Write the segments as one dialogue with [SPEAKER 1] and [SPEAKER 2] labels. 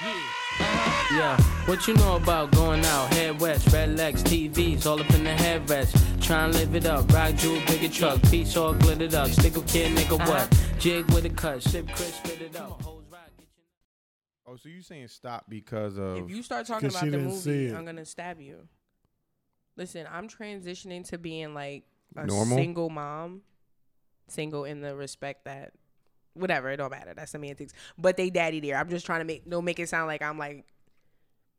[SPEAKER 1] Yeah, what you know about going out? Head west, red legs, TVs, all up in the headrest. Try and live it up, rock jewel, bigger truck, piece all glittered up. Stick a kid, nigga, what? Jig with a cut, sip crisp, spit it up. Hoes rock, get your-
[SPEAKER 2] Oh, so you saying stop because of?
[SPEAKER 3] If you start talking
[SPEAKER 4] 'Cause
[SPEAKER 3] about
[SPEAKER 4] she
[SPEAKER 3] the
[SPEAKER 4] didn't see
[SPEAKER 3] movie,
[SPEAKER 4] it.
[SPEAKER 3] I'm gonna stab you. Listen, I'm transitioning to being like a
[SPEAKER 2] Normal?
[SPEAKER 3] single mom, single in the respect that whatever it don't matter. That's semantics. But they daddy there. I'm just trying to make no make it sound like I'm like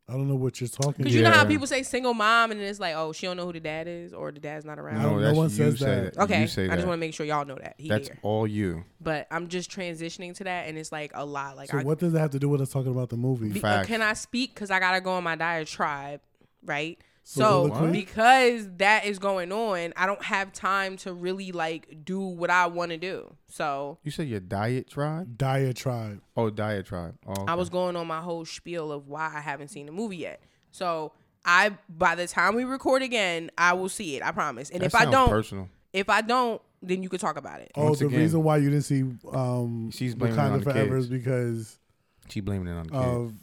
[SPEAKER 4] I don't know what you're talking.
[SPEAKER 3] because you know how
[SPEAKER 2] Yeah.
[SPEAKER 3] people say single mom and then it's like oh she don't know who the dad is or the dad's not around.
[SPEAKER 4] No,
[SPEAKER 2] no,
[SPEAKER 4] no
[SPEAKER 2] that's
[SPEAKER 4] one
[SPEAKER 2] you
[SPEAKER 4] says
[SPEAKER 2] say
[SPEAKER 4] that.
[SPEAKER 2] that.
[SPEAKER 3] Okay,
[SPEAKER 2] you say
[SPEAKER 3] I
[SPEAKER 2] that.
[SPEAKER 3] just want to make sure y'all know that he
[SPEAKER 2] that's
[SPEAKER 3] here.
[SPEAKER 2] all you.
[SPEAKER 3] But I'm just transitioning to that, and it's like a lot. Like
[SPEAKER 4] So
[SPEAKER 3] I
[SPEAKER 4] what does that have to do with us talking about the movie?
[SPEAKER 3] Be-
[SPEAKER 2] Fact.
[SPEAKER 3] uh, can I speak? Because I gotta go on my diatribe, right? So
[SPEAKER 4] Soliloquy? What?
[SPEAKER 3] because that is going on, I don't have time to really like do what I want to do. So
[SPEAKER 2] You said your diet tribe?
[SPEAKER 4] Diatribe.
[SPEAKER 2] Oh, diet tribe. Oh,
[SPEAKER 3] I
[SPEAKER 2] okay.
[SPEAKER 3] was going on my whole spiel of why I haven't seen the movie yet. So I by the time we record again, I will see it. I promise. And
[SPEAKER 2] That
[SPEAKER 3] if I
[SPEAKER 2] sounds
[SPEAKER 3] don't,
[SPEAKER 2] personal.
[SPEAKER 3] if I don't, then you could talk about it.
[SPEAKER 4] Oh,
[SPEAKER 2] Once
[SPEAKER 4] the
[SPEAKER 2] again-
[SPEAKER 4] reason why you didn't see um,
[SPEAKER 2] She's blaming it
[SPEAKER 4] Wakanda
[SPEAKER 2] on the
[SPEAKER 4] Forever
[SPEAKER 2] kids.
[SPEAKER 4] is because
[SPEAKER 2] She blaming it on the kid.
[SPEAKER 4] of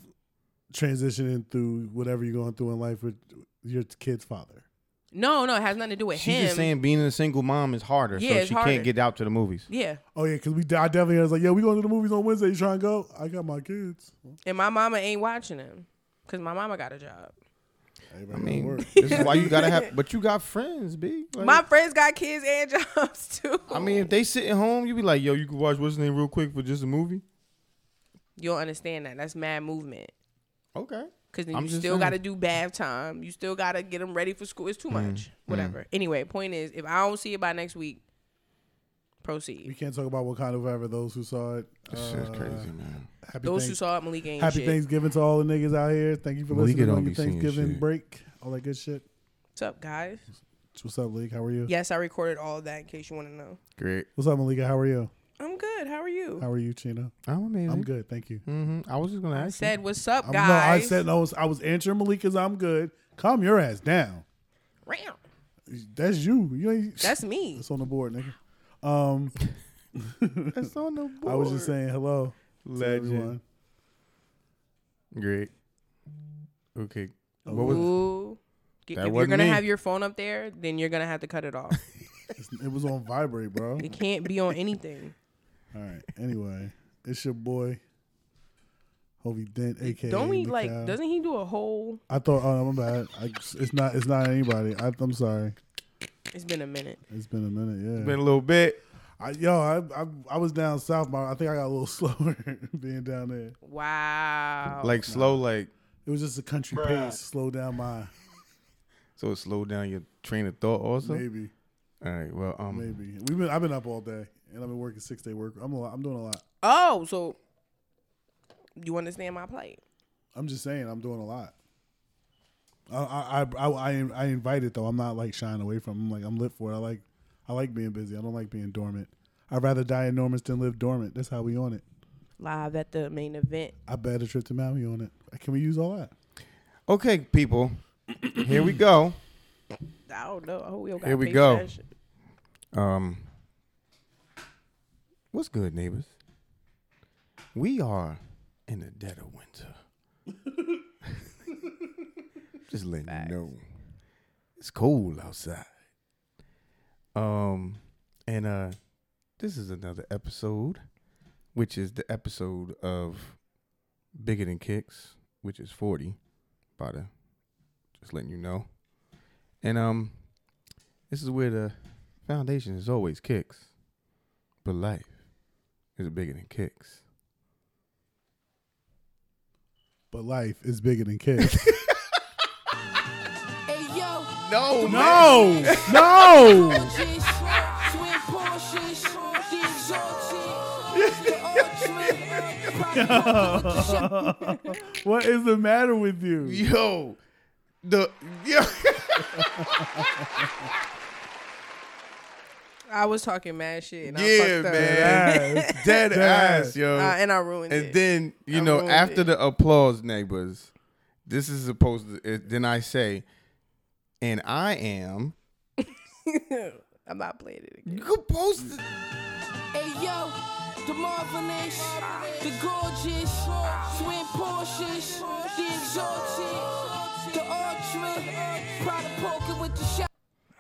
[SPEAKER 4] transitioning through whatever you're going through in life with your kid's father.
[SPEAKER 3] No, no, it has nothing to do with
[SPEAKER 2] She's
[SPEAKER 3] him.
[SPEAKER 2] just saying being a single mom is harder,
[SPEAKER 3] Yeah,
[SPEAKER 2] so
[SPEAKER 3] it's
[SPEAKER 2] she
[SPEAKER 3] harder.
[SPEAKER 2] can't get out to the movies.
[SPEAKER 3] yeah.
[SPEAKER 4] Oh yeah, because we I definitely was like, yo, we going to the movies on Wednesday. You trying to go? I got my kids.
[SPEAKER 3] And my mama ain't watching him because my mama got a job.
[SPEAKER 2] I mean, this is why you gotta have, but you got friends, b. Like,
[SPEAKER 3] My friends got kids and jobs too.
[SPEAKER 2] I mean, if they sitting home, you be like, yo, you can watch what's his name real quick for just a movie.
[SPEAKER 3] you don't understand that. That's mad movement.
[SPEAKER 2] Okay.
[SPEAKER 3] Because then
[SPEAKER 2] I'm
[SPEAKER 3] you
[SPEAKER 2] just
[SPEAKER 3] still
[SPEAKER 2] saying.
[SPEAKER 3] got to do bath time. You still got to get them ready for school. It's too
[SPEAKER 4] Mm-hmm.
[SPEAKER 3] much. Whatever. Anyway, point is, if I don't see it by next week,
[SPEAKER 4] we
[SPEAKER 3] proceed.
[SPEAKER 4] can't talk about Wakanda Forever. Those who saw it.
[SPEAKER 2] This
[SPEAKER 4] Uh,
[SPEAKER 2] shit's crazy, man.
[SPEAKER 4] Happy
[SPEAKER 3] Those who
[SPEAKER 4] Thanks-
[SPEAKER 3] saw it, Malik ain't
[SPEAKER 4] Happy
[SPEAKER 3] shit.
[SPEAKER 4] Thanksgiving to all the niggas out here. Thank you for
[SPEAKER 2] Malika
[SPEAKER 4] listening
[SPEAKER 2] don't
[SPEAKER 4] on your
[SPEAKER 2] be seeing
[SPEAKER 4] Thanksgiving
[SPEAKER 2] shit.
[SPEAKER 4] break. All that good shit.
[SPEAKER 3] What's up, guys?
[SPEAKER 4] What's up, Leek? How are you?
[SPEAKER 3] Yes, I recorded all of that in case you want to know.
[SPEAKER 2] Great.
[SPEAKER 4] What's up, Malika? How are you?
[SPEAKER 3] I'm good. How are you?
[SPEAKER 4] How are you, Chino?
[SPEAKER 2] I'm amazing.
[SPEAKER 3] Mm-hmm.
[SPEAKER 4] I'm good, thank you.
[SPEAKER 2] hmm I was just gonna
[SPEAKER 3] I
[SPEAKER 2] ask.
[SPEAKER 3] said, what's up,
[SPEAKER 4] I'm, no,
[SPEAKER 3] guys?
[SPEAKER 4] I said I was I was answering Malika's. I'm good. Calm your ass down.
[SPEAKER 3] Ram.
[SPEAKER 4] That's you. You ain't.
[SPEAKER 3] That's me.
[SPEAKER 4] It's on the board, nigga. Um,
[SPEAKER 2] you. That's on the board.
[SPEAKER 4] I was just saying hello to everyone.
[SPEAKER 2] legend. Great. Okay. What was?
[SPEAKER 3] Ooh. Get-
[SPEAKER 2] That
[SPEAKER 3] If you're
[SPEAKER 2] wasn't
[SPEAKER 3] going to
[SPEAKER 2] me.
[SPEAKER 3] have your phone up there, then you're going to have to cut it off.
[SPEAKER 4] It's- It was on vibrate, bro.
[SPEAKER 3] it can't be on anything.
[SPEAKER 4] All right. Anyway, it's your boy, Hovey Dent, aka.
[SPEAKER 3] Don't we
[SPEAKER 4] the
[SPEAKER 3] like?
[SPEAKER 4] Cow.
[SPEAKER 3] Doesn't he do a whole?
[SPEAKER 4] I thought. Oh, my bad. I, it's not. It's not anybody. I, I'm sorry.
[SPEAKER 3] It's been a minute.
[SPEAKER 4] It's been a minute. Yeah.
[SPEAKER 2] Been a little bit.
[SPEAKER 4] I, yo, I, I I was down south, but I think I got a little slower being down there. Oh,
[SPEAKER 3] Wow.
[SPEAKER 2] like slow, like
[SPEAKER 4] It was just a country pace. Slow down my
[SPEAKER 2] so it slowed down your train of thought. Also,
[SPEAKER 4] maybe
[SPEAKER 2] all right. Well, um,
[SPEAKER 4] maybe. We've been. I've been up all day, and I've been working six day work. I'm a lot, I'm doing a lot.
[SPEAKER 3] oh, so you understand my plight?
[SPEAKER 4] I'm just saying, I'm doing a lot. I I I I, I, I invite it though. I'm not like shying away from. I'm like I'm lit for it. I like I like being busy. I don't like being dormant. I'd rather die enormous than live dormant. That's how we on it.
[SPEAKER 3] Live at the main event.
[SPEAKER 4] I bet a trip to Maui on it. Can we use all that?
[SPEAKER 2] okay, people. Here we go.
[SPEAKER 3] I don't know. I hope we don't
[SPEAKER 2] Here
[SPEAKER 3] got
[SPEAKER 2] we
[SPEAKER 3] paid
[SPEAKER 2] go.
[SPEAKER 3] For that shit.
[SPEAKER 2] Um, what's good, neighbors? We are in the dead of winter. Just letting you know, it's cold outside. Um, and uh, this is another episode, which is the episode of bigger than kicks, which is forty. By the, just letting you know, and um, this is where the Foundation is always kicks, but life is bigger than kicks.
[SPEAKER 4] But life is bigger than kids.
[SPEAKER 5] Hey yo,
[SPEAKER 2] No,
[SPEAKER 4] no, no.
[SPEAKER 5] Porsches, twin Porsches, the exotic, the ultra.
[SPEAKER 4] What is the matter with you?
[SPEAKER 2] yo, the yo.
[SPEAKER 3] I was talking mad shit. And I
[SPEAKER 2] yeah,
[SPEAKER 3] fucked up.
[SPEAKER 2] man, dead ass, yo.
[SPEAKER 3] Uh, and I ruined
[SPEAKER 2] and
[SPEAKER 3] it.
[SPEAKER 2] then you
[SPEAKER 3] I
[SPEAKER 2] know,
[SPEAKER 3] ruined
[SPEAKER 2] after
[SPEAKER 3] it.
[SPEAKER 2] the applause, neighbors, this is supposed to. It, then I say, and I am.
[SPEAKER 3] I'm not playing it again.
[SPEAKER 2] You supposed to.
[SPEAKER 5] Hey yo, the marvelous, the gorgeous, twin Porsches, the exalted, the ultra, proud of poker with the shot.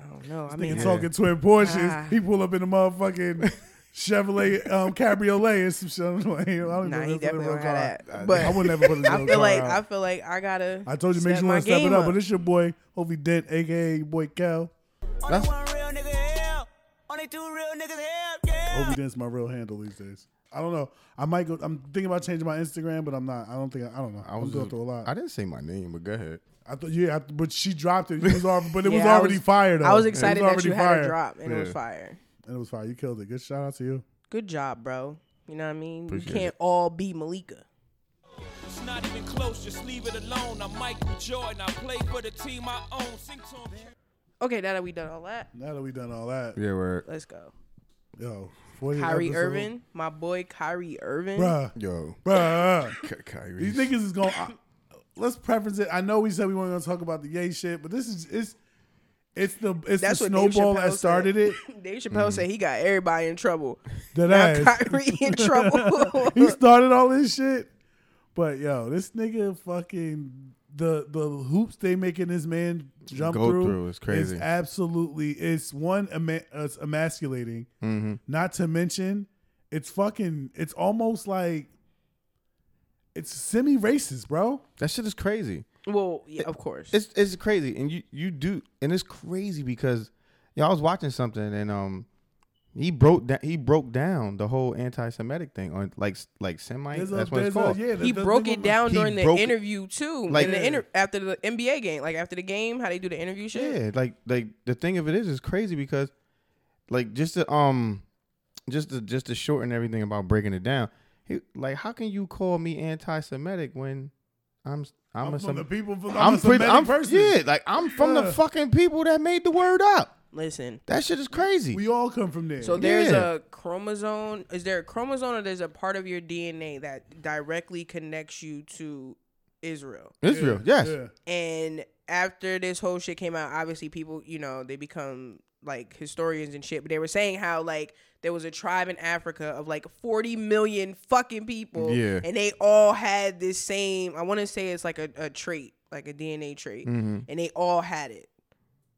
[SPEAKER 3] I don't know. I
[SPEAKER 4] Nigga
[SPEAKER 3] mean,
[SPEAKER 4] talking twin Porsches.
[SPEAKER 3] Ah.
[SPEAKER 4] He pull up in the motherfucking Chevrolet um, cabriolet and some shit. I don't know. I don't
[SPEAKER 3] nah, he
[SPEAKER 4] even know. if that's a
[SPEAKER 3] definitely
[SPEAKER 4] real
[SPEAKER 3] don't have
[SPEAKER 4] car.
[SPEAKER 3] that. But
[SPEAKER 4] I would never put his
[SPEAKER 3] I
[SPEAKER 4] real
[SPEAKER 3] feel
[SPEAKER 4] car
[SPEAKER 3] like
[SPEAKER 4] out.
[SPEAKER 3] I feel like I gotta.
[SPEAKER 4] I told you, make sure you
[SPEAKER 3] my
[SPEAKER 4] want to step
[SPEAKER 3] game
[SPEAKER 4] it up. But it's your boy, Hovi Dent, aka your boy Cal.
[SPEAKER 2] That's,
[SPEAKER 4] Hovi Dent's my real handle these days. I don't know. I might go. I'm thinking about changing my Instagram, but I'm not. I don't think. I, I don't know.
[SPEAKER 2] I
[SPEAKER 4] I'm
[SPEAKER 2] was
[SPEAKER 4] going
[SPEAKER 2] just-
[SPEAKER 4] through a lot.
[SPEAKER 2] I
[SPEAKER 4] I,
[SPEAKER 2] didn't say my name, but go ahead.
[SPEAKER 4] thought, yeah, I, but she dropped it. It was already, but it was
[SPEAKER 3] Yeah, I
[SPEAKER 4] already
[SPEAKER 3] was-
[SPEAKER 4] fired.
[SPEAKER 3] I was excited that you had
[SPEAKER 4] fired.
[SPEAKER 3] a drop and it was
[SPEAKER 2] Yeah.
[SPEAKER 3] fire.
[SPEAKER 4] And it was fire. You killed it. Good shout out to you.
[SPEAKER 3] Good job, bro. You know what I mean?
[SPEAKER 2] Appreciate
[SPEAKER 3] you can't all be Malika.
[SPEAKER 6] It's not even close, just leave it alone. I'm Michael Jordan, I play for the team I own. Sing to 'em.
[SPEAKER 3] Okay, now that we done all that,
[SPEAKER 4] Now that we done all that,
[SPEAKER 2] Yeah, word.
[SPEAKER 3] let's go.
[SPEAKER 4] yo, 40
[SPEAKER 3] Kyrie
[SPEAKER 4] episode.
[SPEAKER 3] Irving, my boy Kyrie Irving.
[SPEAKER 4] bruh,
[SPEAKER 2] Yo,
[SPEAKER 4] bruh.
[SPEAKER 2] Ky- Kyrie.
[SPEAKER 4] These niggas is going. to Let's preference it. I know we said we weren't going to talk about the yay shit, but this is it's it's the it's
[SPEAKER 3] That's
[SPEAKER 4] the
[SPEAKER 3] what Dave
[SPEAKER 4] snowball
[SPEAKER 3] Chappelle
[SPEAKER 4] that started
[SPEAKER 3] said.
[SPEAKER 4] it.
[SPEAKER 3] Dave Chappelle said he got everybody in trouble.
[SPEAKER 4] That
[SPEAKER 3] Now
[SPEAKER 4] ass.
[SPEAKER 3] Kyrie in trouble.
[SPEAKER 4] he started all this shit. But yo, this nigga fucking the the hoops they making this man jump
[SPEAKER 2] Go
[SPEAKER 4] through,
[SPEAKER 2] through is crazy.
[SPEAKER 4] absolutely, it's one ema- it's emasculating.
[SPEAKER 2] Mm-hmm.
[SPEAKER 4] Not to mention, it's fucking. It's almost like it's semi racist, bro.
[SPEAKER 2] that shit is crazy.
[SPEAKER 3] well, yeah, of course.
[SPEAKER 2] It's it's crazy, and you you do, and it's crazy because you I was watching something, and um, he broke down he broke down the whole anti-Semitic thing on like like Semite.
[SPEAKER 4] There's a-
[SPEAKER 2] That's what it's
[SPEAKER 4] there's a-
[SPEAKER 2] called.
[SPEAKER 4] yeah,
[SPEAKER 3] he
[SPEAKER 4] there's-
[SPEAKER 3] broke
[SPEAKER 4] there's
[SPEAKER 3] it
[SPEAKER 4] a-
[SPEAKER 3] down
[SPEAKER 2] He
[SPEAKER 3] during the
[SPEAKER 2] broke it.
[SPEAKER 3] interview too.
[SPEAKER 2] Like-
[SPEAKER 3] in the
[SPEAKER 2] Yeah.
[SPEAKER 3] inter- after the NBA game, like after the game, how they do the interview shit.
[SPEAKER 2] Yeah, like like the thing of it is, is crazy because, like, just to um, just to just to shorten everything about breaking it down, he, like, how can you call me anti-Semitic when I'm I'm,
[SPEAKER 4] I'm,
[SPEAKER 2] a
[SPEAKER 4] from the
[SPEAKER 2] Sem-
[SPEAKER 4] people. From, I'm,
[SPEAKER 2] I'm
[SPEAKER 4] a
[SPEAKER 2] pretty
[SPEAKER 4] Semitic
[SPEAKER 2] I'm
[SPEAKER 4] person.
[SPEAKER 2] yeah, like I'm from
[SPEAKER 4] Yeah.
[SPEAKER 2] the fucking people that made the word up.
[SPEAKER 3] Listen,
[SPEAKER 2] That shit is crazy.
[SPEAKER 4] we all come from there.
[SPEAKER 3] So there's
[SPEAKER 2] Yeah.
[SPEAKER 3] a chromosome. Is there a chromosome or there's a part of your DNA that directly connects you to Israel?
[SPEAKER 2] Israel, yes,
[SPEAKER 4] Yeah.
[SPEAKER 3] And after this whole shit came out, obviously people, you know, they become like historians and shit. But they were saying how like there was a tribe in Africa of like 40 million fucking people.
[SPEAKER 2] Yeah.
[SPEAKER 3] And they all had this same, I want to say it's like a, a trait, like a DNA trait.
[SPEAKER 2] Mm-hmm.
[SPEAKER 3] And they all had it.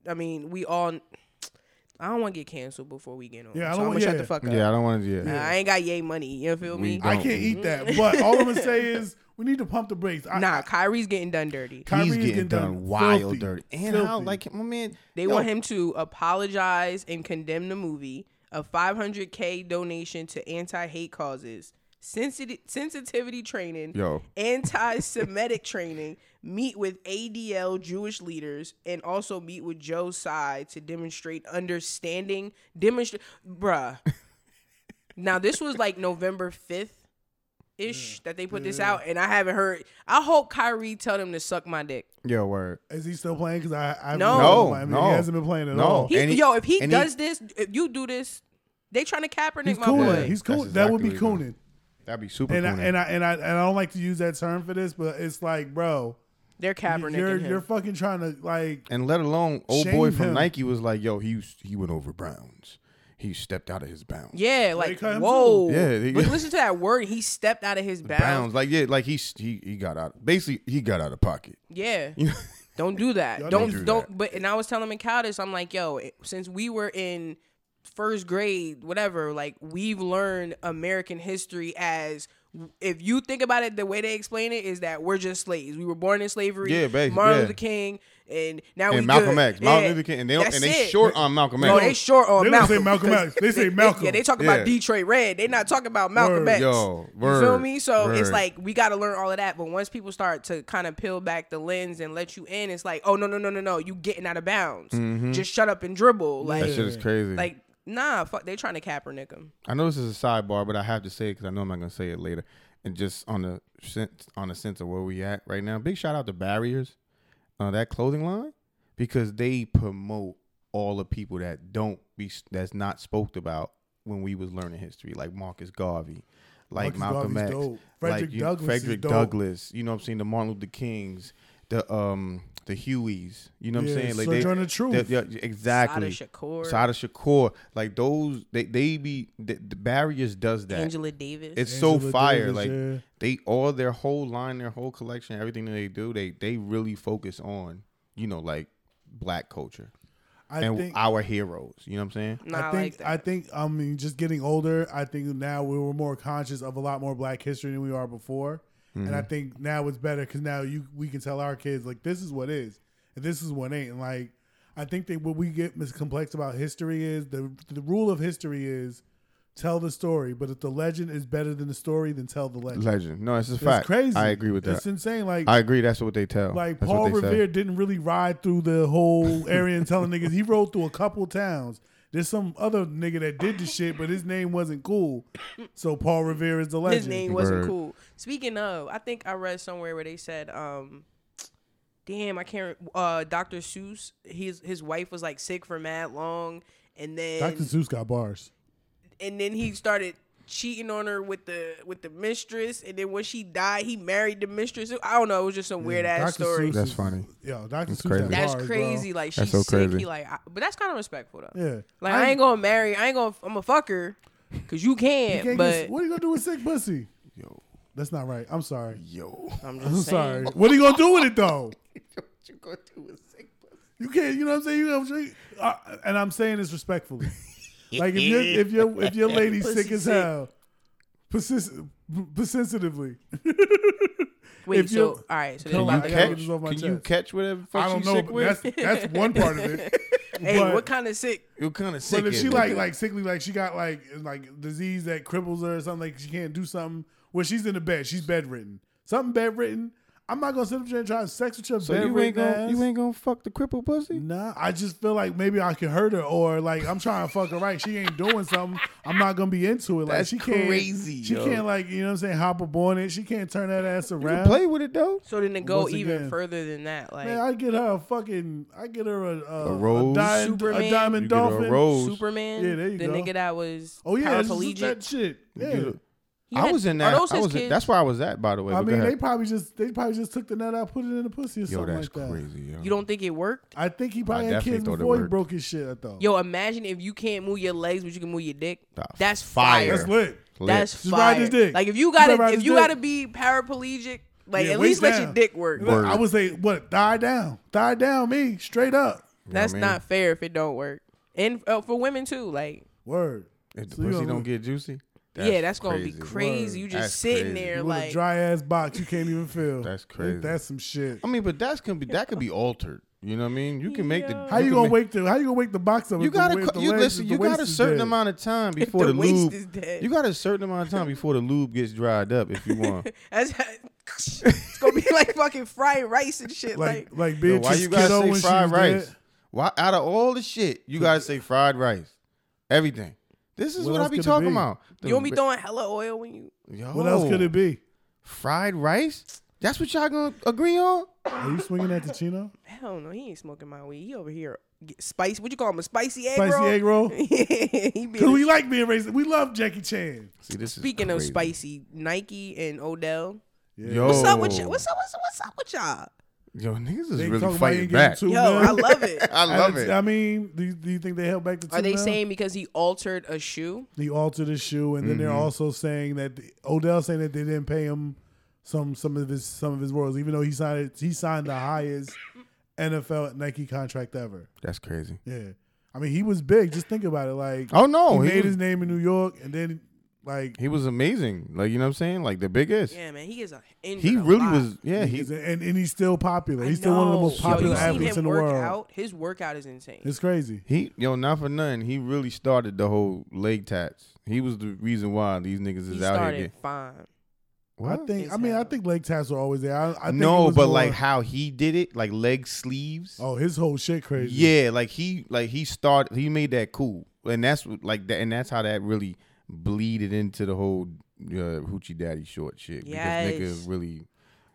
[SPEAKER 3] I mean, we all. I don't want to get canceled before we get on.
[SPEAKER 4] Yeah, I
[SPEAKER 3] so
[SPEAKER 4] don't-
[SPEAKER 3] I'm gonna
[SPEAKER 4] yeah.
[SPEAKER 3] shut the fuck up.
[SPEAKER 2] yeah. I don't want to. Yeah,
[SPEAKER 3] I ain't got yay money. You feel
[SPEAKER 2] We
[SPEAKER 3] me?
[SPEAKER 2] don't.
[SPEAKER 4] I can't eat that. But all I'm gonna say is we need to pump the brakes. I,
[SPEAKER 3] Nah, Kyrie's getting done dirty.
[SPEAKER 4] Kyrie
[SPEAKER 2] he's
[SPEAKER 4] is
[SPEAKER 2] getting done, wild
[SPEAKER 4] filthy,
[SPEAKER 2] dirty. And how
[SPEAKER 4] filthy.
[SPEAKER 2] like my man,
[SPEAKER 3] They
[SPEAKER 2] yo,
[SPEAKER 3] want him to apologize and condemn the movie, a 500k donation to anti-hate causes, sensitivity sensitivity training,
[SPEAKER 2] Yo.
[SPEAKER 3] anti-Semitic training, meet with ADL Jewish leaders, and also meet with Joe Tsai to demonstrate understanding. Demonstrate, bruh. now this was like November fifth. Ish that they put this out, and I haven't heard. I hope Kyrie tell them to suck my dick.
[SPEAKER 2] Yo, word.
[SPEAKER 4] Is he still playing? Because I, I
[SPEAKER 3] No.
[SPEAKER 4] haven't-
[SPEAKER 2] No,
[SPEAKER 4] I mean,
[SPEAKER 2] no.
[SPEAKER 4] he hasn't been playing at
[SPEAKER 2] No.
[SPEAKER 4] all.
[SPEAKER 3] He,
[SPEAKER 2] And he-
[SPEAKER 3] yo, if he
[SPEAKER 2] and he-
[SPEAKER 3] does this, if you do this, they trying to Kaepernick
[SPEAKER 4] He's
[SPEAKER 3] my
[SPEAKER 4] cooning.
[SPEAKER 3] boy.
[SPEAKER 4] He's
[SPEAKER 2] That's
[SPEAKER 4] cooning. that would be
[SPEAKER 2] exactly what he
[SPEAKER 4] cooning.
[SPEAKER 2] That'd be super.
[SPEAKER 4] And I,
[SPEAKER 2] cool.
[SPEAKER 4] and I and I and I don't like to use that term for this, but it's like, bro,
[SPEAKER 3] They're Kaepernick
[SPEAKER 4] you're
[SPEAKER 3] him.
[SPEAKER 4] you're fucking trying to like.
[SPEAKER 2] And let alone old
[SPEAKER 4] Shame
[SPEAKER 2] boy from
[SPEAKER 4] him.
[SPEAKER 2] Nike was like, "Yo, he he went over bounds. He stepped out of his bounds.
[SPEAKER 3] yeah, like
[SPEAKER 4] cut him
[SPEAKER 3] whoa.
[SPEAKER 2] too. Yeah, they-
[SPEAKER 3] Look, listen to that word. He stepped out of his bounds.
[SPEAKER 2] bounds. Like yeah, like he s- he he got out. Basically, he got out of pocket.
[SPEAKER 3] Yeah.
[SPEAKER 2] You know?
[SPEAKER 3] Don't do that.
[SPEAKER 4] Y'all
[SPEAKER 3] don't
[SPEAKER 2] don't do
[SPEAKER 3] don't.
[SPEAKER 2] that.
[SPEAKER 3] But and I was telling Mikal this. I'm like, yo, it- since we were in first grade, whatever, like we've learned American history as. If you think about it, the way they explain it is that we're just slaves. We were born in slavery.
[SPEAKER 2] Yeah, basi-
[SPEAKER 3] Martin
[SPEAKER 2] yeah.
[SPEAKER 3] Luther King, and now we
[SPEAKER 2] and Malcolm
[SPEAKER 3] good.
[SPEAKER 2] X, Martin
[SPEAKER 3] Yeah.
[SPEAKER 2] Luther King, and they don't,
[SPEAKER 3] That's
[SPEAKER 2] and they
[SPEAKER 3] it.
[SPEAKER 2] short on Malcolm X.
[SPEAKER 3] No, they short on
[SPEAKER 4] They don't
[SPEAKER 3] Malcolm.
[SPEAKER 4] say Malcolm
[SPEAKER 3] because
[SPEAKER 4] X. They say Malcolm.
[SPEAKER 3] yeah, they talk
[SPEAKER 2] Yeah.
[SPEAKER 3] about Detroit Red. They not talking about Malcolm
[SPEAKER 4] Word.
[SPEAKER 3] X.
[SPEAKER 2] Yo,
[SPEAKER 3] you feel
[SPEAKER 2] word,
[SPEAKER 3] me? So it's
[SPEAKER 2] word.
[SPEAKER 3] like we got to learn all of that. But once people start to kind of peel back the lens and let you in, it's like, oh no, no, no, no, no, you getting out of bounds.
[SPEAKER 2] Mm-hmm.
[SPEAKER 3] Just shut up and dribble. Like,
[SPEAKER 2] that shit is crazy.
[SPEAKER 3] like nah, fuck. They trying to Kaepernick him.
[SPEAKER 2] I know this is a sidebar, but I have to say it because I know I'm not gonna say it later. And just on the sense on the sense of where we at right now, big shout out to Barriers, uh, that clothing line, because they promote all the people that don't be that's not spoke about when we was learning history, like Marcus Garvey, like
[SPEAKER 4] Marcus
[SPEAKER 2] Malcolm
[SPEAKER 4] Garvey's
[SPEAKER 2] X,
[SPEAKER 4] dope.
[SPEAKER 2] like
[SPEAKER 4] Frederick
[SPEAKER 2] you-
[SPEAKER 4] Douglass is
[SPEAKER 2] Frederick
[SPEAKER 4] dope.
[SPEAKER 2] Douglass. You know what I'm saying? The Martin Luther Kings, the um the Hueys. You know what
[SPEAKER 4] Yeah,
[SPEAKER 2] I'm saying? Like
[SPEAKER 4] Sojourner
[SPEAKER 2] they,
[SPEAKER 4] Truth.
[SPEAKER 2] they- yeah, exactly.
[SPEAKER 3] Shakur.
[SPEAKER 2] Sada Shakur. Like those, they they be the, the barriers does that.
[SPEAKER 3] Angela Davis.
[SPEAKER 2] It's so
[SPEAKER 4] Angela
[SPEAKER 2] fire.
[SPEAKER 4] Davis,
[SPEAKER 2] like
[SPEAKER 4] yeah.
[SPEAKER 2] they all their whole line, their whole collection, everything that they do, they they really focus on you know like black culture
[SPEAKER 4] I
[SPEAKER 2] and
[SPEAKER 4] think
[SPEAKER 2] our heroes. You know what I'm saying?
[SPEAKER 3] Nah,
[SPEAKER 4] I
[SPEAKER 3] I
[SPEAKER 4] think
[SPEAKER 3] like that.
[SPEAKER 4] I think I mean just getting older, I think now we were more conscious of a lot more black history than we are before. And
[SPEAKER 2] Mm-hmm.
[SPEAKER 4] I think now it's better cuz now you we can tell our kids like this is what is and this is what ain't and like I think that what we get miscomplex about history is the the rule of history is tell the story, but if the legend is better than the story, then tell the legend.
[SPEAKER 2] Legend. No, it's a
[SPEAKER 4] it's
[SPEAKER 2] fact.
[SPEAKER 4] crazy.
[SPEAKER 2] I agree with
[SPEAKER 4] It's
[SPEAKER 2] that.
[SPEAKER 4] insane like
[SPEAKER 2] I agree. That's what they tell.
[SPEAKER 4] like
[SPEAKER 2] That's
[SPEAKER 4] Paul
[SPEAKER 2] what they say.
[SPEAKER 4] Revere didn't really ride through the whole area and telling niggas. He rode through a couple towns. There's some other nigga that did the shit, but his name wasn't cool. So Paul Revere is the legend.
[SPEAKER 3] His name wasn't
[SPEAKER 2] Word.
[SPEAKER 3] cool. Speaking of, I think I read somewhere where they said, um, damn, I can't. Uh, Dr. Seuss, his his wife was like sick for mad long, and then
[SPEAKER 4] Dr. Zeus got bars.
[SPEAKER 3] and then he started cheating on her with the with the mistress, and then when she died, he married the mistress. I don't know. It was just some weird ass
[SPEAKER 4] Dr.
[SPEAKER 3] story.
[SPEAKER 4] Seuss
[SPEAKER 2] That's
[SPEAKER 4] is-
[SPEAKER 2] funny.
[SPEAKER 4] Yo, Dr.
[SPEAKER 2] That's
[SPEAKER 4] Seuss
[SPEAKER 2] crazy.
[SPEAKER 4] had
[SPEAKER 3] That's
[SPEAKER 4] bars, bro.
[SPEAKER 3] crazy. Like
[SPEAKER 2] That's
[SPEAKER 3] she's
[SPEAKER 2] so
[SPEAKER 3] sick.
[SPEAKER 2] crazy.
[SPEAKER 3] He like, I, but that's kind of respectful though.
[SPEAKER 4] Yeah.
[SPEAKER 3] Like I, ain't gonna marry. I ain't gonna. I'm gonna fuck her, cause you
[SPEAKER 4] you
[SPEAKER 3] can't.
[SPEAKER 4] can't
[SPEAKER 3] but
[SPEAKER 4] get- what are you gonna do with sick pussy?
[SPEAKER 2] Yo,
[SPEAKER 4] That's not right. I'm sorry.
[SPEAKER 2] yo.
[SPEAKER 3] I'm just
[SPEAKER 4] I'm
[SPEAKER 3] saying.
[SPEAKER 4] sorry. What are you gonna do with it though?
[SPEAKER 2] what you gonna do with sick pussy?
[SPEAKER 4] You can't. You know what I'm saying? You know what I'm saying? Uh, and I'm saying this respectfully. like if your if your if your lady's
[SPEAKER 3] Pussy
[SPEAKER 4] sick as
[SPEAKER 3] sick.
[SPEAKER 4] hell, persis- persensitively.
[SPEAKER 3] Wait.
[SPEAKER 4] If
[SPEAKER 3] So
[SPEAKER 4] you're-
[SPEAKER 3] all right. So
[SPEAKER 4] Come
[SPEAKER 3] then
[SPEAKER 4] on,
[SPEAKER 3] about
[SPEAKER 4] I
[SPEAKER 3] to go-
[SPEAKER 4] gotta get this off my
[SPEAKER 2] Can you
[SPEAKER 4] chest.
[SPEAKER 2] catch whatever fuck
[SPEAKER 4] I don't
[SPEAKER 2] she
[SPEAKER 4] know,
[SPEAKER 2] sick
[SPEAKER 4] but
[SPEAKER 2] with?
[SPEAKER 4] that's that's one part of it.
[SPEAKER 3] Hey,
[SPEAKER 4] but,
[SPEAKER 3] what kind of sick?
[SPEAKER 2] You're kind of sick.
[SPEAKER 4] but if
[SPEAKER 2] is
[SPEAKER 4] she
[SPEAKER 2] it?
[SPEAKER 4] like like sickly, like she got like like disease that cripbles her or something, like she can't do something. Well, she's in the bed, she's bedridden. Something bedridden. I'm not gonna sit up there and try to sex with your
[SPEAKER 2] so
[SPEAKER 4] bedridden
[SPEAKER 2] you ain't gonna
[SPEAKER 4] ass.
[SPEAKER 2] you ain't gonna fuck the crippled pussy.
[SPEAKER 4] Nah, I just feel like maybe I can hurt her, or like I'm trying to fuck her right. She ain't doing something. I'm not gonna be into it. Like
[SPEAKER 2] That's
[SPEAKER 4] she can't.
[SPEAKER 2] crazy,
[SPEAKER 4] She
[SPEAKER 2] yo.
[SPEAKER 4] can't like you know what I'm saying. Hop up on it. She can't turn that ass
[SPEAKER 2] You can
[SPEAKER 4] around.
[SPEAKER 2] play with it though.
[SPEAKER 3] So then to go
[SPEAKER 4] Once
[SPEAKER 3] even
[SPEAKER 4] again.
[SPEAKER 3] further than that, like
[SPEAKER 4] Man, I get her a fucking. I get her a a,
[SPEAKER 2] A rose.
[SPEAKER 4] a diamond,
[SPEAKER 3] Superman.
[SPEAKER 4] a
[SPEAKER 2] You
[SPEAKER 4] diamond
[SPEAKER 2] get her a
[SPEAKER 4] dolphin.
[SPEAKER 2] rose.
[SPEAKER 3] Superman,
[SPEAKER 4] Yeah, there you
[SPEAKER 3] the
[SPEAKER 4] go.
[SPEAKER 3] nigga that was
[SPEAKER 4] Oh yeah, it's just
[SPEAKER 3] paraplegic.
[SPEAKER 4] that shit.
[SPEAKER 2] You
[SPEAKER 4] Yeah.
[SPEAKER 2] do-
[SPEAKER 3] He
[SPEAKER 2] I
[SPEAKER 3] had-
[SPEAKER 2] was in
[SPEAKER 3] Are
[SPEAKER 2] that.
[SPEAKER 3] those
[SPEAKER 2] I
[SPEAKER 3] his
[SPEAKER 2] was in,
[SPEAKER 3] kids?
[SPEAKER 2] that's where I was at, by the way.
[SPEAKER 4] I
[SPEAKER 2] but go
[SPEAKER 4] mean, they
[SPEAKER 2] ahead.
[SPEAKER 4] probably just they probably just took the nut out, put it in the pussy or
[SPEAKER 2] yo,
[SPEAKER 4] something
[SPEAKER 2] that's
[SPEAKER 4] like that.
[SPEAKER 2] crazy. Yo.
[SPEAKER 3] You don't think it worked?
[SPEAKER 4] I think he
[SPEAKER 2] I
[SPEAKER 4] probably had
[SPEAKER 2] definitely
[SPEAKER 4] kids
[SPEAKER 2] thought it
[SPEAKER 4] before he
[SPEAKER 2] worked.
[SPEAKER 4] broke his shit. I thought.
[SPEAKER 3] Yo, imagine if you can't move your legs, but you can move your dick.
[SPEAKER 2] That's
[SPEAKER 3] That's
[SPEAKER 2] fire.
[SPEAKER 3] fire.
[SPEAKER 4] that's lit.
[SPEAKER 2] Lit.
[SPEAKER 3] That's
[SPEAKER 4] Just
[SPEAKER 3] fire.
[SPEAKER 4] ride his dick.
[SPEAKER 3] Like if you
[SPEAKER 4] Just let
[SPEAKER 3] gotta,
[SPEAKER 4] ride
[SPEAKER 3] if
[SPEAKER 4] his
[SPEAKER 3] you
[SPEAKER 4] dick.
[SPEAKER 3] gotta be paraplegic, like
[SPEAKER 4] Yeah,
[SPEAKER 3] at
[SPEAKER 4] waist
[SPEAKER 3] least let your
[SPEAKER 4] down.
[SPEAKER 3] dick work.
[SPEAKER 2] Word.
[SPEAKER 4] I would say what thigh down, thigh down, me straight up.
[SPEAKER 3] That's
[SPEAKER 2] I mean?
[SPEAKER 3] not fair if it don't work, and uh, for women too. Like
[SPEAKER 4] Word.
[SPEAKER 2] If the
[SPEAKER 4] So you
[SPEAKER 2] pussy
[SPEAKER 4] gonna
[SPEAKER 2] don't
[SPEAKER 4] look-
[SPEAKER 2] get juicy.
[SPEAKER 3] yeah, that's gonna be
[SPEAKER 4] Word.
[SPEAKER 3] crazy. You just
[SPEAKER 2] That's
[SPEAKER 3] sitting
[SPEAKER 2] crazy.
[SPEAKER 3] there
[SPEAKER 4] You with a
[SPEAKER 3] like
[SPEAKER 4] dry ass box you can't even feel.
[SPEAKER 2] That's
[SPEAKER 4] Ain't
[SPEAKER 2] crazy.
[SPEAKER 4] That's some shit.
[SPEAKER 2] I mean, but that's can be that could be altered. You know what I mean? You can make the
[SPEAKER 4] how you
[SPEAKER 2] can
[SPEAKER 4] gonna
[SPEAKER 2] make-
[SPEAKER 4] wake the how you gonna wake the box up?
[SPEAKER 2] You
[SPEAKER 4] if the
[SPEAKER 2] gotta
[SPEAKER 4] wa- if
[SPEAKER 2] co-
[SPEAKER 4] the
[SPEAKER 2] you
[SPEAKER 4] legs-
[SPEAKER 2] listen.
[SPEAKER 4] if
[SPEAKER 2] You
[SPEAKER 4] the
[SPEAKER 2] got
[SPEAKER 4] waist
[SPEAKER 2] a
[SPEAKER 4] is
[SPEAKER 2] certain
[SPEAKER 4] dead?
[SPEAKER 2] amount of time before
[SPEAKER 3] the
[SPEAKER 2] the,
[SPEAKER 3] waist
[SPEAKER 2] lube.
[SPEAKER 3] is dead.
[SPEAKER 2] You got a certain amount of time before the lube gets dried up. If you want,
[SPEAKER 3] that's it's gonna be like fucking fried rice and shit.
[SPEAKER 4] Like
[SPEAKER 3] Like,
[SPEAKER 4] like
[SPEAKER 2] Yo,
[SPEAKER 4] bitch,
[SPEAKER 2] why you gotta say fried rice? Why out of all the shit you gotta say fried rice? Everything. This is
[SPEAKER 4] What
[SPEAKER 2] what, I
[SPEAKER 4] else
[SPEAKER 2] be
[SPEAKER 4] could it
[SPEAKER 2] talking
[SPEAKER 4] be?
[SPEAKER 2] about. The
[SPEAKER 3] you don't be
[SPEAKER 2] ri-
[SPEAKER 3] throwing hella oil when you.
[SPEAKER 2] Yo,
[SPEAKER 4] What else could it be?
[SPEAKER 2] Fried rice? That's what y'all gonna agree on?
[SPEAKER 4] Are you swinging at the chino?
[SPEAKER 3] Hell no, he ain't smoking my weed. He over here get spice. What you call him? A spicy egg
[SPEAKER 4] Spicy
[SPEAKER 3] roll.
[SPEAKER 4] egg roll?
[SPEAKER 3] yeah, he be.
[SPEAKER 4] Cause we like being racist. We love Jackie Chan.
[SPEAKER 2] See, this is
[SPEAKER 3] Speaking of
[SPEAKER 2] crazy.
[SPEAKER 3] spicy, Nike and Odell.
[SPEAKER 4] Yeah.
[SPEAKER 2] Yo.
[SPEAKER 4] What's
[SPEAKER 3] What's up with you?
[SPEAKER 2] Oh.
[SPEAKER 3] What's up? What's up? What's up with y'all?
[SPEAKER 2] Yo, niggas is
[SPEAKER 4] They
[SPEAKER 2] really
[SPEAKER 4] talking about you
[SPEAKER 2] fighting
[SPEAKER 4] ain't
[SPEAKER 2] back.
[SPEAKER 4] getting too
[SPEAKER 3] Yo,
[SPEAKER 4] mad.
[SPEAKER 3] I love it.
[SPEAKER 2] I love it.
[SPEAKER 4] I mean, do you, do you think they held back the?
[SPEAKER 3] Are they
[SPEAKER 4] two mil?
[SPEAKER 3] saying because he altered a shoe?
[SPEAKER 4] he altered his shoe, and then
[SPEAKER 2] Mm-hmm.
[SPEAKER 4] they're also saying that the, Odell saying that they didn't pay him some some of his some of his royals, even though he signed it, he signed the highest NFL Nike contract ever.
[SPEAKER 2] That's crazy.
[SPEAKER 4] Yeah, I mean he was big. Just think about it. Like
[SPEAKER 2] Oh no,
[SPEAKER 4] he,
[SPEAKER 2] he,
[SPEAKER 4] made
[SPEAKER 2] was,
[SPEAKER 4] his name in New York, and then like
[SPEAKER 2] he was amazing. Like you know what I'm saying? Like the biggest.
[SPEAKER 3] Yeah, man, he is a.
[SPEAKER 2] he really was. Yeah, he.
[SPEAKER 4] he's- and and he's still popular.
[SPEAKER 3] I
[SPEAKER 4] He's still one of the most
[SPEAKER 3] know. Yo,
[SPEAKER 4] popular
[SPEAKER 3] you seen
[SPEAKER 4] athletes
[SPEAKER 3] him
[SPEAKER 4] in the
[SPEAKER 3] work
[SPEAKER 4] world.
[SPEAKER 3] Out? His workout is insane.
[SPEAKER 4] It's crazy.
[SPEAKER 2] He yo not for nothing. He really started the whole leg tats. He was the reason why these niggas is
[SPEAKER 3] he
[SPEAKER 2] out here.
[SPEAKER 3] started
[SPEAKER 2] Getting,
[SPEAKER 3] fine.
[SPEAKER 4] I
[SPEAKER 2] What?
[SPEAKER 4] think.
[SPEAKER 3] It's
[SPEAKER 4] I mean, I
[SPEAKER 3] hell.
[SPEAKER 4] think leg tats were always there. I, I think it
[SPEAKER 2] no,
[SPEAKER 4] was
[SPEAKER 2] but
[SPEAKER 4] more-
[SPEAKER 2] like how he did it, like leg sleeves.
[SPEAKER 4] oh, his whole shit crazy.
[SPEAKER 2] Yeah, like he like he started he made that cool. And that's what- like that and that's how that really bleeded into the whole uh, hoochie daddy short shit. Because
[SPEAKER 3] Yes.
[SPEAKER 2] niggas really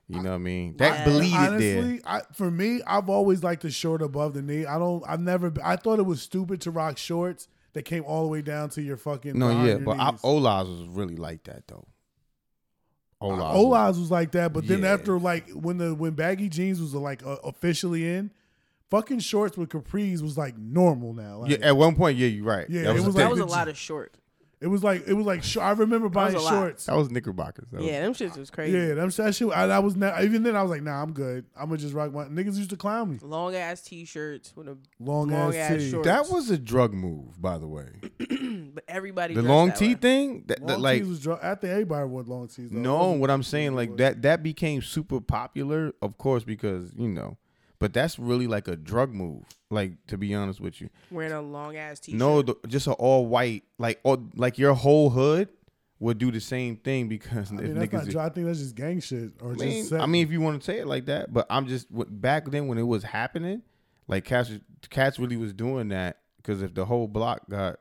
[SPEAKER 2] you know what I mean? That
[SPEAKER 3] Yes.
[SPEAKER 2] bleeded there.
[SPEAKER 4] Honestly, I, for me, I've always liked the short above the knee. I don't. I've never. been- I thought it was stupid to rock shorts that came all the way down to your fucking.
[SPEAKER 2] No,
[SPEAKER 4] behind
[SPEAKER 2] yeah,
[SPEAKER 4] your
[SPEAKER 2] but I,
[SPEAKER 4] knees.
[SPEAKER 2] Ola's was really like that though. Olaz.
[SPEAKER 4] Uh, Olaz was like that, but then
[SPEAKER 2] Yeah.
[SPEAKER 4] after like when the when baggy jeans was like uh, officially in, fucking shorts with capris was like normal now. Like,
[SPEAKER 2] Yeah, at one point, yeah, you're right.
[SPEAKER 4] Yeah,
[SPEAKER 2] that was,
[SPEAKER 4] it
[SPEAKER 2] a
[SPEAKER 4] was
[SPEAKER 2] thing.
[SPEAKER 3] That was a
[SPEAKER 4] did
[SPEAKER 3] lot
[SPEAKER 4] you-
[SPEAKER 3] of short.
[SPEAKER 4] it was like it was like sh- I remember buying
[SPEAKER 3] was a lot.
[SPEAKER 4] shorts.
[SPEAKER 2] that was Knickerbockers. Though.
[SPEAKER 3] Yeah, them shits was crazy.
[SPEAKER 4] Yeah, them that shit. I, I was not, even then. I was like, nah, I'm good. I'm gonna just rock my niggas used to clown me.
[SPEAKER 3] Long ass t shirts with a
[SPEAKER 4] Long,
[SPEAKER 3] Long
[SPEAKER 4] ass,
[SPEAKER 3] ass
[SPEAKER 4] titties.
[SPEAKER 3] shorts.
[SPEAKER 2] That was a drug move, by the way.
[SPEAKER 3] but everybody
[SPEAKER 2] The
[SPEAKER 3] dressed
[SPEAKER 2] long
[SPEAKER 3] that
[SPEAKER 2] tee
[SPEAKER 3] way.
[SPEAKER 2] thing, that,
[SPEAKER 4] Long
[SPEAKER 2] that, like,
[SPEAKER 4] tees was dr- I think everybody wore long tees. Though.
[SPEAKER 2] no,
[SPEAKER 4] It
[SPEAKER 2] what I'm saying, like that, that became super popular, of course, because you know, but that's really like a drug move. Like to be honest with you,
[SPEAKER 3] Wearing a long ass t shirt.
[SPEAKER 2] no, the, just an all white, like, all, like your whole hood would do the same thing because
[SPEAKER 4] wasn't- I
[SPEAKER 2] if
[SPEAKER 4] mean, that's
[SPEAKER 2] niggas,
[SPEAKER 4] not dr- I think that's just gang shit or
[SPEAKER 2] I mean,
[SPEAKER 4] just. Sex.
[SPEAKER 2] I mean, if you want to say it like that, but I'm just w- back then when it was happening, like cats, cats really was doing that because if the whole block got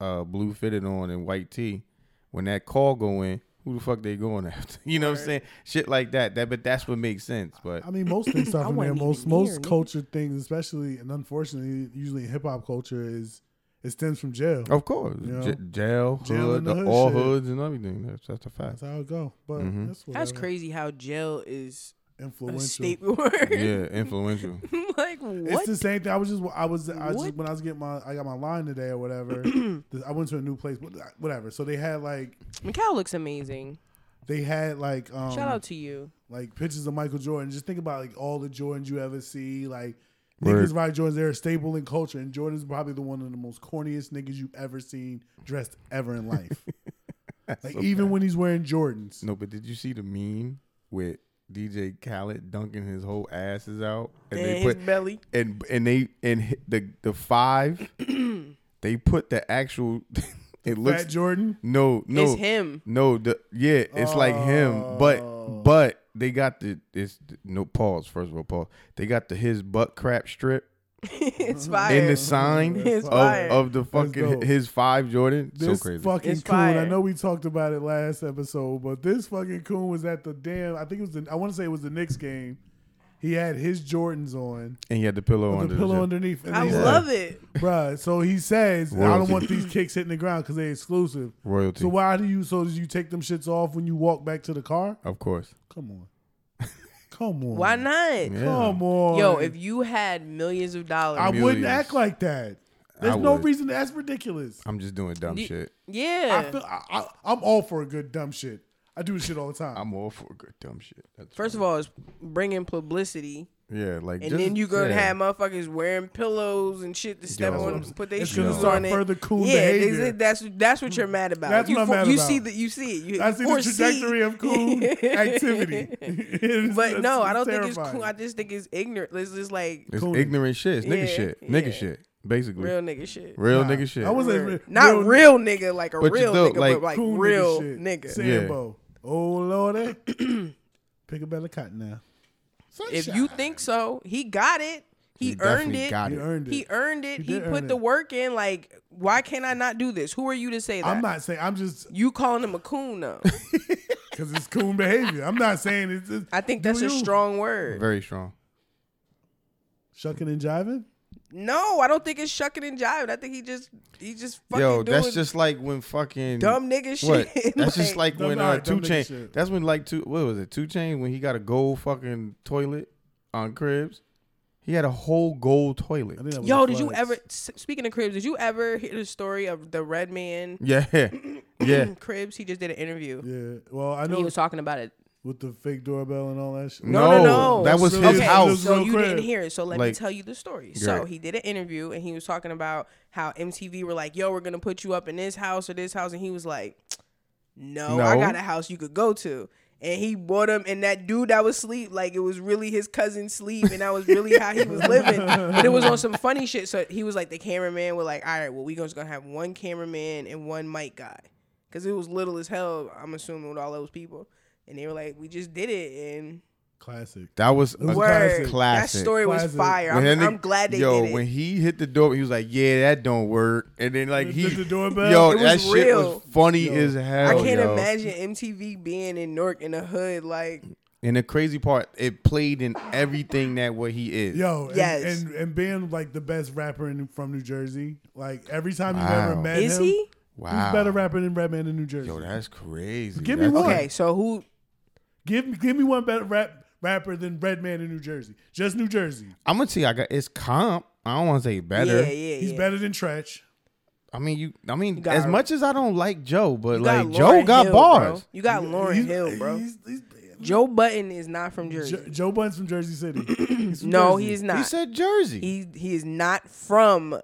[SPEAKER 2] uh, blue fitted on and white tee, when that call go in, who the fuck they going after? You know what I'm saying? Shit like that. That but that's what makes sense. But
[SPEAKER 4] I mean, most things start
[SPEAKER 3] I
[SPEAKER 4] from there.
[SPEAKER 3] wasn't even
[SPEAKER 4] Most
[SPEAKER 3] there,
[SPEAKER 4] most
[SPEAKER 3] nigga.
[SPEAKER 4] culture things, especially and unfortunately, usually in hip hop culture, is it stems from jail.
[SPEAKER 2] of course,
[SPEAKER 4] You know,
[SPEAKER 2] j- jail,
[SPEAKER 4] jail
[SPEAKER 2] hood,
[SPEAKER 4] and the
[SPEAKER 2] the-
[SPEAKER 4] hood
[SPEAKER 2] all
[SPEAKER 4] shit.
[SPEAKER 2] hoods and everything. That's that's a fact.
[SPEAKER 4] That's how it go. But
[SPEAKER 2] Mhm.
[SPEAKER 4] that's,
[SPEAKER 3] That's
[SPEAKER 4] whatever.
[SPEAKER 3] crazy how jail is a
[SPEAKER 4] Influential.
[SPEAKER 3] staple word.
[SPEAKER 2] yeah, influential.
[SPEAKER 3] like
[SPEAKER 4] It's
[SPEAKER 3] what?
[SPEAKER 4] the same thing. I was just I was I just
[SPEAKER 3] What?
[SPEAKER 4] when I was getting my I got my line today or whatever. th- I went to a new place, wh- whatever. So they had like
[SPEAKER 3] Macau looks amazing.
[SPEAKER 4] they had like um
[SPEAKER 3] Shout out to you.
[SPEAKER 4] like pictures of Michael Jordan. Just think about like all the Jordans you ever see. Like
[SPEAKER 2] Word.
[SPEAKER 4] niggas ride Jordans. They're a staple in culture, and Jordan's probably the one of the most corniest niggas you've ever seen dressed ever in life. like even when he's wearing Jordans.
[SPEAKER 2] No, but did you see the meme with DJ Khaled dunking his whole asses out and
[SPEAKER 3] And
[SPEAKER 2] they
[SPEAKER 3] his
[SPEAKER 2] put
[SPEAKER 3] belly.
[SPEAKER 2] and and they and hi- the the five they put the actual it looks
[SPEAKER 4] Fat Jordan.
[SPEAKER 2] no no
[SPEAKER 3] It's him.
[SPEAKER 2] no the yeah it's like him but
[SPEAKER 3] Oh.
[SPEAKER 2] but they got the it's no pause first of all pause they got the his butt crap strip
[SPEAKER 3] it's
[SPEAKER 2] in
[SPEAKER 3] fire.
[SPEAKER 2] the sign
[SPEAKER 3] That's
[SPEAKER 2] of,
[SPEAKER 3] fire.
[SPEAKER 2] of the
[SPEAKER 4] That's
[SPEAKER 2] fucking
[SPEAKER 4] dope.
[SPEAKER 2] his five Jordan
[SPEAKER 4] This
[SPEAKER 2] so crazy
[SPEAKER 4] fucking
[SPEAKER 3] It's
[SPEAKER 4] coon. I
[SPEAKER 3] fire.
[SPEAKER 4] know we talked about it last episode, but this fucking coon was at the damn. I think it was. The, I want to say it was the Knicks game. He had his Jordans on,
[SPEAKER 2] and he had the pillow
[SPEAKER 4] with
[SPEAKER 2] under
[SPEAKER 4] the pillow
[SPEAKER 2] the
[SPEAKER 4] underneath. And
[SPEAKER 3] I
[SPEAKER 4] he's like,
[SPEAKER 3] love it.
[SPEAKER 4] Bruh, so he says, I don't
[SPEAKER 2] Royalty.
[SPEAKER 4] want these kicks hitting the ground because they're exclusive.
[SPEAKER 2] royalty
[SPEAKER 4] So why do you? So do you take them shits off when you walk back to the car?
[SPEAKER 2] of course
[SPEAKER 4] Come on, come on.
[SPEAKER 3] Why not?
[SPEAKER 2] Yeah.
[SPEAKER 4] Come on,
[SPEAKER 3] Yo, if you had millions of dollars,
[SPEAKER 4] I wouldn't
[SPEAKER 2] Millions.
[SPEAKER 4] act like that. There's
[SPEAKER 2] I
[SPEAKER 4] no
[SPEAKER 2] would.
[SPEAKER 4] reason. That's ridiculous.
[SPEAKER 2] I'm just doing dumb
[SPEAKER 3] You-
[SPEAKER 2] shit
[SPEAKER 3] yeah.
[SPEAKER 4] I feel, I, I, I'm all for a good dumb shit. I do this shit all the time.
[SPEAKER 2] I'm all for good dumb shit That's
[SPEAKER 3] First of all, it's bringing publicity,
[SPEAKER 2] all yeah like
[SPEAKER 3] and
[SPEAKER 2] just-
[SPEAKER 3] then you gonna
[SPEAKER 2] yeah.
[SPEAKER 3] have motherfuckers wearing pillows and shit to step
[SPEAKER 2] Yo.
[SPEAKER 3] on them, put their
[SPEAKER 4] It's
[SPEAKER 3] shoes
[SPEAKER 4] gonna
[SPEAKER 3] on
[SPEAKER 4] start
[SPEAKER 3] it.
[SPEAKER 4] further coon
[SPEAKER 3] yeah, they
[SPEAKER 4] behavior.
[SPEAKER 3] said that's that's what you're mad about.
[SPEAKER 4] That's
[SPEAKER 3] you
[SPEAKER 4] what I'm mad
[SPEAKER 3] you
[SPEAKER 4] about.
[SPEAKER 3] see that you see it. You
[SPEAKER 4] I see the
[SPEAKER 3] foresee-
[SPEAKER 4] trajectory of coon activity.
[SPEAKER 3] But no, I don't think it's cool. I just think it's ignorant. It's just like
[SPEAKER 2] It's
[SPEAKER 4] Cooning.
[SPEAKER 2] ignorant shit. It's nigga
[SPEAKER 3] Yeah,
[SPEAKER 2] shit. Nigga
[SPEAKER 3] yeah.
[SPEAKER 2] shit. Basically.
[SPEAKER 3] real
[SPEAKER 2] Real,
[SPEAKER 3] nigga shit.
[SPEAKER 2] nigga shit.
[SPEAKER 4] I was
[SPEAKER 3] Real-
[SPEAKER 4] like,
[SPEAKER 3] not real, nigga, like a
[SPEAKER 2] But you
[SPEAKER 3] real
[SPEAKER 2] don't,
[SPEAKER 3] nigga,
[SPEAKER 2] like,
[SPEAKER 3] but like
[SPEAKER 4] cool
[SPEAKER 3] real
[SPEAKER 4] shit.
[SPEAKER 3] nigga.
[SPEAKER 4] Sambo. Oh lordy, pick a better cotton now.
[SPEAKER 3] If you think so, he got it. He, earned
[SPEAKER 2] definitely
[SPEAKER 3] it.
[SPEAKER 2] got
[SPEAKER 4] You earned it.
[SPEAKER 3] He earned it.
[SPEAKER 4] He
[SPEAKER 3] He,
[SPEAKER 4] did
[SPEAKER 3] put
[SPEAKER 4] earn
[SPEAKER 3] the
[SPEAKER 4] it.
[SPEAKER 3] work in. Like, why can't I not do this? Who are you to say that?
[SPEAKER 4] I'm not saying I'm just
[SPEAKER 3] You calling him a coon though?
[SPEAKER 4] because it's coon behavior. I'm not saying it's. it's
[SPEAKER 3] I think
[SPEAKER 4] Do
[SPEAKER 3] that's a
[SPEAKER 4] you.
[SPEAKER 3] strong word.
[SPEAKER 2] Very strong.
[SPEAKER 4] shucking and jiving.
[SPEAKER 3] No, I don't think it's shucking and jiving. I think he just he just fucking
[SPEAKER 2] Yo,
[SPEAKER 3] doing
[SPEAKER 2] that's just like when fucking
[SPEAKER 3] dumb nigga shit.
[SPEAKER 2] What? That's just
[SPEAKER 3] Like,
[SPEAKER 2] like
[SPEAKER 4] Dumb-
[SPEAKER 2] when uh,
[SPEAKER 4] alright,
[SPEAKER 2] two
[SPEAKER 4] dumb nigga
[SPEAKER 2] chain.
[SPEAKER 4] shit.
[SPEAKER 2] That's when like two. What was it? Two chain when he got a gold fucking toilet on cribs. He had a whole gold toilet.
[SPEAKER 4] I think that was
[SPEAKER 3] yo,
[SPEAKER 4] the
[SPEAKER 3] did you
[SPEAKER 4] floods.
[SPEAKER 3] ever? s- Speaking of cribs, did you ever hear the story of the red man?
[SPEAKER 2] Yeah, yeah.
[SPEAKER 3] Cribs, he just did an interview.
[SPEAKER 4] Yeah. Well, I
[SPEAKER 3] and he
[SPEAKER 4] know
[SPEAKER 3] was talking about it.
[SPEAKER 4] with the fake doorbell and all that shit.
[SPEAKER 2] No, no, that was his
[SPEAKER 3] okay,
[SPEAKER 2] house.
[SPEAKER 3] So
[SPEAKER 4] Real
[SPEAKER 3] you
[SPEAKER 4] crib.
[SPEAKER 3] didn't hear it. So let me
[SPEAKER 2] Like-
[SPEAKER 3] tell you the story. So
[SPEAKER 2] Right.
[SPEAKER 3] he did an interview and he was talking about how MTV were like, "Yo, we're gonna put you up in this house or this house," and he was like, "No, I
[SPEAKER 2] No.
[SPEAKER 3] got a house you could go to." And he bought him, and that dude that was sleep, like it was really his cousin's sleep, and that was really how he was living. But it was on some funny shit. So he was like, the cameraman were like, all right, well, we just gonna have one cameraman and one mic guy, because it was little as hell. I'm assuming with all those people, and they were like, we just did it, and
[SPEAKER 4] Classic.
[SPEAKER 2] That was a
[SPEAKER 4] was
[SPEAKER 3] Word.
[SPEAKER 4] classic.
[SPEAKER 2] classic.
[SPEAKER 3] That story was
[SPEAKER 4] Classic.
[SPEAKER 3] fire.
[SPEAKER 2] When
[SPEAKER 3] I'm,
[SPEAKER 2] that nigga-
[SPEAKER 3] I'm glad they
[SPEAKER 2] yo,
[SPEAKER 3] did it.
[SPEAKER 2] when he hit the door, he was like, "Yeah, that don't work." And then like
[SPEAKER 4] The-
[SPEAKER 2] he,
[SPEAKER 4] the doorbell?
[SPEAKER 2] yo,
[SPEAKER 4] It
[SPEAKER 3] was
[SPEAKER 2] that shit
[SPEAKER 3] real.
[SPEAKER 2] was funny
[SPEAKER 4] Yo.
[SPEAKER 2] as
[SPEAKER 3] I
[SPEAKER 2] hell.
[SPEAKER 3] can't
[SPEAKER 2] yo.
[SPEAKER 3] imagine MTV being in Newark in the hood. Like,
[SPEAKER 2] And the crazy part, it played in everything that what he is.
[SPEAKER 4] Yo, and,
[SPEAKER 3] Yes.
[SPEAKER 4] and and being like the best rapper in, from New Jersey, like every time you've
[SPEAKER 2] Wow.
[SPEAKER 4] ever met
[SPEAKER 3] is
[SPEAKER 4] him,
[SPEAKER 3] he?
[SPEAKER 2] wow.
[SPEAKER 4] he's better rapper than Redman in New Jersey.
[SPEAKER 2] Yo, that's crazy.
[SPEAKER 4] Give me
[SPEAKER 2] That's-
[SPEAKER 4] one.
[SPEAKER 3] Okay, so who?
[SPEAKER 4] Give me give me one better rap rapper than Redman in New Jersey. Just New Jersey.
[SPEAKER 2] I'm gonna tell you, I got it's comp. I don't want to say better.
[SPEAKER 3] Yeah, yeah,
[SPEAKER 4] He's
[SPEAKER 3] yeah.
[SPEAKER 4] better than Tretch.
[SPEAKER 2] I mean, you. I mean,
[SPEAKER 3] got-
[SPEAKER 2] as much as I don't like Joe, but
[SPEAKER 3] You
[SPEAKER 2] like Joe
[SPEAKER 3] Lauryn
[SPEAKER 2] got
[SPEAKER 3] Hill, bro.
[SPEAKER 2] bars.
[SPEAKER 3] You got Lauren
[SPEAKER 4] He's-
[SPEAKER 3] Hill, bro.
[SPEAKER 4] He's, he's,
[SPEAKER 3] Joe Button is not from Jersey.
[SPEAKER 4] Jo- Joe Bunn's from Jersey City. He's from
[SPEAKER 3] no,
[SPEAKER 4] Jersey.
[SPEAKER 3] he is not.
[SPEAKER 2] He said Jersey.
[SPEAKER 3] he he is not from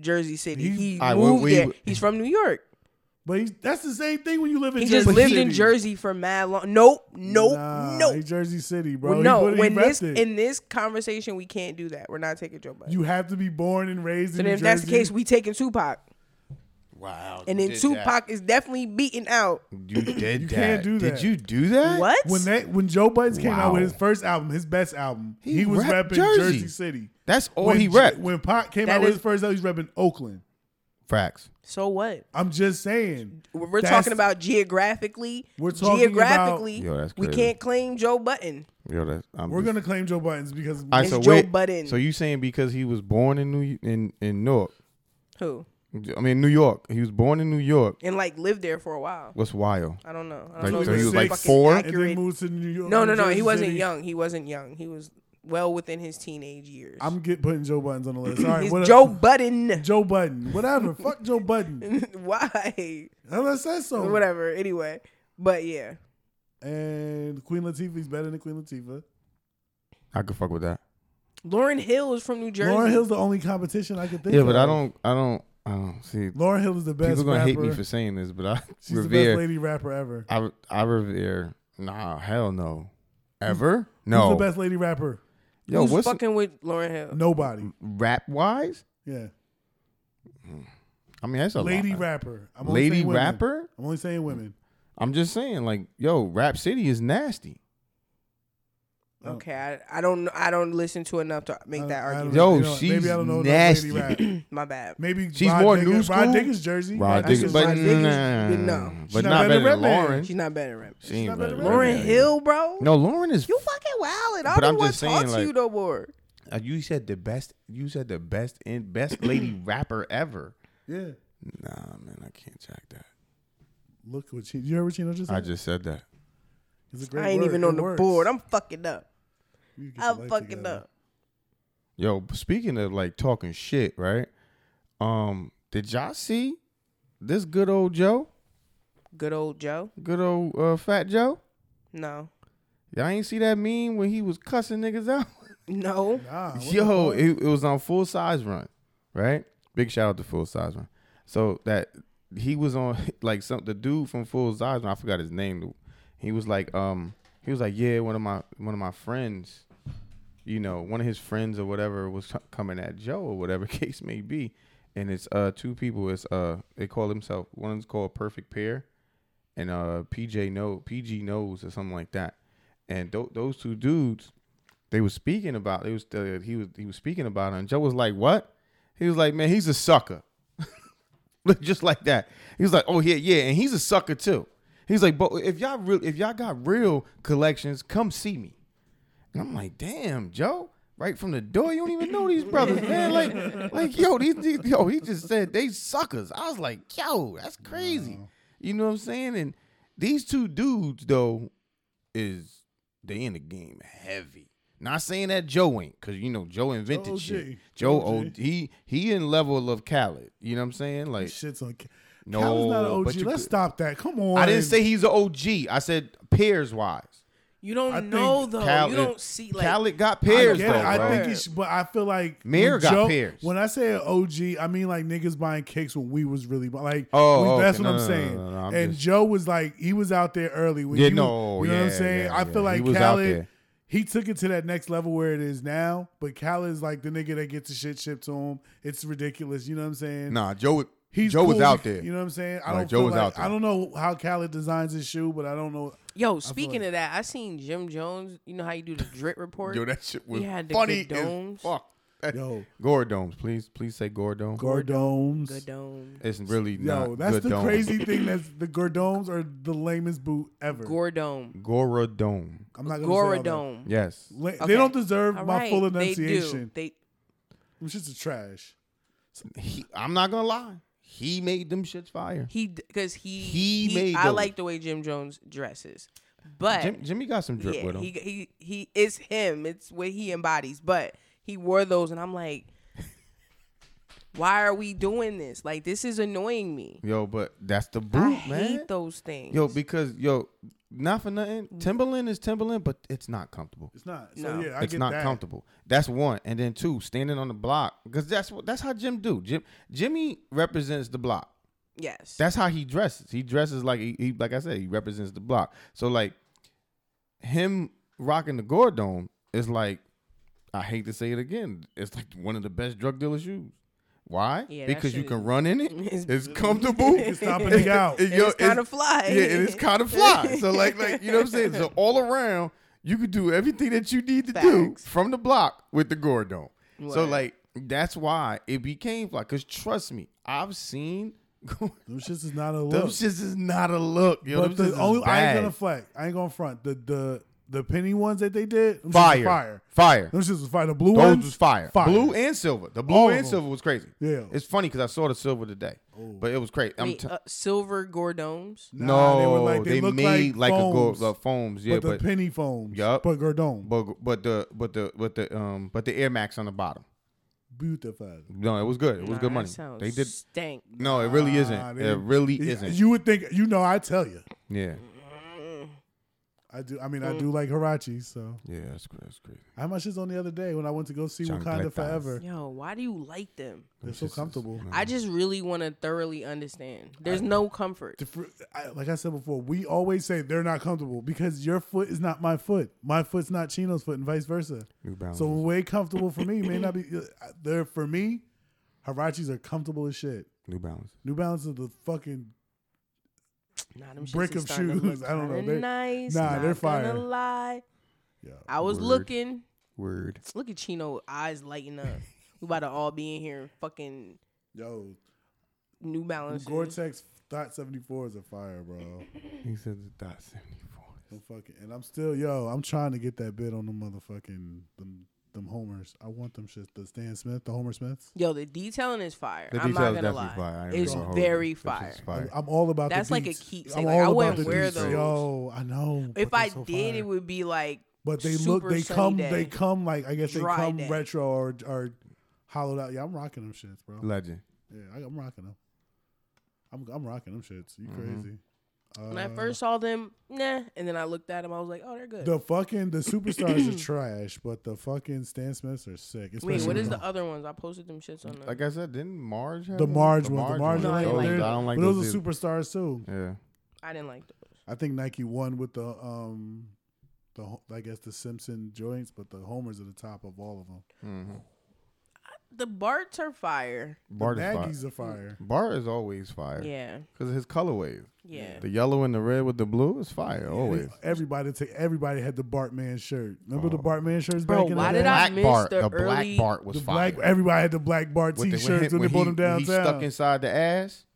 [SPEAKER 3] Jersey City.
[SPEAKER 4] He-
[SPEAKER 3] He,
[SPEAKER 2] Alright, well,
[SPEAKER 3] moved
[SPEAKER 2] we-
[SPEAKER 3] there. He's from New York.
[SPEAKER 4] But he's, that's the same thing when you live in
[SPEAKER 3] He
[SPEAKER 4] Jersey
[SPEAKER 3] just lived
[SPEAKER 4] City.
[SPEAKER 3] in Jersey for mad long. Nope, nope,
[SPEAKER 4] Nah,
[SPEAKER 3] nope.
[SPEAKER 4] He's Jersey City, bro.
[SPEAKER 3] Well,
[SPEAKER 4] He
[SPEAKER 3] no,
[SPEAKER 4] put it- he
[SPEAKER 3] when
[SPEAKER 4] repped
[SPEAKER 3] this
[SPEAKER 4] it.
[SPEAKER 3] in this conversation, we can't do that. We're not taking Joe Button.
[SPEAKER 4] you have to be born and raised
[SPEAKER 3] so
[SPEAKER 4] in
[SPEAKER 3] then,
[SPEAKER 4] New
[SPEAKER 3] if that's the
[SPEAKER 4] Jersey.
[SPEAKER 3] case, we taking Tupac,
[SPEAKER 2] wow.
[SPEAKER 3] and then Tupac is definitely beaten out.
[SPEAKER 2] you did
[SPEAKER 4] You
[SPEAKER 2] that.
[SPEAKER 4] can't do that.
[SPEAKER 2] Did you do that?
[SPEAKER 3] What?
[SPEAKER 4] when they when Joe Buttons came out
[SPEAKER 2] Wow.
[SPEAKER 4] with his first album, his best album,
[SPEAKER 2] He
[SPEAKER 4] he, was
[SPEAKER 2] repped
[SPEAKER 4] repping
[SPEAKER 2] Jersey.
[SPEAKER 4] Jersey. City.
[SPEAKER 2] That's all
[SPEAKER 4] when
[SPEAKER 2] he
[SPEAKER 4] J-
[SPEAKER 2] repped.
[SPEAKER 4] When Pac came
[SPEAKER 3] That
[SPEAKER 4] out with
[SPEAKER 3] is-
[SPEAKER 4] his first album, he's repping Oakland.
[SPEAKER 2] Facts.
[SPEAKER 3] so what?
[SPEAKER 4] I'm just saying.
[SPEAKER 3] We're we're
[SPEAKER 4] That's-
[SPEAKER 3] talking about geographically.
[SPEAKER 4] We're talking
[SPEAKER 3] geographically.
[SPEAKER 2] about- Yo, that's
[SPEAKER 3] we
[SPEAKER 2] crazy.
[SPEAKER 3] can't claim Joe Button.
[SPEAKER 2] Yo, that, I'm
[SPEAKER 4] We're
[SPEAKER 2] just-
[SPEAKER 4] gonna claim Joe Buttons because
[SPEAKER 2] All right,
[SPEAKER 3] It's
[SPEAKER 2] so
[SPEAKER 3] Joe
[SPEAKER 2] wait,
[SPEAKER 3] Budden.
[SPEAKER 2] So you saying because he was born in New in in Newark?
[SPEAKER 3] Who
[SPEAKER 2] I mean New York. He was born in New York.
[SPEAKER 3] and like lived there for a while.
[SPEAKER 2] What's wild?
[SPEAKER 3] I don't know. I
[SPEAKER 2] Like,
[SPEAKER 3] don't know if
[SPEAKER 2] so
[SPEAKER 3] it's
[SPEAKER 2] he was like
[SPEAKER 3] fucking
[SPEAKER 2] four?
[SPEAKER 4] and then
[SPEAKER 3] accurate.
[SPEAKER 4] moved to New York.
[SPEAKER 3] No, no,
[SPEAKER 4] New
[SPEAKER 3] no. He
[SPEAKER 4] Jersey
[SPEAKER 3] wasn't
[SPEAKER 4] City.
[SPEAKER 3] young. He wasn't young. He was well within his teenage years.
[SPEAKER 4] I'm get putting Joe Buttons on the list. All right,
[SPEAKER 3] He's
[SPEAKER 4] what
[SPEAKER 3] Joe Budden.
[SPEAKER 4] Joe Button, whatever. Fuck Joe Oh. Button.
[SPEAKER 3] Why?
[SPEAKER 4] Unless that's so.
[SPEAKER 3] Whatever. Anyway, but yeah,
[SPEAKER 4] And Queen Latifah's better than Queen Latifah.
[SPEAKER 2] I could fuck with that.
[SPEAKER 3] Lauren Hill is from New Jersey.
[SPEAKER 4] Lauren Hill's the only competition I could think
[SPEAKER 2] Yeah,
[SPEAKER 4] of.
[SPEAKER 2] but I don't. I don't. I don't see.
[SPEAKER 4] Lauren Hill is the best.
[SPEAKER 2] People gonna
[SPEAKER 4] rapper.
[SPEAKER 2] hate me for saying this, but I
[SPEAKER 4] She's the best
[SPEAKER 2] revere.
[SPEAKER 4] lady rapper ever.
[SPEAKER 2] I I revere. Nah, hell no. Ever?
[SPEAKER 4] Who's
[SPEAKER 2] No.
[SPEAKER 4] the best lady rapper?
[SPEAKER 2] Yo,
[SPEAKER 3] Who's
[SPEAKER 2] what's
[SPEAKER 3] fucking with Lauren Hill?
[SPEAKER 4] Nobody.
[SPEAKER 2] rap wise?
[SPEAKER 4] Yeah.
[SPEAKER 2] I mean, that's a
[SPEAKER 4] lady
[SPEAKER 2] lot.
[SPEAKER 4] rapper. I'm only
[SPEAKER 2] Lady
[SPEAKER 4] saying women.
[SPEAKER 2] rapper?
[SPEAKER 4] I'm only saying women.
[SPEAKER 2] I'm just saying, like, yo, Rap City is nasty.
[SPEAKER 3] Okay, I, I don't I don't listen to enough to make
[SPEAKER 4] I-
[SPEAKER 3] that
[SPEAKER 4] Oh. Uh, I don't
[SPEAKER 3] argument.
[SPEAKER 4] know.
[SPEAKER 2] Yo,
[SPEAKER 4] You know,
[SPEAKER 2] she's
[SPEAKER 4] maybe I don't know enough
[SPEAKER 2] nasty.
[SPEAKER 4] lady rap.
[SPEAKER 3] My bad.
[SPEAKER 4] Maybe
[SPEAKER 2] She's
[SPEAKER 4] Rod
[SPEAKER 2] more
[SPEAKER 4] Digger-
[SPEAKER 2] new school?
[SPEAKER 4] Rod Digger's Jersey.
[SPEAKER 2] Rod
[SPEAKER 4] Digger's
[SPEAKER 2] Digger,
[SPEAKER 3] Digger's
[SPEAKER 2] but,
[SPEAKER 3] Rod Digger's-
[SPEAKER 2] nah,
[SPEAKER 3] but no.
[SPEAKER 2] but
[SPEAKER 4] She's
[SPEAKER 2] not,
[SPEAKER 4] not better
[SPEAKER 2] better
[SPEAKER 4] than
[SPEAKER 2] than
[SPEAKER 4] Redman.
[SPEAKER 2] Lauren.
[SPEAKER 3] She's not bad at rap.
[SPEAKER 2] She ain't
[SPEAKER 4] not
[SPEAKER 2] better
[SPEAKER 4] better
[SPEAKER 2] than
[SPEAKER 4] than
[SPEAKER 3] Lauren
[SPEAKER 2] Redman.
[SPEAKER 3] Hill, bro.
[SPEAKER 2] No, Lauren is.
[SPEAKER 3] you fucking wildin'. I
[SPEAKER 2] But I'm
[SPEAKER 3] don't want
[SPEAKER 2] just
[SPEAKER 3] to talk
[SPEAKER 2] saying,
[SPEAKER 3] to you
[SPEAKER 2] like-
[SPEAKER 3] no more.
[SPEAKER 2] uh, You said the best. You said the best and best lady rapper ever.
[SPEAKER 4] Yeah.
[SPEAKER 2] Nah, man, I can't jack that.
[SPEAKER 4] Look what she. You heard what she just said?
[SPEAKER 2] I just said that.
[SPEAKER 4] It's a great
[SPEAKER 3] I ain't
[SPEAKER 4] word.
[SPEAKER 3] even
[SPEAKER 4] It
[SPEAKER 3] on the
[SPEAKER 4] works.
[SPEAKER 3] board. I'm fucking up.
[SPEAKER 4] You get your
[SPEAKER 3] I'm
[SPEAKER 4] life
[SPEAKER 3] fucking
[SPEAKER 4] together.
[SPEAKER 3] up.
[SPEAKER 2] Yo, speaking of like talking shit, right? Um, did y'all see this good old Joe?
[SPEAKER 3] Good old Joe.
[SPEAKER 2] Good old uh, Fat Joe?
[SPEAKER 3] No,
[SPEAKER 2] Y'all ain't see that meme when he was cussing niggas out?
[SPEAKER 3] no.
[SPEAKER 4] Nah, what the
[SPEAKER 2] Yo,
[SPEAKER 4] fuck?
[SPEAKER 2] it, it was on Full Size Run, right? Big shout out to Full Size Run. So that he was on like some the dude from Full Size Run, I forgot his name. He was like, um, he was like, yeah, one of my one of my friends, you know, one of his friends or whatever was co- coming at Joe or whatever case may be, and it's uh two people. It's uh they call themselves one's called Perfect Pair, and uh PJ No PG knows or something like that, and tho- those two dudes they was speaking about they was uh, he was he was speaking about it, and Joe was like, "What?" He was like, "Man, he's a sucker," just like that. He was like, "Oh yeah, yeah," and he's a sucker too. He's like, "But if y'all real, if y'all got real collections, come see me." And I'm like, "Damn, Joe." Right from the door, you don't even know these brothers, man. Like, like yo, these, these yo, he just said they suckers. I was like, yo, that's crazy. You know what I'm saying? And these two dudes though is they in the game heavy. Not saying that Joe ain't, cause you know Joe invented
[SPEAKER 4] OG.
[SPEAKER 2] shit. Joe,
[SPEAKER 4] OG.
[SPEAKER 2] OG, he he in level of Khaled. You know what I'm saying? Like
[SPEAKER 4] Shit's on. Ca-
[SPEAKER 2] No,
[SPEAKER 4] Cal's not an OG.
[SPEAKER 2] but you
[SPEAKER 4] Let's
[SPEAKER 2] could-
[SPEAKER 4] stop that. Come on.
[SPEAKER 2] I didn't say he's an OG. I said peers wise.
[SPEAKER 3] You don't
[SPEAKER 4] I think
[SPEAKER 3] know though.
[SPEAKER 2] Khaled,
[SPEAKER 3] Oh, you don't see like
[SPEAKER 2] Khaled got
[SPEAKER 4] I
[SPEAKER 2] peers
[SPEAKER 4] get
[SPEAKER 2] though.
[SPEAKER 4] it. I
[SPEAKER 2] bro.
[SPEAKER 4] think it's, but I feel like
[SPEAKER 2] Mayor
[SPEAKER 4] when
[SPEAKER 2] got pears.
[SPEAKER 4] When I say an OG, I mean like niggas buying cakes when we was really bu- like.
[SPEAKER 2] Oh,
[SPEAKER 4] we-
[SPEAKER 2] okay.
[SPEAKER 4] that's what
[SPEAKER 2] No,
[SPEAKER 4] I'm
[SPEAKER 2] no, no,
[SPEAKER 4] saying.
[SPEAKER 2] no, no, I'm
[SPEAKER 4] and
[SPEAKER 2] just-
[SPEAKER 4] Joe was like, he was out there early. When
[SPEAKER 2] Yeah,
[SPEAKER 4] you,
[SPEAKER 2] no,
[SPEAKER 4] you know what I'm
[SPEAKER 2] yeah,
[SPEAKER 4] saying.
[SPEAKER 2] yeah,
[SPEAKER 4] I
[SPEAKER 2] yeah.
[SPEAKER 4] feel like
[SPEAKER 2] He was out
[SPEAKER 4] Khaled,
[SPEAKER 2] there.
[SPEAKER 4] he took it to that next level where it is now. But Khaled's like the nigga that gets the shit shipped to him. It's ridiculous. You know what I'm saying?
[SPEAKER 2] nah, Joe.
[SPEAKER 4] He's
[SPEAKER 2] Joe was
[SPEAKER 4] cool,
[SPEAKER 2] out there.
[SPEAKER 4] You know what I'm saying? I
[SPEAKER 2] Like,
[SPEAKER 4] don't
[SPEAKER 2] Joe
[SPEAKER 4] feel
[SPEAKER 2] was
[SPEAKER 4] like,
[SPEAKER 2] out there.
[SPEAKER 4] I don't know how Khaled designs his shoe, but I don't know.
[SPEAKER 3] Yo, speaking of that, I seen Jim Jones. You know how you do the drip report?
[SPEAKER 2] Yo, that shit was
[SPEAKER 3] He had the
[SPEAKER 2] funny
[SPEAKER 3] good
[SPEAKER 2] as
[SPEAKER 3] domes.
[SPEAKER 2] fuck.
[SPEAKER 4] Yo.
[SPEAKER 2] Gore domes, please, please say gore dome.
[SPEAKER 4] Gordones.
[SPEAKER 3] Good dome.
[SPEAKER 2] It's really
[SPEAKER 4] Yo,
[SPEAKER 2] not
[SPEAKER 4] that's
[SPEAKER 2] good
[SPEAKER 4] the
[SPEAKER 2] dome.
[SPEAKER 4] crazy thing. That's the Gordones are the lamest boot ever.
[SPEAKER 3] Gordome.
[SPEAKER 2] Gora dome.
[SPEAKER 4] I'm not gonna say all that.
[SPEAKER 3] Gorodome.
[SPEAKER 2] Yes.
[SPEAKER 4] La-
[SPEAKER 3] Okay.
[SPEAKER 4] They don't deserve
[SPEAKER 3] All
[SPEAKER 4] my
[SPEAKER 3] right,
[SPEAKER 4] full
[SPEAKER 3] they do.
[SPEAKER 4] enunciation.
[SPEAKER 3] They
[SPEAKER 4] I'm just a trash.
[SPEAKER 2] He, I'm not gonna lie. He made them shits fire.
[SPEAKER 3] he because he
[SPEAKER 2] He
[SPEAKER 3] he.
[SPEAKER 2] made
[SPEAKER 3] I
[SPEAKER 2] those.
[SPEAKER 3] like the way Jim Jones dresses. But
[SPEAKER 2] Jim, Jimmy got some drip
[SPEAKER 3] yeah,
[SPEAKER 2] with him.
[SPEAKER 3] he he he is him. It's what he embodies. But he wore those, and I'm like, why are we doing this? Like this is annoying me.
[SPEAKER 2] Yo, but that's the boot,
[SPEAKER 3] I
[SPEAKER 2] man.
[SPEAKER 3] hate those things.
[SPEAKER 2] Yo, because yo, not for nothing, Timberland is Timberland, but it's not comfortable.
[SPEAKER 4] It's not. So
[SPEAKER 3] No.
[SPEAKER 4] yeah, I
[SPEAKER 2] it's
[SPEAKER 4] get
[SPEAKER 2] not
[SPEAKER 4] that.
[SPEAKER 2] comfortable. That's one, and then two, standing on the block because that's what that's how Jim do. Jim Jimmy represents the block.
[SPEAKER 3] yes,
[SPEAKER 2] That's how he dresses. He dresses like he, he like I said, he represents the block. So like him rocking the Gordon is like I hate to say it again. It's like one of the best drug dealer shoes. Why?
[SPEAKER 3] Yeah, that
[SPEAKER 2] because you
[SPEAKER 3] shit
[SPEAKER 2] can run in it.
[SPEAKER 3] is-
[SPEAKER 2] It's comfortable.
[SPEAKER 4] It's not putting out.
[SPEAKER 2] And
[SPEAKER 3] And
[SPEAKER 2] yo,
[SPEAKER 3] it's kind of fly.
[SPEAKER 2] Yeah, and it's kind of fly. So like, like you know what I'm saying. So all around, you can do everything that you need to do
[SPEAKER 3] Facts.
[SPEAKER 2] from the block with the Gordon. So
[SPEAKER 3] Word.
[SPEAKER 2] like, that's why it became fly. Cause trust me, I've seen.
[SPEAKER 4] Them shits is not a look.
[SPEAKER 2] Them shits is not a look, yo.
[SPEAKER 4] but
[SPEAKER 2] them shits
[SPEAKER 4] the
[SPEAKER 2] is
[SPEAKER 4] only I
[SPEAKER 2] bad.
[SPEAKER 4] ain't gonna flag. I ain't gonna front the the the penny ones that they did. them shits was
[SPEAKER 2] fire,
[SPEAKER 4] fire,
[SPEAKER 2] fire, fire.
[SPEAKER 4] Them shits was fire. The blue
[SPEAKER 2] Those
[SPEAKER 4] ones
[SPEAKER 2] was fire. blue and silver. The blue
[SPEAKER 4] All of
[SPEAKER 2] and
[SPEAKER 4] them.
[SPEAKER 2] silver was crazy.
[SPEAKER 4] Yeah. Oh.
[SPEAKER 2] it's funny because I saw the silver today, but it was crazy. I'm
[SPEAKER 3] Wait,
[SPEAKER 2] t-
[SPEAKER 3] uh, silver Gordons.
[SPEAKER 4] Nah,
[SPEAKER 2] no,
[SPEAKER 4] they
[SPEAKER 2] they,
[SPEAKER 4] were like- they looked
[SPEAKER 2] made
[SPEAKER 4] like
[SPEAKER 2] like, a gold
[SPEAKER 4] foams.
[SPEAKER 2] like foams, yeah,
[SPEAKER 4] but the
[SPEAKER 2] but
[SPEAKER 4] penny foams.
[SPEAKER 2] Yup.
[SPEAKER 4] But Gordon,
[SPEAKER 2] But but the but the but the um but the Air Max on the bottom.
[SPEAKER 4] beautified.
[SPEAKER 2] No, it was good. It was
[SPEAKER 3] Nah,
[SPEAKER 2] good
[SPEAKER 3] that
[SPEAKER 2] money.
[SPEAKER 3] sounds
[SPEAKER 2] They did.
[SPEAKER 3] stank.
[SPEAKER 2] No, it really isn't.
[SPEAKER 4] Nah, they-
[SPEAKER 2] it really
[SPEAKER 4] Yeah,
[SPEAKER 2] isn't.
[SPEAKER 4] You would think. You know, I tell you.
[SPEAKER 2] yeah.
[SPEAKER 4] I do. I mean,
[SPEAKER 3] Mm.
[SPEAKER 4] I do like Hirachi. So
[SPEAKER 2] Yeah, that's crazy. That's crazy.
[SPEAKER 4] I had my shits on the other day when I went to go see
[SPEAKER 2] John
[SPEAKER 4] Wakanda
[SPEAKER 2] Black
[SPEAKER 4] Forever.
[SPEAKER 3] Yo, why do you like them?
[SPEAKER 4] They're so comfortable.
[SPEAKER 2] Mm.
[SPEAKER 3] I just really want to thoroughly understand. There's no comfort.
[SPEAKER 4] The fr- I, like I said before, we always say they're not comfortable because your foot is not my foot. My foot's not Chino's foot, and vice versa.
[SPEAKER 2] New Balances.
[SPEAKER 4] So way comfortable for me may not be. uh, They're for me. Hirachis are comfortable as shit.
[SPEAKER 2] New Balance.
[SPEAKER 4] New Balance is the fucking
[SPEAKER 3] Nah, them shits
[SPEAKER 4] brick
[SPEAKER 3] is
[SPEAKER 4] of
[SPEAKER 3] starting to look
[SPEAKER 4] shoes. I don't know.
[SPEAKER 3] kinda
[SPEAKER 4] They-
[SPEAKER 3] nice.
[SPEAKER 4] nah,
[SPEAKER 3] not
[SPEAKER 4] they're fire.
[SPEAKER 3] Gonna lie.
[SPEAKER 4] yeah.
[SPEAKER 3] I was
[SPEAKER 2] Word.
[SPEAKER 3] looking.
[SPEAKER 2] Word.
[SPEAKER 3] Look at Chino eyes lighting up. we about to all be in here fucking
[SPEAKER 4] Yo,
[SPEAKER 3] New Balance.
[SPEAKER 4] Gore-Tex Thought seventy fours are fire, bro.
[SPEAKER 2] He said the dot seventy four.
[SPEAKER 4] I'm fucking, and I'm still yo. I'm trying to get that bid on the motherfucking them them homers. I want them shit. The Stan Smith, the Homer Smiths.
[SPEAKER 3] Yo, the detailing is fire.
[SPEAKER 2] The
[SPEAKER 3] I'm
[SPEAKER 2] detail is
[SPEAKER 3] not gonna
[SPEAKER 2] definitely
[SPEAKER 3] lie.
[SPEAKER 2] fire. I ain't
[SPEAKER 3] It's
[SPEAKER 2] gonna hold you. That
[SPEAKER 3] very
[SPEAKER 2] shit's
[SPEAKER 3] fire.
[SPEAKER 2] fire.
[SPEAKER 4] I'm all about the
[SPEAKER 3] That's like a
[SPEAKER 4] deets.
[SPEAKER 3] keepsake.
[SPEAKER 4] I'm
[SPEAKER 3] Like,
[SPEAKER 4] all
[SPEAKER 3] I
[SPEAKER 4] about
[SPEAKER 3] wouldn't
[SPEAKER 4] the
[SPEAKER 3] wear
[SPEAKER 4] deets.
[SPEAKER 3] those.
[SPEAKER 4] Yo, I know.
[SPEAKER 3] If
[SPEAKER 4] but
[SPEAKER 3] I
[SPEAKER 4] they're so
[SPEAKER 3] did,
[SPEAKER 4] fire.
[SPEAKER 3] it would be like.
[SPEAKER 4] But they look,
[SPEAKER 3] super
[SPEAKER 4] they
[SPEAKER 3] sunny
[SPEAKER 4] come,
[SPEAKER 3] day.
[SPEAKER 4] they come like I guess they
[SPEAKER 3] Dry
[SPEAKER 4] come
[SPEAKER 3] day.
[SPEAKER 4] retro or or hollowed out. Yeah, I'm rocking them shits, bro.
[SPEAKER 2] Legend.
[SPEAKER 4] Yeah, I, I'm rocking them. I'm I'm rocking them shits. You
[SPEAKER 2] Mm-hmm.
[SPEAKER 4] crazy? Uh,
[SPEAKER 3] When I first saw them, nah, and then I looked at them, I was like, oh, they're good.
[SPEAKER 4] The fucking the superstars are trash, but the fucking Stan Smiths are sick.
[SPEAKER 3] Wait,
[SPEAKER 4] especially
[SPEAKER 3] what is
[SPEAKER 4] with
[SPEAKER 3] the other ones? I posted them shits on.
[SPEAKER 2] Like I said, didn't Marge have
[SPEAKER 4] the
[SPEAKER 2] one?
[SPEAKER 4] Marge one? The
[SPEAKER 3] one.
[SPEAKER 4] Marge one.
[SPEAKER 3] No, I
[SPEAKER 2] Those-
[SPEAKER 3] like
[SPEAKER 2] I
[SPEAKER 4] there.
[SPEAKER 3] that.
[SPEAKER 2] don't like
[SPEAKER 4] but
[SPEAKER 2] those.
[SPEAKER 4] those are
[SPEAKER 2] either.
[SPEAKER 4] superstars too.
[SPEAKER 2] Yeah.
[SPEAKER 3] I didn't like those.
[SPEAKER 4] I think Nike won with the um the Ho- I guess the Simpson joints, but the Homers are the top of all of them.
[SPEAKER 3] The Barts are fire.
[SPEAKER 2] Bart
[SPEAKER 4] the
[SPEAKER 2] is fire.
[SPEAKER 4] Maggie's are fire.
[SPEAKER 2] Bart is always fire.
[SPEAKER 3] Yeah,
[SPEAKER 2] Because his colorways.
[SPEAKER 3] yeah.
[SPEAKER 2] The yellow and the red with the blue is fire always. Oh.
[SPEAKER 4] Everybody take everybody had the Bartman shirt. Remember the Bartman shirts
[SPEAKER 3] Bro,
[SPEAKER 4] back in
[SPEAKER 3] why
[SPEAKER 4] the
[SPEAKER 3] did
[SPEAKER 4] day?
[SPEAKER 3] I-
[SPEAKER 2] black
[SPEAKER 3] miss
[SPEAKER 2] Bart,
[SPEAKER 3] the
[SPEAKER 2] the, black
[SPEAKER 3] early-
[SPEAKER 2] Bart was
[SPEAKER 4] the
[SPEAKER 2] fire.
[SPEAKER 4] black everybody had the black Bart
[SPEAKER 2] With the-
[SPEAKER 4] t shirts
[SPEAKER 2] him-
[SPEAKER 4] when, they bought them
[SPEAKER 2] he- when He stuck
[SPEAKER 4] downtown.
[SPEAKER 2] inside the ass.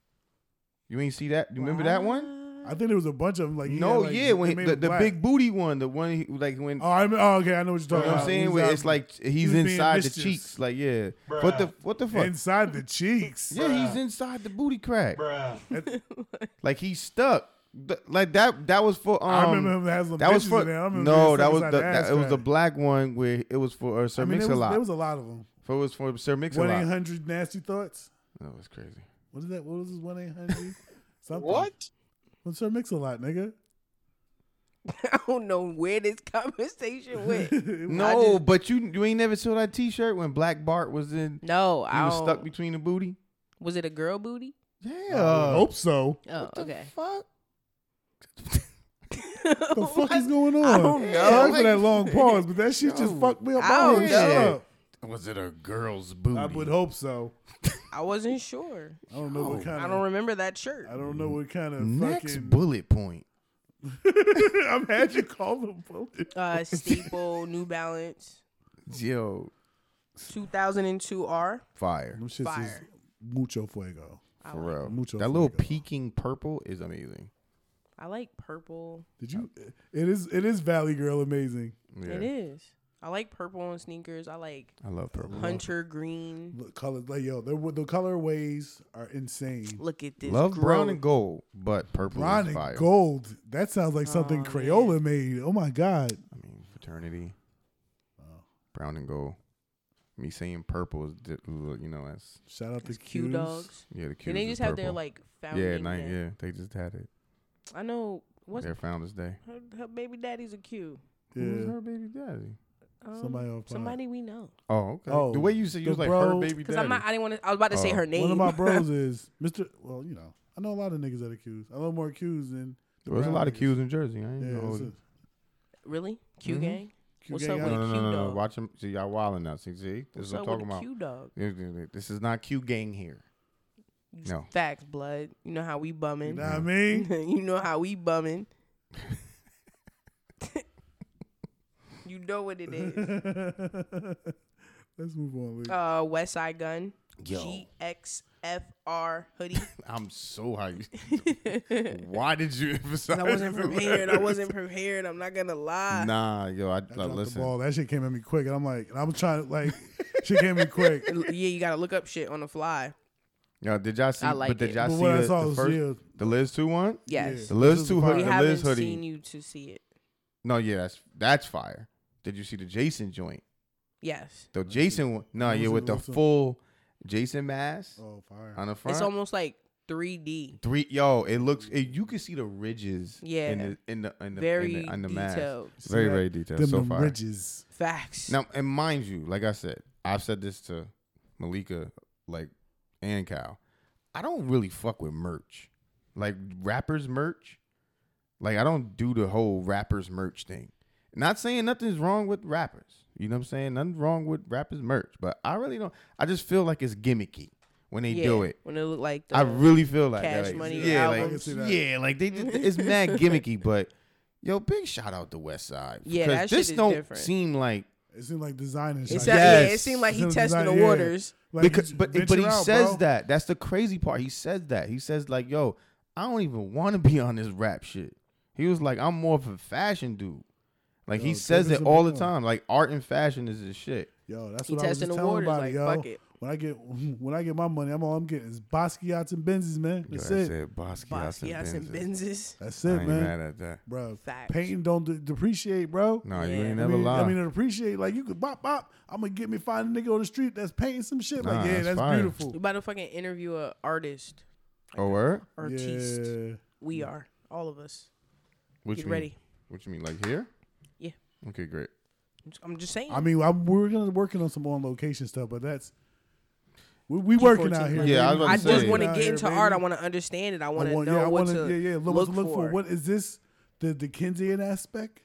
[SPEAKER 2] You ain't see that? You remember that one?
[SPEAKER 4] I think there was a bunch of them like he
[SPEAKER 2] No,
[SPEAKER 4] had, like,
[SPEAKER 2] yeah,
[SPEAKER 4] they
[SPEAKER 2] when he-
[SPEAKER 4] made
[SPEAKER 2] the,
[SPEAKER 4] him
[SPEAKER 2] the
[SPEAKER 4] black.
[SPEAKER 2] big booty one, the one he, like when.
[SPEAKER 4] Oh, I mean, oh, okay, I know
[SPEAKER 2] you know
[SPEAKER 4] what you're talking
[SPEAKER 2] what
[SPEAKER 4] about.
[SPEAKER 2] I'm saying?
[SPEAKER 4] He's
[SPEAKER 2] Where
[SPEAKER 4] out-
[SPEAKER 2] it's like he's,
[SPEAKER 4] he's being
[SPEAKER 2] inside the
[SPEAKER 4] mischievous.
[SPEAKER 2] cheeks. Like, yeah. What the what the fuck?
[SPEAKER 4] inside the cheeks.
[SPEAKER 2] yeah, he's inside the booty crack. like he's stuck. Th- Like that that was for um
[SPEAKER 4] I remember him has them
[SPEAKER 2] That was
[SPEAKER 4] bitches
[SPEAKER 2] for
[SPEAKER 4] in there. I remember
[SPEAKER 2] no.
[SPEAKER 4] being
[SPEAKER 2] That
[SPEAKER 4] stuck
[SPEAKER 2] was the,
[SPEAKER 4] inside the
[SPEAKER 2] that,
[SPEAKER 4] ass
[SPEAKER 2] it was the
[SPEAKER 4] crack.
[SPEAKER 2] black one where it was for uh, Sir
[SPEAKER 4] I mean,
[SPEAKER 2] Mix
[SPEAKER 4] there
[SPEAKER 2] a
[SPEAKER 4] was,
[SPEAKER 2] lot.
[SPEAKER 4] there was a lot of them.
[SPEAKER 2] for it was for Sir Mix a
[SPEAKER 4] One
[SPEAKER 2] lot.
[SPEAKER 4] eight hundred nasty thoughts.
[SPEAKER 2] That was crazy.
[SPEAKER 4] What is that? What was this one eight hundred? Something. What? Well, sure mix a lot, nigga.
[SPEAKER 3] I don't know where this conversation went.
[SPEAKER 2] No, but you you ain't never saw that T-shirt when Black Bart was in.
[SPEAKER 3] No,
[SPEAKER 2] He
[SPEAKER 3] I
[SPEAKER 2] was
[SPEAKER 3] don't.
[SPEAKER 2] stuck between the booty.
[SPEAKER 3] Was it a girl booty?
[SPEAKER 2] Yeah.
[SPEAKER 4] I hope so.
[SPEAKER 3] Oh,
[SPEAKER 2] What the
[SPEAKER 3] okay.
[SPEAKER 2] fuck?
[SPEAKER 4] The fuck is going on?
[SPEAKER 3] I don't know.
[SPEAKER 4] Sorry for
[SPEAKER 2] Like-
[SPEAKER 4] that long pause, but that shit just fucked me up.
[SPEAKER 3] I don't
[SPEAKER 4] I, shut
[SPEAKER 2] know.
[SPEAKER 4] up.
[SPEAKER 2] Was it a girl's booty?
[SPEAKER 4] I would hope so.
[SPEAKER 3] I wasn't sure.
[SPEAKER 4] I don't know what kind
[SPEAKER 3] I
[SPEAKER 4] of.
[SPEAKER 3] don't remember that shirt.
[SPEAKER 4] I don't know what kind of
[SPEAKER 2] Next
[SPEAKER 4] fucking.
[SPEAKER 2] bullet point.
[SPEAKER 4] I'm had you call them bullet.
[SPEAKER 3] Uh, Staple, New Balance,
[SPEAKER 2] Yo,
[SPEAKER 3] 2002 R.
[SPEAKER 2] fire
[SPEAKER 4] Them shits is
[SPEAKER 3] Fire.
[SPEAKER 4] mucho fuego.
[SPEAKER 2] for real.
[SPEAKER 4] Mucho
[SPEAKER 2] that little
[SPEAKER 4] fuego.
[SPEAKER 2] peeking purple is amazing.
[SPEAKER 3] I like purple.
[SPEAKER 4] Did you? It is. It is Valley Girl amazing.
[SPEAKER 2] Yeah.
[SPEAKER 3] It is. I like purple on sneakers. I like
[SPEAKER 2] I love purple.
[SPEAKER 3] hunter green.
[SPEAKER 4] Look, color, like, yo, the, the colorways are insane.
[SPEAKER 3] Look at this.
[SPEAKER 2] Love brown
[SPEAKER 3] growth.
[SPEAKER 2] and gold, but purple
[SPEAKER 4] Brown
[SPEAKER 2] is fire.
[SPEAKER 4] and gold. That sounds like something
[SPEAKER 3] Oh,
[SPEAKER 4] Crayola made. Oh my god.
[SPEAKER 2] I mean, fraternity. Brown and gold. Me saying purple is, di- you know, that's
[SPEAKER 4] Shout out to
[SPEAKER 3] It's Q
[SPEAKER 4] Q's.
[SPEAKER 3] dogs.
[SPEAKER 2] yeah, the
[SPEAKER 3] And
[SPEAKER 2] cutest.
[SPEAKER 3] they
[SPEAKER 2] is
[SPEAKER 3] just have their
[SPEAKER 2] purple.
[SPEAKER 3] like founding.
[SPEAKER 2] Yeah, night,
[SPEAKER 3] day.
[SPEAKER 2] yeah, they just had it.
[SPEAKER 3] I know. What's
[SPEAKER 2] Their Founders Day.
[SPEAKER 3] her, her baby daddy's a Q.
[SPEAKER 2] Who's
[SPEAKER 4] Yeah.
[SPEAKER 2] her baby daddy?
[SPEAKER 3] Um,
[SPEAKER 4] Somebody on
[SPEAKER 3] Mm-hmm. somebody we know.
[SPEAKER 2] Oh, okay.
[SPEAKER 4] Oh,
[SPEAKER 2] the way you said you
[SPEAKER 4] the
[SPEAKER 2] was like her
[SPEAKER 4] bro-
[SPEAKER 2] baby
[SPEAKER 3] Cause
[SPEAKER 2] daddy.
[SPEAKER 3] I'm not. I didn't want to. I was about to say
[SPEAKER 2] Oh.
[SPEAKER 3] her name.
[SPEAKER 4] One of my bros is Mr. Well, you know, I know a lot of niggas that are Q's. I know more Q's than the
[SPEAKER 2] there was a
[SPEAKER 4] brown
[SPEAKER 2] lot of
[SPEAKER 4] niggas.
[SPEAKER 2] Q's in Jersey. I ain't
[SPEAKER 4] Yeah,
[SPEAKER 2] know.
[SPEAKER 4] it's a-
[SPEAKER 3] really? Q
[SPEAKER 2] Mhm.
[SPEAKER 3] gang.
[SPEAKER 4] Q
[SPEAKER 3] What's
[SPEAKER 4] gang
[SPEAKER 3] up
[SPEAKER 2] no,
[SPEAKER 3] with
[SPEAKER 4] out.
[SPEAKER 2] no, no, no, no.
[SPEAKER 3] Q-Dog.
[SPEAKER 2] Watch them. See, y'all wilding now. See, see, this
[SPEAKER 3] What's
[SPEAKER 2] is what I'm
[SPEAKER 3] up with
[SPEAKER 2] talking
[SPEAKER 3] a
[SPEAKER 2] about.
[SPEAKER 3] Q dog?
[SPEAKER 2] This is not Q gang here. No.
[SPEAKER 3] Facts, blood. You know how we
[SPEAKER 4] You
[SPEAKER 3] bumming.
[SPEAKER 4] know what I mean?
[SPEAKER 3] you know how we bumming. you know what it is.
[SPEAKER 4] Let's move on. Lee.
[SPEAKER 3] Uh, West Side Gun.
[SPEAKER 2] Yo.
[SPEAKER 3] GXFR hoodie.
[SPEAKER 2] I'm so hyped. Why did you emphasize?
[SPEAKER 3] I wasn't
[SPEAKER 2] the
[SPEAKER 3] prepared. I
[SPEAKER 2] letters?
[SPEAKER 3] wasn't prepared. I'm not gonna lie.
[SPEAKER 2] Nah, yo, I,
[SPEAKER 4] I
[SPEAKER 2] like,
[SPEAKER 4] dropped the
[SPEAKER 2] listen.
[SPEAKER 4] ball. That shit came at me quick, and I'm like, and I'm trying to like, shit came at me quick.
[SPEAKER 3] Yeah, you gotta look up shit on the fly.
[SPEAKER 2] Yo, did y'all see?
[SPEAKER 3] I like
[SPEAKER 2] but did
[SPEAKER 3] it.
[SPEAKER 2] y'all
[SPEAKER 4] But
[SPEAKER 2] see
[SPEAKER 4] what I
[SPEAKER 2] the,
[SPEAKER 4] saw
[SPEAKER 2] the
[SPEAKER 4] was,
[SPEAKER 2] first,
[SPEAKER 4] yeah.
[SPEAKER 2] the Liz two one?
[SPEAKER 3] Yes.
[SPEAKER 2] The
[SPEAKER 4] Yeah.
[SPEAKER 2] Liz
[SPEAKER 4] This
[SPEAKER 2] two
[SPEAKER 4] is
[SPEAKER 2] hoodie.
[SPEAKER 3] We
[SPEAKER 4] fire.
[SPEAKER 2] The
[SPEAKER 3] haven't
[SPEAKER 2] Liz hoodie.
[SPEAKER 3] seen you to see it.
[SPEAKER 2] No, yeah, that's that's fire. Did you see the Jason joint?
[SPEAKER 3] Yes.
[SPEAKER 2] The Jason one. No,
[SPEAKER 4] What
[SPEAKER 2] yeah,
[SPEAKER 4] was
[SPEAKER 2] with
[SPEAKER 4] it?
[SPEAKER 2] the
[SPEAKER 4] What's up?
[SPEAKER 2] full Jason mask
[SPEAKER 4] Oh, fire!
[SPEAKER 2] on the front.
[SPEAKER 3] It's almost like 3D.
[SPEAKER 2] three. Yo, it looks. It, you can see the ridges.
[SPEAKER 3] Yeah.
[SPEAKER 2] In the in the in the,
[SPEAKER 3] Very
[SPEAKER 2] in the, in the mask.
[SPEAKER 3] detailed.
[SPEAKER 4] See
[SPEAKER 2] Very
[SPEAKER 4] that?
[SPEAKER 2] very detailed.
[SPEAKER 4] Them
[SPEAKER 2] so
[SPEAKER 4] them
[SPEAKER 2] far.
[SPEAKER 4] ridges.
[SPEAKER 3] Facts.
[SPEAKER 2] Now, and mind you, like I said, I've said this to Malika, like, and Kyle. I don't really fuck with merch, like rappers merch. Like I don't do the whole rappers merch thing. Not saying nothing's wrong with rappers. You know what I'm saying? Nothing's wrong with rappers merch, but I really don't. I just feel like it's gimmicky when they
[SPEAKER 3] yeah,
[SPEAKER 2] do it.
[SPEAKER 3] When it look like the,
[SPEAKER 2] I really feel like that.
[SPEAKER 3] Cash
[SPEAKER 2] Like,
[SPEAKER 3] Money
[SPEAKER 2] yeah,
[SPEAKER 3] album.
[SPEAKER 4] I can see
[SPEAKER 2] like,
[SPEAKER 4] that.
[SPEAKER 2] yeah, like they did, it's mad gimmicky, but yo, big shout out to West Side.
[SPEAKER 3] Yeah,
[SPEAKER 2] because
[SPEAKER 3] that shit
[SPEAKER 2] this
[SPEAKER 3] is
[SPEAKER 2] don't
[SPEAKER 3] different.
[SPEAKER 2] seem like
[SPEAKER 4] It seemed like designers.
[SPEAKER 3] It
[SPEAKER 2] It's
[SPEAKER 3] sound-
[SPEAKER 2] a-
[SPEAKER 3] yeah, it
[SPEAKER 2] Yes.
[SPEAKER 3] seemed like he
[SPEAKER 4] Sounds
[SPEAKER 3] tested the
[SPEAKER 4] like- yeah.
[SPEAKER 3] waters.
[SPEAKER 4] Like,
[SPEAKER 2] because,
[SPEAKER 4] you
[SPEAKER 2] but
[SPEAKER 4] venture
[SPEAKER 2] but he
[SPEAKER 4] out,
[SPEAKER 2] says
[SPEAKER 4] bro.
[SPEAKER 2] that. That's the crazy part. He says that. He says like, "Yo, I don't even want to be on this rap shit." He was like, "I'm more of a fashion dude." Like he
[SPEAKER 4] Yo,
[SPEAKER 2] says
[SPEAKER 4] Trevor's
[SPEAKER 2] it
[SPEAKER 4] a
[SPEAKER 2] all the
[SPEAKER 4] big one.
[SPEAKER 2] time. Like art and fashion is his shit.
[SPEAKER 4] Yo, that's
[SPEAKER 3] He
[SPEAKER 4] what I was
[SPEAKER 3] testing the
[SPEAKER 4] just telling
[SPEAKER 3] waters,
[SPEAKER 4] about
[SPEAKER 3] like,
[SPEAKER 4] yo.
[SPEAKER 3] fuck it.
[SPEAKER 4] When I get when I get my money, I'm all I'm getting is Basquiat's and Benzes, man. That's it.
[SPEAKER 3] Basquiat's and Benzes.
[SPEAKER 4] That's it, man.
[SPEAKER 2] at that.
[SPEAKER 4] Bro,
[SPEAKER 3] Facts.
[SPEAKER 4] painting don't de- depreciate, bro.
[SPEAKER 2] No,
[SPEAKER 3] Yeah.
[SPEAKER 2] you ain't
[SPEAKER 4] I
[SPEAKER 2] never
[SPEAKER 4] mean,
[SPEAKER 2] lie.
[SPEAKER 4] I mean, it appreciate like you could bop bop. I'm gonna get me find a nigga on the street that's painting some shit.
[SPEAKER 2] Nah,
[SPEAKER 4] like, yeah,
[SPEAKER 2] that's
[SPEAKER 4] that's,
[SPEAKER 2] fire.
[SPEAKER 3] We
[SPEAKER 4] beautiful.
[SPEAKER 3] about to fucking interview a artist.
[SPEAKER 2] oh, word?
[SPEAKER 3] Artiste.
[SPEAKER 4] Yeah.
[SPEAKER 3] We are. All of us.
[SPEAKER 2] What
[SPEAKER 3] Get
[SPEAKER 2] you mean?
[SPEAKER 3] ready.
[SPEAKER 2] What you mean? Like here?
[SPEAKER 3] Yeah.
[SPEAKER 2] Okay, great.
[SPEAKER 3] I'm just saying.
[SPEAKER 4] I mean, I'm, we're gonna working on some on location stuff, but that's we, we working out
[SPEAKER 3] Yeah,
[SPEAKER 4] here. baby.
[SPEAKER 2] I was about
[SPEAKER 3] I
[SPEAKER 2] I'm
[SPEAKER 3] just
[SPEAKER 2] saying.
[SPEAKER 3] want to
[SPEAKER 4] Out
[SPEAKER 3] get
[SPEAKER 4] here,
[SPEAKER 3] into
[SPEAKER 4] baby.
[SPEAKER 3] art. I want to understand it. I want to
[SPEAKER 4] want-
[SPEAKER 3] know
[SPEAKER 4] yeah, I
[SPEAKER 3] what
[SPEAKER 4] wanna-
[SPEAKER 3] to
[SPEAKER 4] yeah, yeah, look,
[SPEAKER 3] look,
[SPEAKER 4] what to look for.
[SPEAKER 3] for.
[SPEAKER 4] What is this? The Dickensian aspect?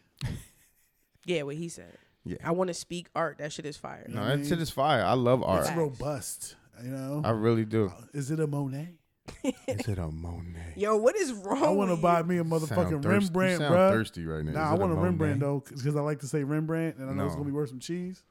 [SPEAKER 3] Yeah, what he said.
[SPEAKER 2] Yeah.
[SPEAKER 3] I want to speak art. That shit is fire.
[SPEAKER 2] No, that shit is fire. I love art.
[SPEAKER 4] It's robust. You know,
[SPEAKER 2] I really do.
[SPEAKER 4] is it a Monet?
[SPEAKER 2] is it a Monet?
[SPEAKER 3] Yo, what is wrong?
[SPEAKER 4] I want to
[SPEAKER 3] with
[SPEAKER 4] buy
[SPEAKER 3] you?
[SPEAKER 4] me a motherfucking
[SPEAKER 2] Sound thirst-
[SPEAKER 4] Rembrandt,
[SPEAKER 2] you sound
[SPEAKER 4] bro.
[SPEAKER 2] thirsty right now. Is
[SPEAKER 4] Nah, I
[SPEAKER 2] it a
[SPEAKER 4] want a
[SPEAKER 2] Monet?
[SPEAKER 4] Rembrandt though, because I like to say Rembrandt, and I know it's
[SPEAKER 2] No.
[SPEAKER 4] gonna be worth some cheese.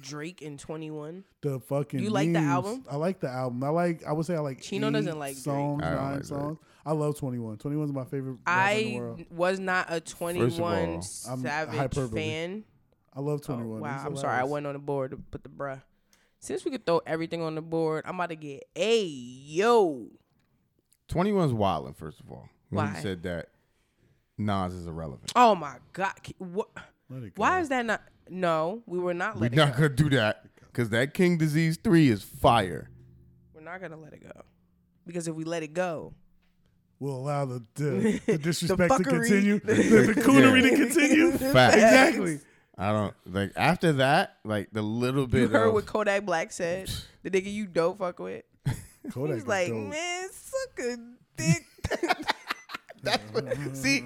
[SPEAKER 3] Drake and Twenty One.
[SPEAKER 4] The fucking
[SPEAKER 3] You like the
[SPEAKER 4] memes.
[SPEAKER 3] album?
[SPEAKER 4] I like the album. I like. I would say I like.
[SPEAKER 3] Chino
[SPEAKER 4] eight
[SPEAKER 3] doesn't like Drake.
[SPEAKER 4] songs,
[SPEAKER 2] I don't
[SPEAKER 4] nine
[SPEAKER 2] like Drake.
[SPEAKER 4] songs. I love Twenty One. Twenty One is my favorite. rapper in the world.
[SPEAKER 3] I was not a Twenty One
[SPEAKER 2] all,
[SPEAKER 4] I'm
[SPEAKER 3] Savage
[SPEAKER 4] hyperbole.
[SPEAKER 3] fan.
[SPEAKER 4] I love
[SPEAKER 3] Oh,
[SPEAKER 4] Twenty One.
[SPEAKER 3] wow, I'm sorry. I wasn't on the board to put the bruh. Since we could throw everything on the board, I'm about to get a yo.
[SPEAKER 2] 21's wildin', first of all. When
[SPEAKER 3] Why?
[SPEAKER 2] he said that Nas is irrelevant.
[SPEAKER 3] Oh my god, what?
[SPEAKER 4] Let it go.
[SPEAKER 3] Why is that not? No, we were not
[SPEAKER 2] We're
[SPEAKER 3] letting. We're,
[SPEAKER 2] not gonna do that. Cause that King Disease 3 is fire.
[SPEAKER 3] we're not gonna let it go, because if we let it go,
[SPEAKER 4] We'll allow the, the, the disrespect to
[SPEAKER 3] fuckery.
[SPEAKER 4] continue, the, the coonery to continue.
[SPEAKER 2] Facts.
[SPEAKER 4] Exactly.
[SPEAKER 2] I don't like after that, like the little
[SPEAKER 3] you
[SPEAKER 2] bit
[SPEAKER 3] heard
[SPEAKER 2] of
[SPEAKER 3] what Kodak Black said. The nigga you don't fuck with.
[SPEAKER 4] Kodak
[SPEAKER 3] He's
[SPEAKER 4] is
[SPEAKER 3] like,
[SPEAKER 4] dope.
[SPEAKER 3] man, suck a dick.
[SPEAKER 2] that's what, see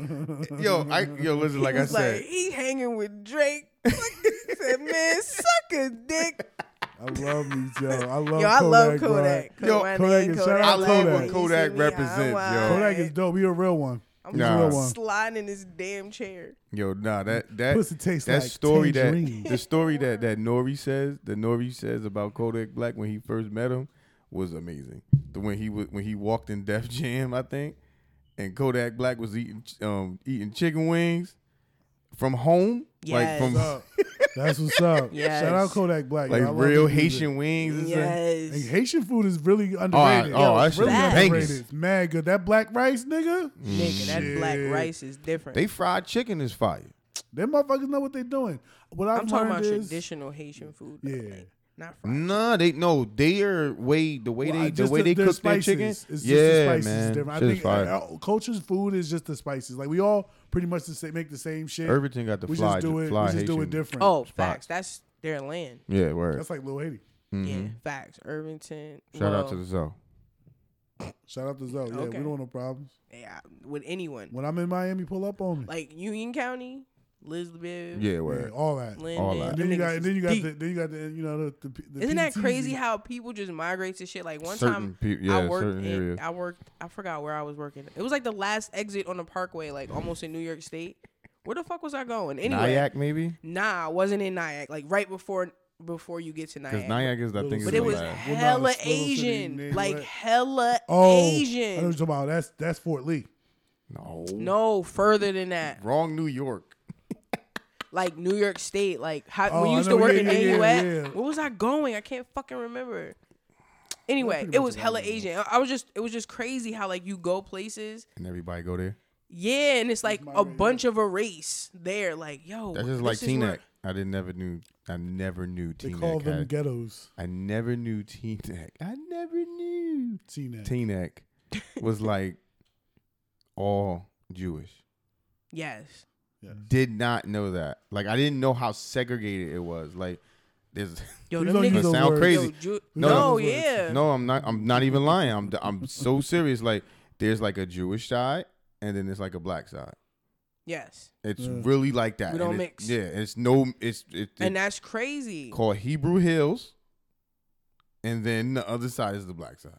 [SPEAKER 2] yo, I yo listen, like I
[SPEAKER 3] He's like,
[SPEAKER 2] said.
[SPEAKER 3] he hanging with Drake. he said, man, suck a dick.
[SPEAKER 4] I love me, Joe. I love.
[SPEAKER 3] Yo, I love
[SPEAKER 4] bro.
[SPEAKER 3] Kodak.
[SPEAKER 2] Yo,
[SPEAKER 3] Kodak,
[SPEAKER 4] Kodak is- shout
[SPEAKER 2] I
[SPEAKER 4] out
[SPEAKER 2] love
[SPEAKER 4] Kodak.
[SPEAKER 2] what
[SPEAKER 4] You
[SPEAKER 2] Kodak represents, yo.
[SPEAKER 4] Kodak is dope. He a real one.
[SPEAKER 3] I'm
[SPEAKER 4] He's
[SPEAKER 2] Nah.
[SPEAKER 4] a real one.
[SPEAKER 3] sliding in this damn chair.
[SPEAKER 2] Yo, nah, that that
[SPEAKER 4] Pussy tastes
[SPEAKER 2] that
[SPEAKER 4] like
[SPEAKER 2] story
[SPEAKER 4] tangerine.
[SPEAKER 2] that the story that that Nori says that Nori says about Kodak Black when he first met him was amazing. The when he was when he walked in Def Jam, I think, and Kodak Black was eating um eating chicken wings from home, like
[SPEAKER 3] Yes.
[SPEAKER 2] from
[SPEAKER 4] What's up? That's what's up.
[SPEAKER 3] Yes.
[SPEAKER 4] Shout out Kodak Black.
[SPEAKER 2] Like
[SPEAKER 4] yo. I love
[SPEAKER 2] real
[SPEAKER 4] his music.
[SPEAKER 2] Haitian wings. And stuff.
[SPEAKER 4] Like,
[SPEAKER 3] Yes.
[SPEAKER 4] Haitian food is really underrated.
[SPEAKER 2] oh, that
[SPEAKER 4] it's
[SPEAKER 2] shit
[SPEAKER 4] really
[SPEAKER 3] is
[SPEAKER 2] bangers.
[SPEAKER 4] underrated. It's mad good. That black rice, nigga.
[SPEAKER 2] Mm.
[SPEAKER 3] Nigga, that black
[SPEAKER 4] Shit.
[SPEAKER 3] rice is different.
[SPEAKER 2] They fried chicken is fire.
[SPEAKER 4] Them motherfuckers know what they're doing. What I've
[SPEAKER 3] I'm talking about
[SPEAKER 4] learned is,
[SPEAKER 3] traditional Haitian food. though,
[SPEAKER 4] Yeah.
[SPEAKER 3] like, not fried.
[SPEAKER 2] Nah, they no, they are way the way
[SPEAKER 4] Well, I-
[SPEAKER 2] they the
[SPEAKER 4] just
[SPEAKER 2] way they
[SPEAKER 4] their
[SPEAKER 2] cook
[SPEAKER 4] spices.
[SPEAKER 2] their chicken.
[SPEAKER 4] It's just
[SPEAKER 2] yeah,
[SPEAKER 4] the spices is
[SPEAKER 2] man,
[SPEAKER 4] different. I
[SPEAKER 2] Shit is
[SPEAKER 4] think uh,
[SPEAKER 2] fire.
[SPEAKER 4] our culture's food is just the spices. Like we all pretty much the same, make the same shit.
[SPEAKER 2] Everything got the
[SPEAKER 4] we
[SPEAKER 2] fly-
[SPEAKER 4] just do it.
[SPEAKER 2] fly
[SPEAKER 4] we just do
[SPEAKER 2] Haitian.
[SPEAKER 4] it different.
[SPEAKER 3] Oh, facts. That's their land.
[SPEAKER 2] yeah, word.
[SPEAKER 4] that's like Lil Haiti.
[SPEAKER 3] Yeah, facts. Irvington.
[SPEAKER 2] Shout out
[SPEAKER 3] well,
[SPEAKER 2] to the Zoe.
[SPEAKER 4] Shout out to Zoe. Yeah,
[SPEAKER 3] Okay.
[SPEAKER 4] we don't want no problems.
[SPEAKER 3] yeah, with anyone.
[SPEAKER 4] When I'm in Miami, pull up on me.
[SPEAKER 3] Like Union County, Lisbon,
[SPEAKER 2] Yeah,
[SPEAKER 4] Yeah,
[SPEAKER 2] word.
[SPEAKER 4] all that.
[SPEAKER 3] Linden.
[SPEAKER 2] all that.
[SPEAKER 4] And
[SPEAKER 3] them
[SPEAKER 4] then you
[SPEAKER 3] niggas
[SPEAKER 4] got, and then
[SPEAKER 3] is
[SPEAKER 4] you got,
[SPEAKER 3] deep.
[SPEAKER 4] the, then you got the, you know, the. the, the
[SPEAKER 3] Isn't that
[SPEAKER 4] PTs.
[SPEAKER 3] crazy how people just migrate to shit? Like one
[SPEAKER 2] Certain
[SPEAKER 3] time,
[SPEAKER 2] peo-
[SPEAKER 3] I
[SPEAKER 2] yeah,
[SPEAKER 3] worked.
[SPEAKER 2] certain areas.
[SPEAKER 3] In, I worked. I forgot where I was working. It was like the last exit on the Parkway, like almost in New York State. Where the fuck was I going? Anyway,
[SPEAKER 2] Nyack maybe
[SPEAKER 3] nah, I wasn't in Nyack. Like right before before you get to
[SPEAKER 2] because
[SPEAKER 3] Nyack.
[SPEAKER 2] Nyack is I
[SPEAKER 4] Little
[SPEAKER 2] think
[SPEAKER 3] but
[SPEAKER 2] is the
[SPEAKER 3] it was
[SPEAKER 2] last.
[SPEAKER 4] Well, nah,
[SPEAKER 3] hella
[SPEAKER 4] it's little city
[SPEAKER 3] Asian,
[SPEAKER 4] named
[SPEAKER 3] like
[SPEAKER 4] what?
[SPEAKER 3] hella
[SPEAKER 4] Oh, I know
[SPEAKER 3] Asian.
[SPEAKER 4] what you're talking about. That's that's Fort Lee.
[SPEAKER 2] No,
[SPEAKER 3] No further than that.
[SPEAKER 2] wrong New York.
[SPEAKER 3] Like New York State. Like how,
[SPEAKER 4] Oh,
[SPEAKER 3] when
[SPEAKER 4] I
[SPEAKER 3] you used
[SPEAKER 4] know,
[SPEAKER 3] to work
[SPEAKER 4] yeah,
[SPEAKER 3] in
[SPEAKER 4] yeah, yeah,
[SPEAKER 3] AU at.
[SPEAKER 4] yeah.
[SPEAKER 3] Where was I going? I can't fucking remember. Anyway,
[SPEAKER 4] pretty
[SPEAKER 3] it
[SPEAKER 4] much
[SPEAKER 3] was
[SPEAKER 4] what I
[SPEAKER 3] hella
[SPEAKER 4] remember.
[SPEAKER 3] Asian. I- I was just it was just crazy how like you go places.
[SPEAKER 2] And everybody go there.
[SPEAKER 3] Yeah, and it's like a
[SPEAKER 4] migrate, yeah.
[SPEAKER 3] bunch of a race there. Like, yo,
[SPEAKER 2] That's just
[SPEAKER 3] Oh, this
[SPEAKER 2] like
[SPEAKER 3] is where-
[SPEAKER 2] Teaneck. I didn't never knew. I never knew
[SPEAKER 4] They call
[SPEAKER 2] Teaneck.
[SPEAKER 4] them
[SPEAKER 2] had-
[SPEAKER 4] ghettos.
[SPEAKER 2] I never knew Teaneck. I never knew
[SPEAKER 4] T-Net.
[SPEAKER 2] Teaneck was like all Jewish.
[SPEAKER 3] Yes.
[SPEAKER 2] Did not know that. Like I didn't know how segregated it was. Like there's
[SPEAKER 3] Yo,
[SPEAKER 4] Please
[SPEAKER 3] them
[SPEAKER 4] don't use
[SPEAKER 3] niggas.
[SPEAKER 2] those
[SPEAKER 3] yo,
[SPEAKER 2] sound crazy.
[SPEAKER 3] Ju- no,
[SPEAKER 4] No, those words.
[SPEAKER 3] yeah.
[SPEAKER 2] No, I'm not. I'm not even lying. I'm. I'm so serious. Like, there's like a Jewish side, and then there's like a black side.
[SPEAKER 3] Yes.
[SPEAKER 2] It's
[SPEAKER 4] Yeah.
[SPEAKER 2] really like that.
[SPEAKER 3] Mm. We don't
[SPEAKER 2] And it-
[SPEAKER 3] mix.
[SPEAKER 2] Yeah, it's no. It's it,
[SPEAKER 3] And
[SPEAKER 2] it's
[SPEAKER 3] that's crazy.
[SPEAKER 2] called Hebrew Hills, and then the other side is the black side,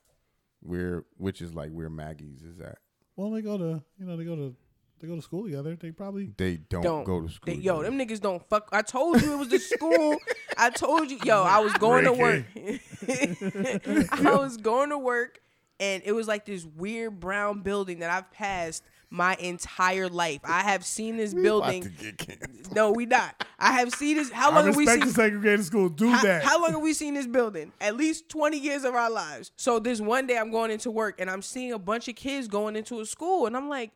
[SPEAKER 2] where which is like where Maggie's is at.
[SPEAKER 4] Well, they go to you know they go to they go to school together. They probably
[SPEAKER 2] They don't,
[SPEAKER 3] Don't
[SPEAKER 2] go to school.
[SPEAKER 3] They- yo,
[SPEAKER 2] together.
[SPEAKER 3] them niggas don't fuck. I told you it was the school. I told you, yo, I was going to work. I was going to work, and it was like this weird brown building that I've passed my entire life. I have seen this
[SPEAKER 2] We about to
[SPEAKER 3] building.
[SPEAKER 2] get canceled.
[SPEAKER 3] No, we not. I have seen this. How
[SPEAKER 4] I
[SPEAKER 3] long have we
[SPEAKER 4] respect
[SPEAKER 3] seen?
[SPEAKER 4] the segregated school. Do
[SPEAKER 3] how,
[SPEAKER 4] that.
[SPEAKER 3] how long have we seen this building? At least 20 years of our lives. So this one day I'm going into work and I'm seeing a bunch of kids going into a school and I'm like,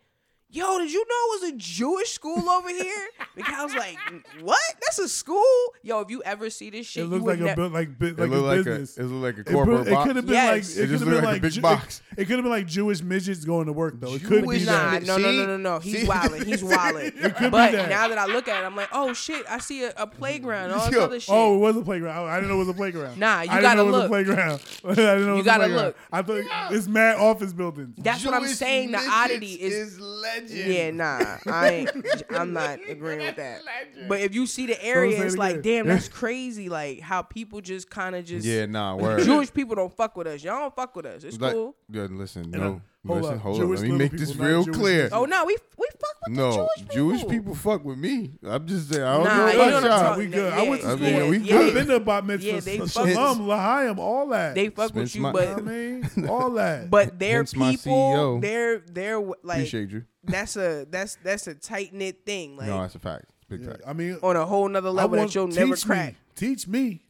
[SPEAKER 3] yo, did you know it was a Jewish school over here? Because I was like, what? That's a school? Yo, if you ever see this shit,
[SPEAKER 4] it
[SPEAKER 3] you
[SPEAKER 4] looks
[SPEAKER 3] would
[SPEAKER 4] like a
[SPEAKER 3] nev-
[SPEAKER 4] bu- like bi-
[SPEAKER 2] It
[SPEAKER 4] like a
[SPEAKER 2] looked like a.
[SPEAKER 4] business.
[SPEAKER 2] It looked like a
[SPEAKER 4] It pro-
[SPEAKER 2] corporate
[SPEAKER 4] it
[SPEAKER 2] box.
[SPEAKER 4] could have been
[SPEAKER 3] Yes.
[SPEAKER 4] like it
[SPEAKER 2] It
[SPEAKER 4] could
[SPEAKER 2] just
[SPEAKER 4] have been
[SPEAKER 2] looked
[SPEAKER 4] like
[SPEAKER 2] like a big
[SPEAKER 4] Ju-
[SPEAKER 2] box.
[SPEAKER 4] It, could have been like Jewish midgets going to work though. It could be
[SPEAKER 2] Jewish
[SPEAKER 4] that.
[SPEAKER 3] Nah,
[SPEAKER 2] Exactly.
[SPEAKER 3] no, no, no,
[SPEAKER 2] See?
[SPEAKER 3] no, no. He's
[SPEAKER 2] See?
[SPEAKER 3] wilding. He's wilding.
[SPEAKER 4] could be
[SPEAKER 3] but
[SPEAKER 4] that.
[SPEAKER 3] now that I look at it, I'm like, oh shit, I see a, a playground, all this
[SPEAKER 2] Yo,
[SPEAKER 3] other shit.
[SPEAKER 4] Oh, it was a playground. I I didn't know it was a playground.
[SPEAKER 3] Nah, you
[SPEAKER 4] I didn't
[SPEAKER 3] gotta
[SPEAKER 4] know it was
[SPEAKER 3] look.
[SPEAKER 4] a playground. I didn't know it was a
[SPEAKER 3] gotta
[SPEAKER 4] playground.
[SPEAKER 3] look.
[SPEAKER 4] I thought it's mad office buildings.
[SPEAKER 3] That's what I'm
[SPEAKER 2] Jewish
[SPEAKER 3] saying. The
[SPEAKER 2] midgets
[SPEAKER 3] oddity is
[SPEAKER 2] legend.
[SPEAKER 3] Yeah, nah, I ain't, I'm not agreeing with that. But if you see the area,
[SPEAKER 4] say it
[SPEAKER 3] it's like,
[SPEAKER 4] again.
[SPEAKER 3] damn, that's crazy. Like how people just kind of just
[SPEAKER 2] Yeah, nah, word.
[SPEAKER 3] Jewish people don't fuck with us. Y'all don't fuck with us. It's
[SPEAKER 2] Like,
[SPEAKER 3] cool.
[SPEAKER 2] yeah, listen,
[SPEAKER 4] I-
[SPEAKER 2] no,
[SPEAKER 4] hold
[SPEAKER 2] listen,
[SPEAKER 4] up.
[SPEAKER 2] hold
[SPEAKER 4] Jewish
[SPEAKER 2] up. Let me
[SPEAKER 4] little
[SPEAKER 2] make this
[SPEAKER 4] people, not
[SPEAKER 2] real
[SPEAKER 4] Jewish
[SPEAKER 2] clear.
[SPEAKER 4] people.
[SPEAKER 3] Oh no, we we fuck with the
[SPEAKER 2] No,
[SPEAKER 3] Jewish people.
[SPEAKER 2] Jewish people fuck with me. I'm just saying, I don't
[SPEAKER 3] Nah,
[SPEAKER 2] know
[SPEAKER 3] you know what
[SPEAKER 2] about
[SPEAKER 3] I'm
[SPEAKER 2] y'all.
[SPEAKER 3] talking.
[SPEAKER 4] We good.
[SPEAKER 3] Yeah,
[SPEAKER 4] I went to
[SPEAKER 3] yeah,
[SPEAKER 2] school. I mean, we
[SPEAKER 3] yeah,
[SPEAKER 2] good.
[SPEAKER 4] I've been to bat mitzvahs,
[SPEAKER 3] Yeah, they fuck with-
[SPEAKER 4] shalom, lahayim, all that.
[SPEAKER 3] They fuck
[SPEAKER 2] Spence
[SPEAKER 3] with you,
[SPEAKER 2] my-
[SPEAKER 4] I
[SPEAKER 3] but
[SPEAKER 4] mean, all that.
[SPEAKER 3] but their
[SPEAKER 2] Hence my
[SPEAKER 3] people,
[SPEAKER 2] CEO.
[SPEAKER 3] they're they're like
[SPEAKER 2] Appreciate you.
[SPEAKER 3] that's a that's that's a tight knit thing. Like
[SPEAKER 2] no, that's a fact. It's a big fact.
[SPEAKER 4] I mean,
[SPEAKER 3] on a whole nother level
[SPEAKER 4] I want-
[SPEAKER 3] that you'll never
[SPEAKER 4] teach
[SPEAKER 3] crack.
[SPEAKER 4] Me, teach me.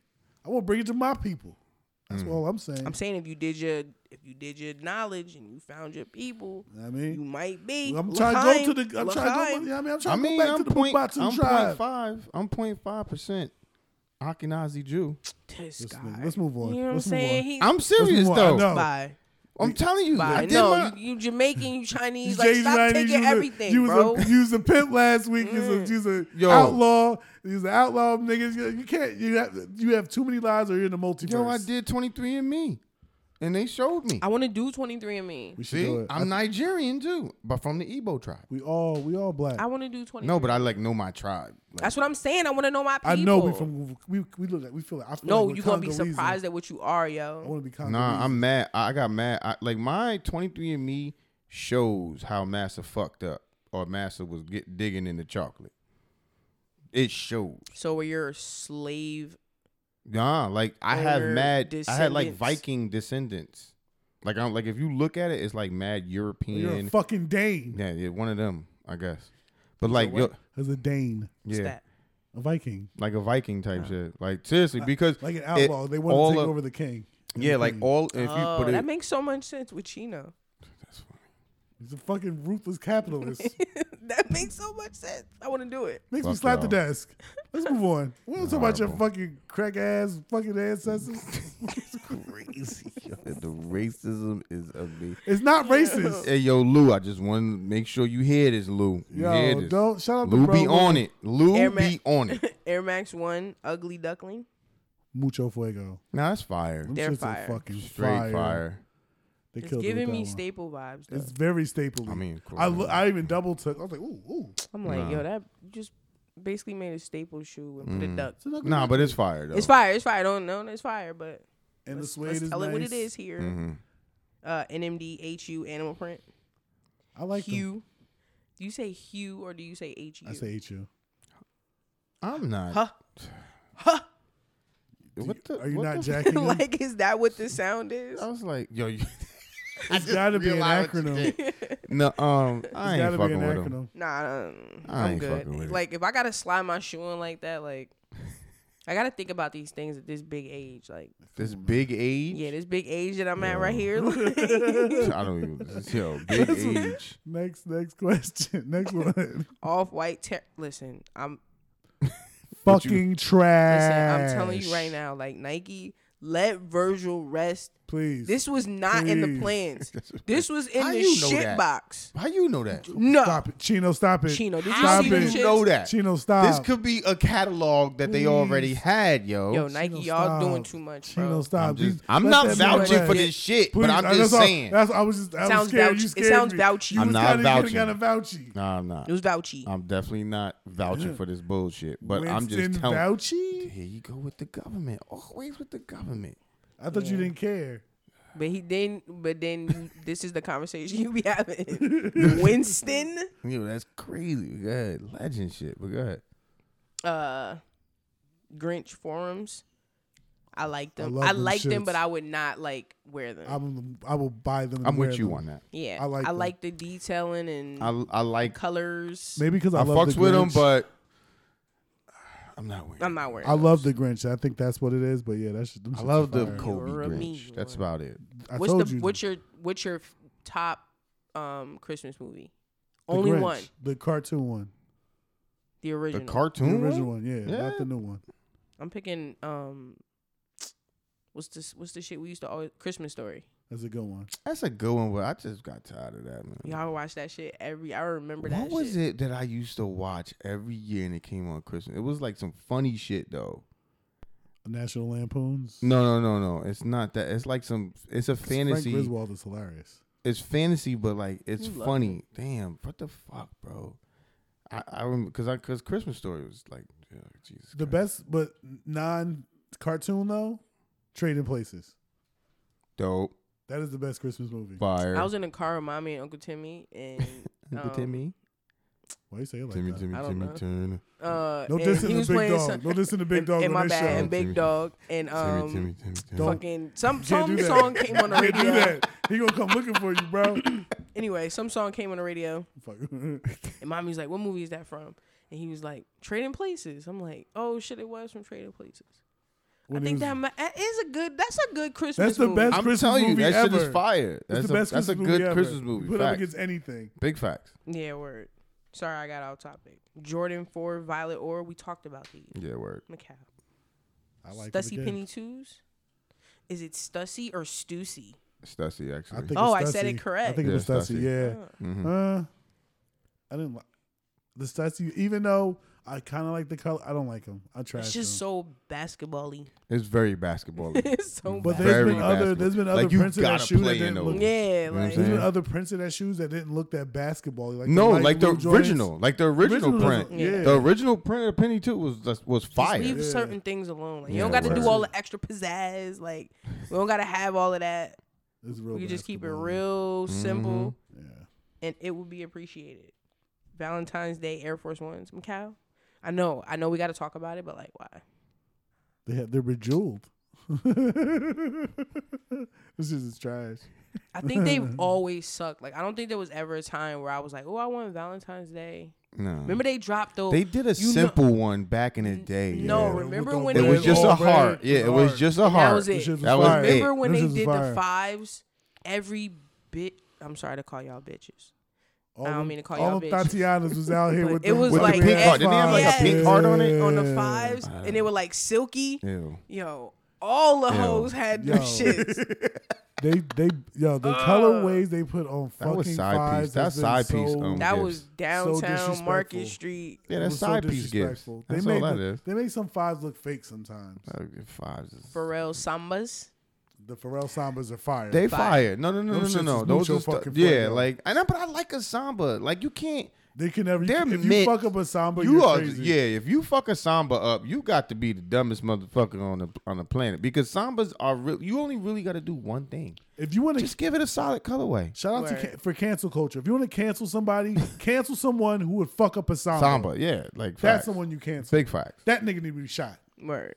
[SPEAKER 4] I want to bring it to my people. That's
[SPEAKER 2] Mm.
[SPEAKER 4] all I'm saying.
[SPEAKER 3] I'm saying if you did your if you did your knowledge and you found your people,
[SPEAKER 4] I mean,
[SPEAKER 3] you might be.
[SPEAKER 4] I'm trying to go to the. I'm trying to go. I mean, I'm
[SPEAKER 2] I
[SPEAKER 4] trying to
[SPEAKER 2] mean,
[SPEAKER 4] go back
[SPEAKER 2] I'm
[SPEAKER 4] to the
[SPEAKER 2] point,
[SPEAKER 4] Bukbatsu
[SPEAKER 2] I'm
[SPEAKER 4] tribe.
[SPEAKER 2] point five. I'm point five percent Ashkenazi Jew.
[SPEAKER 3] This
[SPEAKER 4] Let's
[SPEAKER 3] guy.
[SPEAKER 4] move- let's move on.
[SPEAKER 3] You know what I'm
[SPEAKER 4] Let's move
[SPEAKER 3] saying?
[SPEAKER 4] on.
[SPEAKER 3] He's
[SPEAKER 2] I'm serious
[SPEAKER 4] on. I
[SPEAKER 2] though.
[SPEAKER 4] know.
[SPEAKER 3] bi.
[SPEAKER 2] I'm telling you. I
[SPEAKER 3] Bi.
[SPEAKER 2] did
[SPEAKER 3] No,
[SPEAKER 2] my-
[SPEAKER 3] you, you Jamaican, you Chinese.
[SPEAKER 4] You
[SPEAKER 3] Like,
[SPEAKER 4] changed
[SPEAKER 3] stop
[SPEAKER 4] your mind,
[SPEAKER 3] taking
[SPEAKER 4] you was a-
[SPEAKER 3] everything,
[SPEAKER 4] you was
[SPEAKER 3] bro. Mm.
[SPEAKER 4] A, you was a pimp last week. You was a, you was a
[SPEAKER 2] Yo.
[SPEAKER 4] outlaw. You was an outlaw niggas. You, you can't. You have you have too many lives, or you're in the multiverse.
[SPEAKER 2] yo, I did 23 and me, and they showed me.
[SPEAKER 3] I want to do 23 and me.
[SPEAKER 4] We should do
[SPEAKER 2] See,
[SPEAKER 4] it. I-
[SPEAKER 2] I'm Nigerian too, but from the Igbo tribe.
[SPEAKER 4] we all we all black.
[SPEAKER 3] I want to do 23.
[SPEAKER 2] No, but I like know my tribe. Like,
[SPEAKER 3] That's what I'm saying. I want to know my people.
[SPEAKER 4] I know we from we we look like we feel like I feel
[SPEAKER 3] No,
[SPEAKER 4] like we're
[SPEAKER 3] you gonna be
[SPEAKER 4] Congolese.
[SPEAKER 3] surprised at what you are,
[SPEAKER 4] I
[SPEAKER 3] yo.
[SPEAKER 4] want to be Congolese.
[SPEAKER 2] Nah, I'm mad. I I got mad. I, like my 23andMe shows how Massa fucked up or Massa was get digging in the chocolate. It shows.
[SPEAKER 3] So where you're a slave.
[SPEAKER 2] Nah, like I have
[SPEAKER 3] Owner
[SPEAKER 2] mad. I had like
[SPEAKER 3] descendants.
[SPEAKER 2] Viking descendants. Like I'm like if you look at it, it's like mad
[SPEAKER 4] You're
[SPEAKER 2] European.
[SPEAKER 4] a fucking Dane.
[SPEAKER 2] yeah, yeah, one of them, I guess. But like yo,
[SPEAKER 4] As a Dane.
[SPEAKER 2] yeah,
[SPEAKER 3] Stat.
[SPEAKER 4] A Viking,
[SPEAKER 2] like a Viking type shit. Like seriously, because
[SPEAKER 4] Oh. Uh, like an
[SPEAKER 2] it-
[SPEAKER 4] outlaw. they
[SPEAKER 2] all
[SPEAKER 4] want to take
[SPEAKER 2] of-
[SPEAKER 4] over the king.
[SPEAKER 2] Yeah, like all if you
[SPEAKER 3] oh,
[SPEAKER 2] put it,
[SPEAKER 3] that makes so much sense with Chino.
[SPEAKER 4] He's a fucking ruthless capitalist.
[SPEAKER 3] that makes so much sense. I want to do it.
[SPEAKER 4] Makes me
[SPEAKER 2] Fuck
[SPEAKER 4] slap the
[SPEAKER 2] y'all.
[SPEAKER 4] desk. Let's move on. We don't talk about your
[SPEAKER 2] Horrible.
[SPEAKER 4] fucking crack ass fucking ancestors.
[SPEAKER 2] crazy. yo. the racism is amazing.
[SPEAKER 4] It's not racist.
[SPEAKER 2] Hey yo, Lou, I just want to make sure you hear this, Lou. You hear
[SPEAKER 4] Yo,
[SPEAKER 2] this.
[SPEAKER 4] don't shout out
[SPEAKER 2] Lou
[SPEAKER 4] to
[SPEAKER 2] be
[SPEAKER 4] bro.
[SPEAKER 2] on it. Lou
[SPEAKER 3] Air
[SPEAKER 2] be
[SPEAKER 3] Ma-
[SPEAKER 2] on it.
[SPEAKER 3] Air Max One, Ugly Duckling.
[SPEAKER 4] Mucho fuego.
[SPEAKER 2] Nah, that's fire.
[SPEAKER 4] Them
[SPEAKER 3] They're
[SPEAKER 4] shits are
[SPEAKER 3] fire.
[SPEAKER 4] fucking
[SPEAKER 2] Straight fire.
[SPEAKER 4] They
[SPEAKER 3] It's
[SPEAKER 4] killed it with
[SPEAKER 3] giving
[SPEAKER 4] that
[SPEAKER 3] me
[SPEAKER 4] one.
[SPEAKER 3] staple vibes. Though.
[SPEAKER 4] It's very staple.
[SPEAKER 2] I mean, of course.
[SPEAKER 4] I, lo- I even double took. I was like, ooh, ooh.
[SPEAKER 3] I'm like,
[SPEAKER 2] Nah. Mm.
[SPEAKER 3] yo, that you just basically made a staple shoe and put a duck.
[SPEAKER 4] It's another
[SPEAKER 2] nah,
[SPEAKER 4] one.
[SPEAKER 2] but it's fire though.
[SPEAKER 3] It's fire. It's fire. I don't know. It's fire, but
[SPEAKER 4] and the
[SPEAKER 3] let's,
[SPEAKER 4] suede
[SPEAKER 3] let's
[SPEAKER 4] is
[SPEAKER 3] tell
[SPEAKER 4] nice.
[SPEAKER 3] it what it is here.
[SPEAKER 2] Mhm.
[SPEAKER 3] Uh, NMD HU animal print.
[SPEAKER 4] I like
[SPEAKER 3] hue.
[SPEAKER 4] you.
[SPEAKER 3] Do you say hue or do you say HU?
[SPEAKER 4] I say hate you.
[SPEAKER 2] I'm not.
[SPEAKER 3] huh. Huh.
[SPEAKER 2] What the?
[SPEAKER 4] Are you
[SPEAKER 2] what
[SPEAKER 4] not
[SPEAKER 2] the
[SPEAKER 4] jacking? them?
[SPEAKER 3] like, is that what the sound is?
[SPEAKER 2] f-
[SPEAKER 4] Oh.
[SPEAKER 2] I was like, yo, you,
[SPEAKER 4] It's gotta be an
[SPEAKER 2] realized what you
[SPEAKER 4] acronym.
[SPEAKER 2] did. no, um,
[SPEAKER 4] It's
[SPEAKER 2] I ain't
[SPEAKER 4] gotta be
[SPEAKER 2] fucking
[SPEAKER 4] an
[SPEAKER 2] with him.
[SPEAKER 4] acronym.
[SPEAKER 3] Nah, I
[SPEAKER 2] I
[SPEAKER 3] am
[SPEAKER 2] ain't
[SPEAKER 3] good.
[SPEAKER 2] fucking with it.
[SPEAKER 3] Like if I gotta slide my shoe in like that, like I gotta think about these things at this big age. Like
[SPEAKER 2] This big age.
[SPEAKER 3] yeah, this big age that I'm at right here.
[SPEAKER 2] I don't even. Yo, big age.
[SPEAKER 4] Next, next question. Next one.
[SPEAKER 3] off white. Ter- listen, I'm
[SPEAKER 2] But you-
[SPEAKER 4] fucking trash.
[SPEAKER 3] listen. I'm telling you right now. Like Nike, let Virgil rest.
[SPEAKER 4] Please.
[SPEAKER 3] This was not in the
[SPEAKER 4] Please.
[SPEAKER 3] plans. This was in
[SPEAKER 2] How
[SPEAKER 3] the
[SPEAKER 2] you know
[SPEAKER 3] shit
[SPEAKER 2] that?
[SPEAKER 3] box.
[SPEAKER 2] How you know that?
[SPEAKER 3] No,
[SPEAKER 4] Stop it. Chino, stop it.
[SPEAKER 3] Chino, did you
[SPEAKER 2] How
[SPEAKER 4] Stop
[SPEAKER 3] see
[SPEAKER 2] do
[SPEAKER 3] them
[SPEAKER 4] it.
[SPEAKER 2] you
[SPEAKER 3] shits?
[SPEAKER 2] know that?
[SPEAKER 4] Chino, stop.
[SPEAKER 2] This could be a catalog that they already
[SPEAKER 4] Please.
[SPEAKER 2] had, yo.
[SPEAKER 3] Yo, Nike,
[SPEAKER 4] Chino,
[SPEAKER 3] y'all
[SPEAKER 4] stop.
[SPEAKER 3] doing too much, bro.
[SPEAKER 4] Chino, stop.
[SPEAKER 2] I'm, just,
[SPEAKER 4] These-
[SPEAKER 2] I'm
[SPEAKER 4] let
[SPEAKER 2] not
[SPEAKER 4] that man
[SPEAKER 2] vouching
[SPEAKER 4] rest.
[SPEAKER 2] for this shit,
[SPEAKER 4] Please,
[SPEAKER 2] but I'm
[SPEAKER 4] I-
[SPEAKER 2] just
[SPEAKER 4] that's all-
[SPEAKER 2] saying.
[SPEAKER 4] that's I was just. I
[SPEAKER 3] Sounds
[SPEAKER 4] was scared.
[SPEAKER 3] vouch-
[SPEAKER 4] You
[SPEAKER 3] it
[SPEAKER 4] scared
[SPEAKER 3] sounds
[SPEAKER 4] me.
[SPEAKER 3] vouchy.
[SPEAKER 4] You
[SPEAKER 2] I'm
[SPEAKER 4] was
[SPEAKER 2] not
[SPEAKER 4] kinda-
[SPEAKER 2] vouching.
[SPEAKER 4] You kind of vouchy.
[SPEAKER 2] no, I'm not.
[SPEAKER 3] It was Vouchy.
[SPEAKER 2] I'm definitely not vouching for this bullshit, but I'm just
[SPEAKER 4] Winston
[SPEAKER 2] telling.
[SPEAKER 4] Vouchy.
[SPEAKER 2] Here you go with the government. Always with the government.
[SPEAKER 4] I thought you didn't care.
[SPEAKER 3] But he then, but then this is the conversation you be having. Winston,
[SPEAKER 2] Yo, that's crazy. Go ahead. Legend shit, but go ahead.
[SPEAKER 3] uh, Grinch forums. I like them.
[SPEAKER 4] love
[SPEAKER 3] I,
[SPEAKER 4] them
[SPEAKER 3] like them,
[SPEAKER 4] shits.
[SPEAKER 3] but I would not like wear them.
[SPEAKER 4] I'm. I will buy them. and
[SPEAKER 2] I'm
[SPEAKER 4] wear
[SPEAKER 2] with you
[SPEAKER 4] them.
[SPEAKER 2] on that.
[SPEAKER 3] yeah,
[SPEAKER 4] I
[SPEAKER 3] I
[SPEAKER 4] like
[SPEAKER 3] like.
[SPEAKER 4] them.
[SPEAKER 3] the detailing and
[SPEAKER 2] I, I like.
[SPEAKER 3] colors.
[SPEAKER 4] Maybe because I,
[SPEAKER 2] I,
[SPEAKER 4] love
[SPEAKER 2] fucks
[SPEAKER 4] the
[SPEAKER 2] with them,
[SPEAKER 4] Grinch.
[SPEAKER 2] but I'm not wearing.
[SPEAKER 3] I'm not wearing.
[SPEAKER 4] I love the Grinch. I think that's what it is. But yeah, that's them
[SPEAKER 2] I
[SPEAKER 4] shits
[SPEAKER 2] love
[SPEAKER 4] are
[SPEAKER 2] the
[SPEAKER 4] fire.
[SPEAKER 2] Kobe
[SPEAKER 3] You're a mean
[SPEAKER 2] Grinch. That's
[SPEAKER 3] one.
[SPEAKER 2] about it.
[SPEAKER 4] I
[SPEAKER 3] what's
[SPEAKER 4] told
[SPEAKER 3] the
[SPEAKER 4] you.
[SPEAKER 3] what's your what's your f- top um Christmas movie?
[SPEAKER 4] the
[SPEAKER 3] Only
[SPEAKER 4] Grinch,
[SPEAKER 3] one,
[SPEAKER 4] The cartoon one.
[SPEAKER 3] the
[SPEAKER 2] The
[SPEAKER 3] original.
[SPEAKER 4] The
[SPEAKER 2] cartoon.
[SPEAKER 4] original one. Yeah, not
[SPEAKER 2] Yeah.
[SPEAKER 4] the new one.
[SPEAKER 3] I'm picking um. What's this? What's the shit we used to always Christmas story?
[SPEAKER 4] That's a good one.
[SPEAKER 2] That's a good one, but I just got tired of that, man.
[SPEAKER 3] Y'all watch that shit every. I remember that.
[SPEAKER 2] What was
[SPEAKER 3] shit.
[SPEAKER 2] it that I used to watch every year and it came on Christmas? It was like some funny shit though.
[SPEAKER 4] National Lampoons.
[SPEAKER 2] No, no, no, no. It's not that. It's like some. It's a
[SPEAKER 4] Frank
[SPEAKER 2] fantasy.
[SPEAKER 4] Griswold is hilarious.
[SPEAKER 2] It's fantasy, but like it's
[SPEAKER 3] You love
[SPEAKER 2] funny. Damn, what the fuck, bro? I I remember because I because Christmas story was like yeah, Jesus.
[SPEAKER 4] The
[SPEAKER 2] Christ.
[SPEAKER 4] best, but non cartoon though, Trading Places.
[SPEAKER 2] dope
[SPEAKER 4] That is the best Christmas movie.
[SPEAKER 2] fire.
[SPEAKER 3] I was in a car with mommy and Uncle Timmy and
[SPEAKER 2] Uncle
[SPEAKER 3] um,
[SPEAKER 2] Timmy,
[SPEAKER 4] Why you say it like
[SPEAKER 2] Timmy,
[SPEAKER 4] that?
[SPEAKER 2] Timmy,
[SPEAKER 3] I don't
[SPEAKER 2] Timmy
[SPEAKER 3] know.
[SPEAKER 2] Turner,
[SPEAKER 3] Uh,
[SPEAKER 4] No
[SPEAKER 3] and
[SPEAKER 4] dissing
[SPEAKER 3] he
[SPEAKER 4] the
[SPEAKER 3] was
[SPEAKER 4] big
[SPEAKER 3] playing
[SPEAKER 4] dog.
[SPEAKER 3] some-
[SPEAKER 4] no dissing the big
[SPEAKER 3] and,
[SPEAKER 4] dog
[SPEAKER 3] and
[SPEAKER 4] on
[SPEAKER 3] my
[SPEAKER 4] this
[SPEAKER 3] bad,
[SPEAKER 4] show.
[SPEAKER 3] and Big
[SPEAKER 2] Timmy.
[SPEAKER 3] Dog and um
[SPEAKER 2] Timmy, Timmy, Timmy, Timmy.
[SPEAKER 4] Don't-
[SPEAKER 3] fucking some
[SPEAKER 4] Can't do
[SPEAKER 3] some
[SPEAKER 4] that.
[SPEAKER 3] song came on the
[SPEAKER 4] Can't do
[SPEAKER 3] radio.
[SPEAKER 4] that. He gonna come looking for you, bro.
[SPEAKER 3] Anyway, some song came on the radio
[SPEAKER 4] Fuck.
[SPEAKER 3] and mommy was like, "What movie is that from?" And he was like, "Trading Places." I'm like, "Oh shit, it was from Trading Places."
[SPEAKER 4] When
[SPEAKER 3] I
[SPEAKER 4] he
[SPEAKER 3] think
[SPEAKER 4] was-
[SPEAKER 3] that mi- that is a good. That's a good Christmas.
[SPEAKER 4] the
[SPEAKER 3] movie.
[SPEAKER 4] best-
[SPEAKER 2] I'm
[SPEAKER 4] Christmas
[SPEAKER 2] telling you,
[SPEAKER 4] movie
[SPEAKER 2] that shit
[SPEAKER 4] ever.
[SPEAKER 2] is fire.
[SPEAKER 4] it's
[SPEAKER 2] That's
[SPEAKER 4] the
[SPEAKER 2] a,
[SPEAKER 4] best
[SPEAKER 2] that's a
[SPEAKER 4] Christmas
[SPEAKER 2] good
[SPEAKER 4] movie ever.
[SPEAKER 2] Christmas
[SPEAKER 4] You
[SPEAKER 2] movie.
[SPEAKER 4] Put up
[SPEAKER 2] Facts.
[SPEAKER 4] against anything.
[SPEAKER 2] Big facts.
[SPEAKER 3] Yeah, word. Sorry, I got off topic. Jordan Four, Violet Orr. We talked about these.
[SPEAKER 2] Yeah, word.
[SPEAKER 3] Macau.
[SPEAKER 4] I like it
[SPEAKER 3] Stussy
[SPEAKER 4] again.
[SPEAKER 3] Penny Twos. Is it Stussy or Stussy?
[SPEAKER 2] Stussy actually.
[SPEAKER 4] I think
[SPEAKER 3] Oh,
[SPEAKER 4] it's
[SPEAKER 3] I said it
[SPEAKER 4] Stussy. I
[SPEAKER 3] correct. Mm.
[SPEAKER 4] think it
[SPEAKER 2] Yeah,
[SPEAKER 4] was Stussy.
[SPEAKER 2] Stussy.
[SPEAKER 4] Yeah.
[SPEAKER 2] Mhm.
[SPEAKER 4] Uh, I didn't like the Stussy. Even though I kind of like the color, I don't like him. I trash
[SPEAKER 3] It's just so basketball-y.
[SPEAKER 2] It's very basketball.
[SPEAKER 3] it's so
[SPEAKER 4] But
[SPEAKER 3] bad.
[SPEAKER 4] there's
[SPEAKER 2] Very
[SPEAKER 4] been other. There's been
[SPEAKER 2] basketball.
[SPEAKER 4] other
[SPEAKER 2] Like, you
[SPEAKER 4] prints in that
[SPEAKER 2] gotta
[SPEAKER 4] shoe that
[SPEAKER 2] play in
[SPEAKER 4] didn't
[SPEAKER 2] those.
[SPEAKER 4] look.
[SPEAKER 3] Yeah,
[SPEAKER 2] know what I'm
[SPEAKER 3] like
[SPEAKER 4] There's been
[SPEAKER 2] saying?
[SPEAKER 4] other prints in that shoes that didn't look that basketball. Like
[SPEAKER 2] no,
[SPEAKER 4] Nike
[SPEAKER 2] like the
[SPEAKER 4] Blue Jordans.
[SPEAKER 2] original, like the original,
[SPEAKER 4] Original
[SPEAKER 2] print.
[SPEAKER 4] doesn't- yeah.
[SPEAKER 2] The original print of Penny Two was just- was
[SPEAKER 3] just
[SPEAKER 2] fire.
[SPEAKER 3] leave
[SPEAKER 4] Yeah.
[SPEAKER 3] certain things alone. Like you
[SPEAKER 2] Yeah,
[SPEAKER 3] don't got to do
[SPEAKER 2] word.
[SPEAKER 3] all the extra pizzazz. Like we don't got to have all of that.
[SPEAKER 4] It's real
[SPEAKER 3] We can just keep it
[SPEAKER 4] basketball.
[SPEAKER 3] real simple,
[SPEAKER 4] Yeah.
[SPEAKER 3] and it will be appreciated. Valentine's Day Air Force Ones, Macau. I know, I know, we got to talk about it, but like, why?
[SPEAKER 4] They have, they're bejeweled. this is trash.
[SPEAKER 3] I think they've always sucked. Like I don't think there was ever a time where I was like, "Oh, I want Valentine's Day
[SPEAKER 2] No.
[SPEAKER 3] Remember they dropped those.
[SPEAKER 2] they did a
[SPEAKER 3] you know-
[SPEAKER 2] simple one back in the day.
[SPEAKER 3] no,
[SPEAKER 2] yeah.
[SPEAKER 3] remember
[SPEAKER 4] With
[SPEAKER 3] when
[SPEAKER 4] the-
[SPEAKER 2] it
[SPEAKER 3] they
[SPEAKER 2] was just
[SPEAKER 3] did-
[SPEAKER 2] a
[SPEAKER 4] All
[SPEAKER 2] heart.
[SPEAKER 4] red,
[SPEAKER 2] Yeah, it
[SPEAKER 4] all
[SPEAKER 2] was
[SPEAKER 4] red.
[SPEAKER 2] just a heart.
[SPEAKER 3] That was it.
[SPEAKER 4] shit was
[SPEAKER 2] That was
[SPEAKER 4] fire.
[SPEAKER 2] it.
[SPEAKER 3] Remember when
[SPEAKER 4] This
[SPEAKER 3] they
[SPEAKER 4] is
[SPEAKER 3] did
[SPEAKER 4] fire.
[SPEAKER 3] the fives? Every bit. I'm sorry to call y'all bitches.
[SPEAKER 4] All
[SPEAKER 3] I don't
[SPEAKER 4] them-
[SPEAKER 3] mean to call
[SPEAKER 4] All
[SPEAKER 3] y'all
[SPEAKER 4] them
[SPEAKER 3] bitch.
[SPEAKER 4] Tatianas was out here
[SPEAKER 3] But
[SPEAKER 4] with
[SPEAKER 3] it
[SPEAKER 4] the,
[SPEAKER 3] was
[SPEAKER 4] with
[SPEAKER 3] like
[SPEAKER 4] the pink
[SPEAKER 3] every-
[SPEAKER 4] heart.
[SPEAKER 3] Didn't they have, like, a pink
[SPEAKER 2] heart on it?
[SPEAKER 3] On the fives, and they were like silky.
[SPEAKER 2] Ew.
[SPEAKER 3] Yo, all the
[SPEAKER 2] Ew.
[SPEAKER 3] hoes had them
[SPEAKER 4] Yo.
[SPEAKER 3] shits.
[SPEAKER 4] They they yo the
[SPEAKER 3] Uh.
[SPEAKER 4] colorways they put on
[SPEAKER 2] That was
[SPEAKER 4] fucking
[SPEAKER 2] side piece.
[SPEAKER 4] fives.
[SPEAKER 2] That
[SPEAKER 4] has been
[SPEAKER 2] side
[SPEAKER 4] so,
[SPEAKER 2] piece, um,
[SPEAKER 3] That
[SPEAKER 2] Yes.
[SPEAKER 3] was
[SPEAKER 2] So
[SPEAKER 3] downtown
[SPEAKER 4] disrespectful.
[SPEAKER 3] Market Street.
[SPEAKER 2] Yeah,
[SPEAKER 4] it
[SPEAKER 2] that's
[SPEAKER 4] was so
[SPEAKER 2] side piece gifts.
[SPEAKER 4] disrespectful.
[SPEAKER 2] That's
[SPEAKER 4] they
[SPEAKER 2] all
[SPEAKER 4] make
[SPEAKER 2] that
[SPEAKER 4] the-
[SPEAKER 2] is.
[SPEAKER 4] They make some fives look fake sometimes.
[SPEAKER 2] Uh, Fives is-
[SPEAKER 3] Pharrell Sambas.
[SPEAKER 4] The Pharrell Sambas are fire.
[SPEAKER 2] They
[SPEAKER 3] Fire.
[SPEAKER 2] fired. No, no, no, no,
[SPEAKER 4] Those
[SPEAKER 2] no,
[SPEAKER 4] shits
[SPEAKER 2] no.
[SPEAKER 4] is
[SPEAKER 2] Those
[SPEAKER 4] mucho
[SPEAKER 2] are stu-
[SPEAKER 4] fucking
[SPEAKER 2] yeah,
[SPEAKER 4] fun, yo.
[SPEAKER 2] like and I, but I like a samba. Like you can't.
[SPEAKER 4] they can never.
[SPEAKER 2] They're
[SPEAKER 4] if
[SPEAKER 2] mid-
[SPEAKER 4] you fuck up a samba,
[SPEAKER 2] You
[SPEAKER 4] are
[SPEAKER 2] are yeah. If you fuck a samba up, you got to be the dumbest motherfucker on the on the planet because sambas are real. You only really got to do one thing.
[SPEAKER 4] If you want to
[SPEAKER 2] Just give it a solid colorway.
[SPEAKER 4] shout out to
[SPEAKER 3] Word.
[SPEAKER 4] ca- for cancel culture. If you want to cancel somebody, cancel someone who would fuck up a samba.
[SPEAKER 2] Samba, yeah, like
[SPEAKER 4] That's
[SPEAKER 2] facts.
[SPEAKER 4] the one you cancel.
[SPEAKER 2] Big facts.
[SPEAKER 4] That nigga need to be shot.
[SPEAKER 3] Word.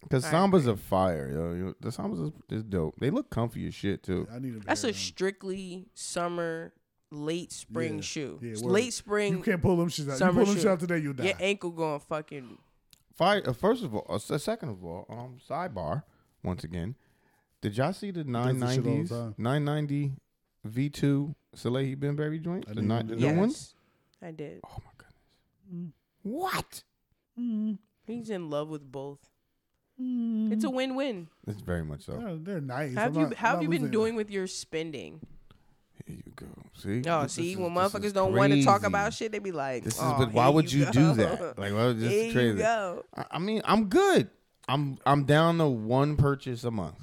[SPEAKER 2] Because sambas are fire, yo. You- The sambas is, is dope. They look comfy as shit too.
[SPEAKER 4] I need a.
[SPEAKER 3] That's
[SPEAKER 4] bear
[SPEAKER 3] a strictly summer, late spring
[SPEAKER 4] Yeah.
[SPEAKER 3] shoe.
[SPEAKER 4] Yeah,
[SPEAKER 3] It's
[SPEAKER 4] word.
[SPEAKER 3] late
[SPEAKER 4] hug. You
[SPEAKER 3] spring,
[SPEAKER 4] can't pull them shit out. You
[SPEAKER 3] summer
[SPEAKER 4] pull them shit
[SPEAKER 3] shoe.
[SPEAKER 4] out today, you die.
[SPEAKER 3] your ankle going fucking.
[SPEAKER 2] Fire. Uh, first of all, uh, se- second of all, um, sidebar. Once again, did y'all see the nine
[SPEAKER 4] this shit all the
[SPEAKER 2] nineties,
[SPEAKER 4] time.
[SPEAKER 2] nine ninety V two Salehi Benberry joint? The,
[SPEAKER 4] didn't
[SPEAKER 2] ni-
[SPEAKER 4] even
[SPEAKER 2] the
[SPEAKER 4] know
[SPEAKER 2] new
[SPEAKER 3] yes,
[SPEAKER 2] one.
[SPEAKER 3] I did.
[SPEAKER 2] Oh my goodness!
[SPEAKER 4] Mm.
[SPEAKER 2] What?
[SPEAKER 3] He's in love with both. It's a win-win.
[SPEAKER 2] It's very much so.
[SPEAKER 4] Yeah, they're nice.
[SPEAKER 3] How have
[SPEAKER 4] I'm
[SPEAKER 3] you
[SPEAKER 4] not-
[SPEAKER 3] how
[SPEAKER 4] I'm
[SPEAKER 3] have
[SPEAKER 4] not
[SPEAKER 3] you been
[SPEAKER 4] losing.
[SPEAKER 3] doing with your spending?
[SPEAKER 2] Here you go. See?
[SPEAKER 3] Oh,
[SPEAKER 2] This
[SPEAKER 3] see,
[SPEAKER 2] is-
[SPEAKER 3] when
[SPEAKER 2] this is
[SPEAKER 3] motherfuckers don't want to talk
[SPEAKER 2] crazy.
[SPEAKER 3] about shit, they be like,
[SPEAKER 2] This is,
[SPEAKER 3] "Aw,
[SPEAKER 2] but why
[SPEAKER 3] here
[SPEAKER 2] would you,
[SPEAKER 3] go."
[SPEAKER 2] do that? Like, well, this
[SPEAKER 3] Here
[SPEAKER 2] is
[SPEAKER 3] you
[SPEAKER 2] crazy.
[SPEAKER 3] go.
[SPEAKER 2] I, I mean, I'm good. I'm I'm down to one purchase a month.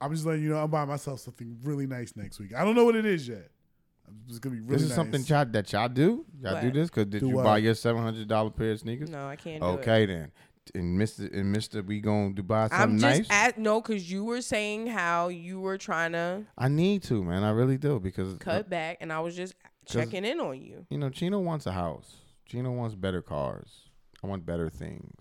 [SPEAKER 4] I'm just letting you know I'm buying myself something really nice next week. I don't know what it is yet. It's gonna be really
[SPEAKER 2] This is
[SPEAKER 4] nice.
[SPEAKER 2] something y'all, that y'all do. Y'all do
[SPEAKER 3] What?
[SPEAKER 2] this because did
[SPEAKER 4] Do
[SPEAKER 2] you
[SPEAKER 4] what?
[SPEAKER 2] buy your seven hundred dollar pair of sneakers?
[SPEAKER 3] No, I can't. do it.
[SPEAKER 2] Okay then. And Mister and Mister, we gonna do buy something
[SPEAKER 3] I'm just
[SPEAKER 2] nice.
[SPEAKER 3] at no, because you were saying how you were trying to
[SPEAKER 2] I need to, man. I really do because uh,
[SPEAKER 3] cut back, and I was just checking in on you.
[SPEAKER 2] you know Chino wants a house. Chino wants better cars. I want better things.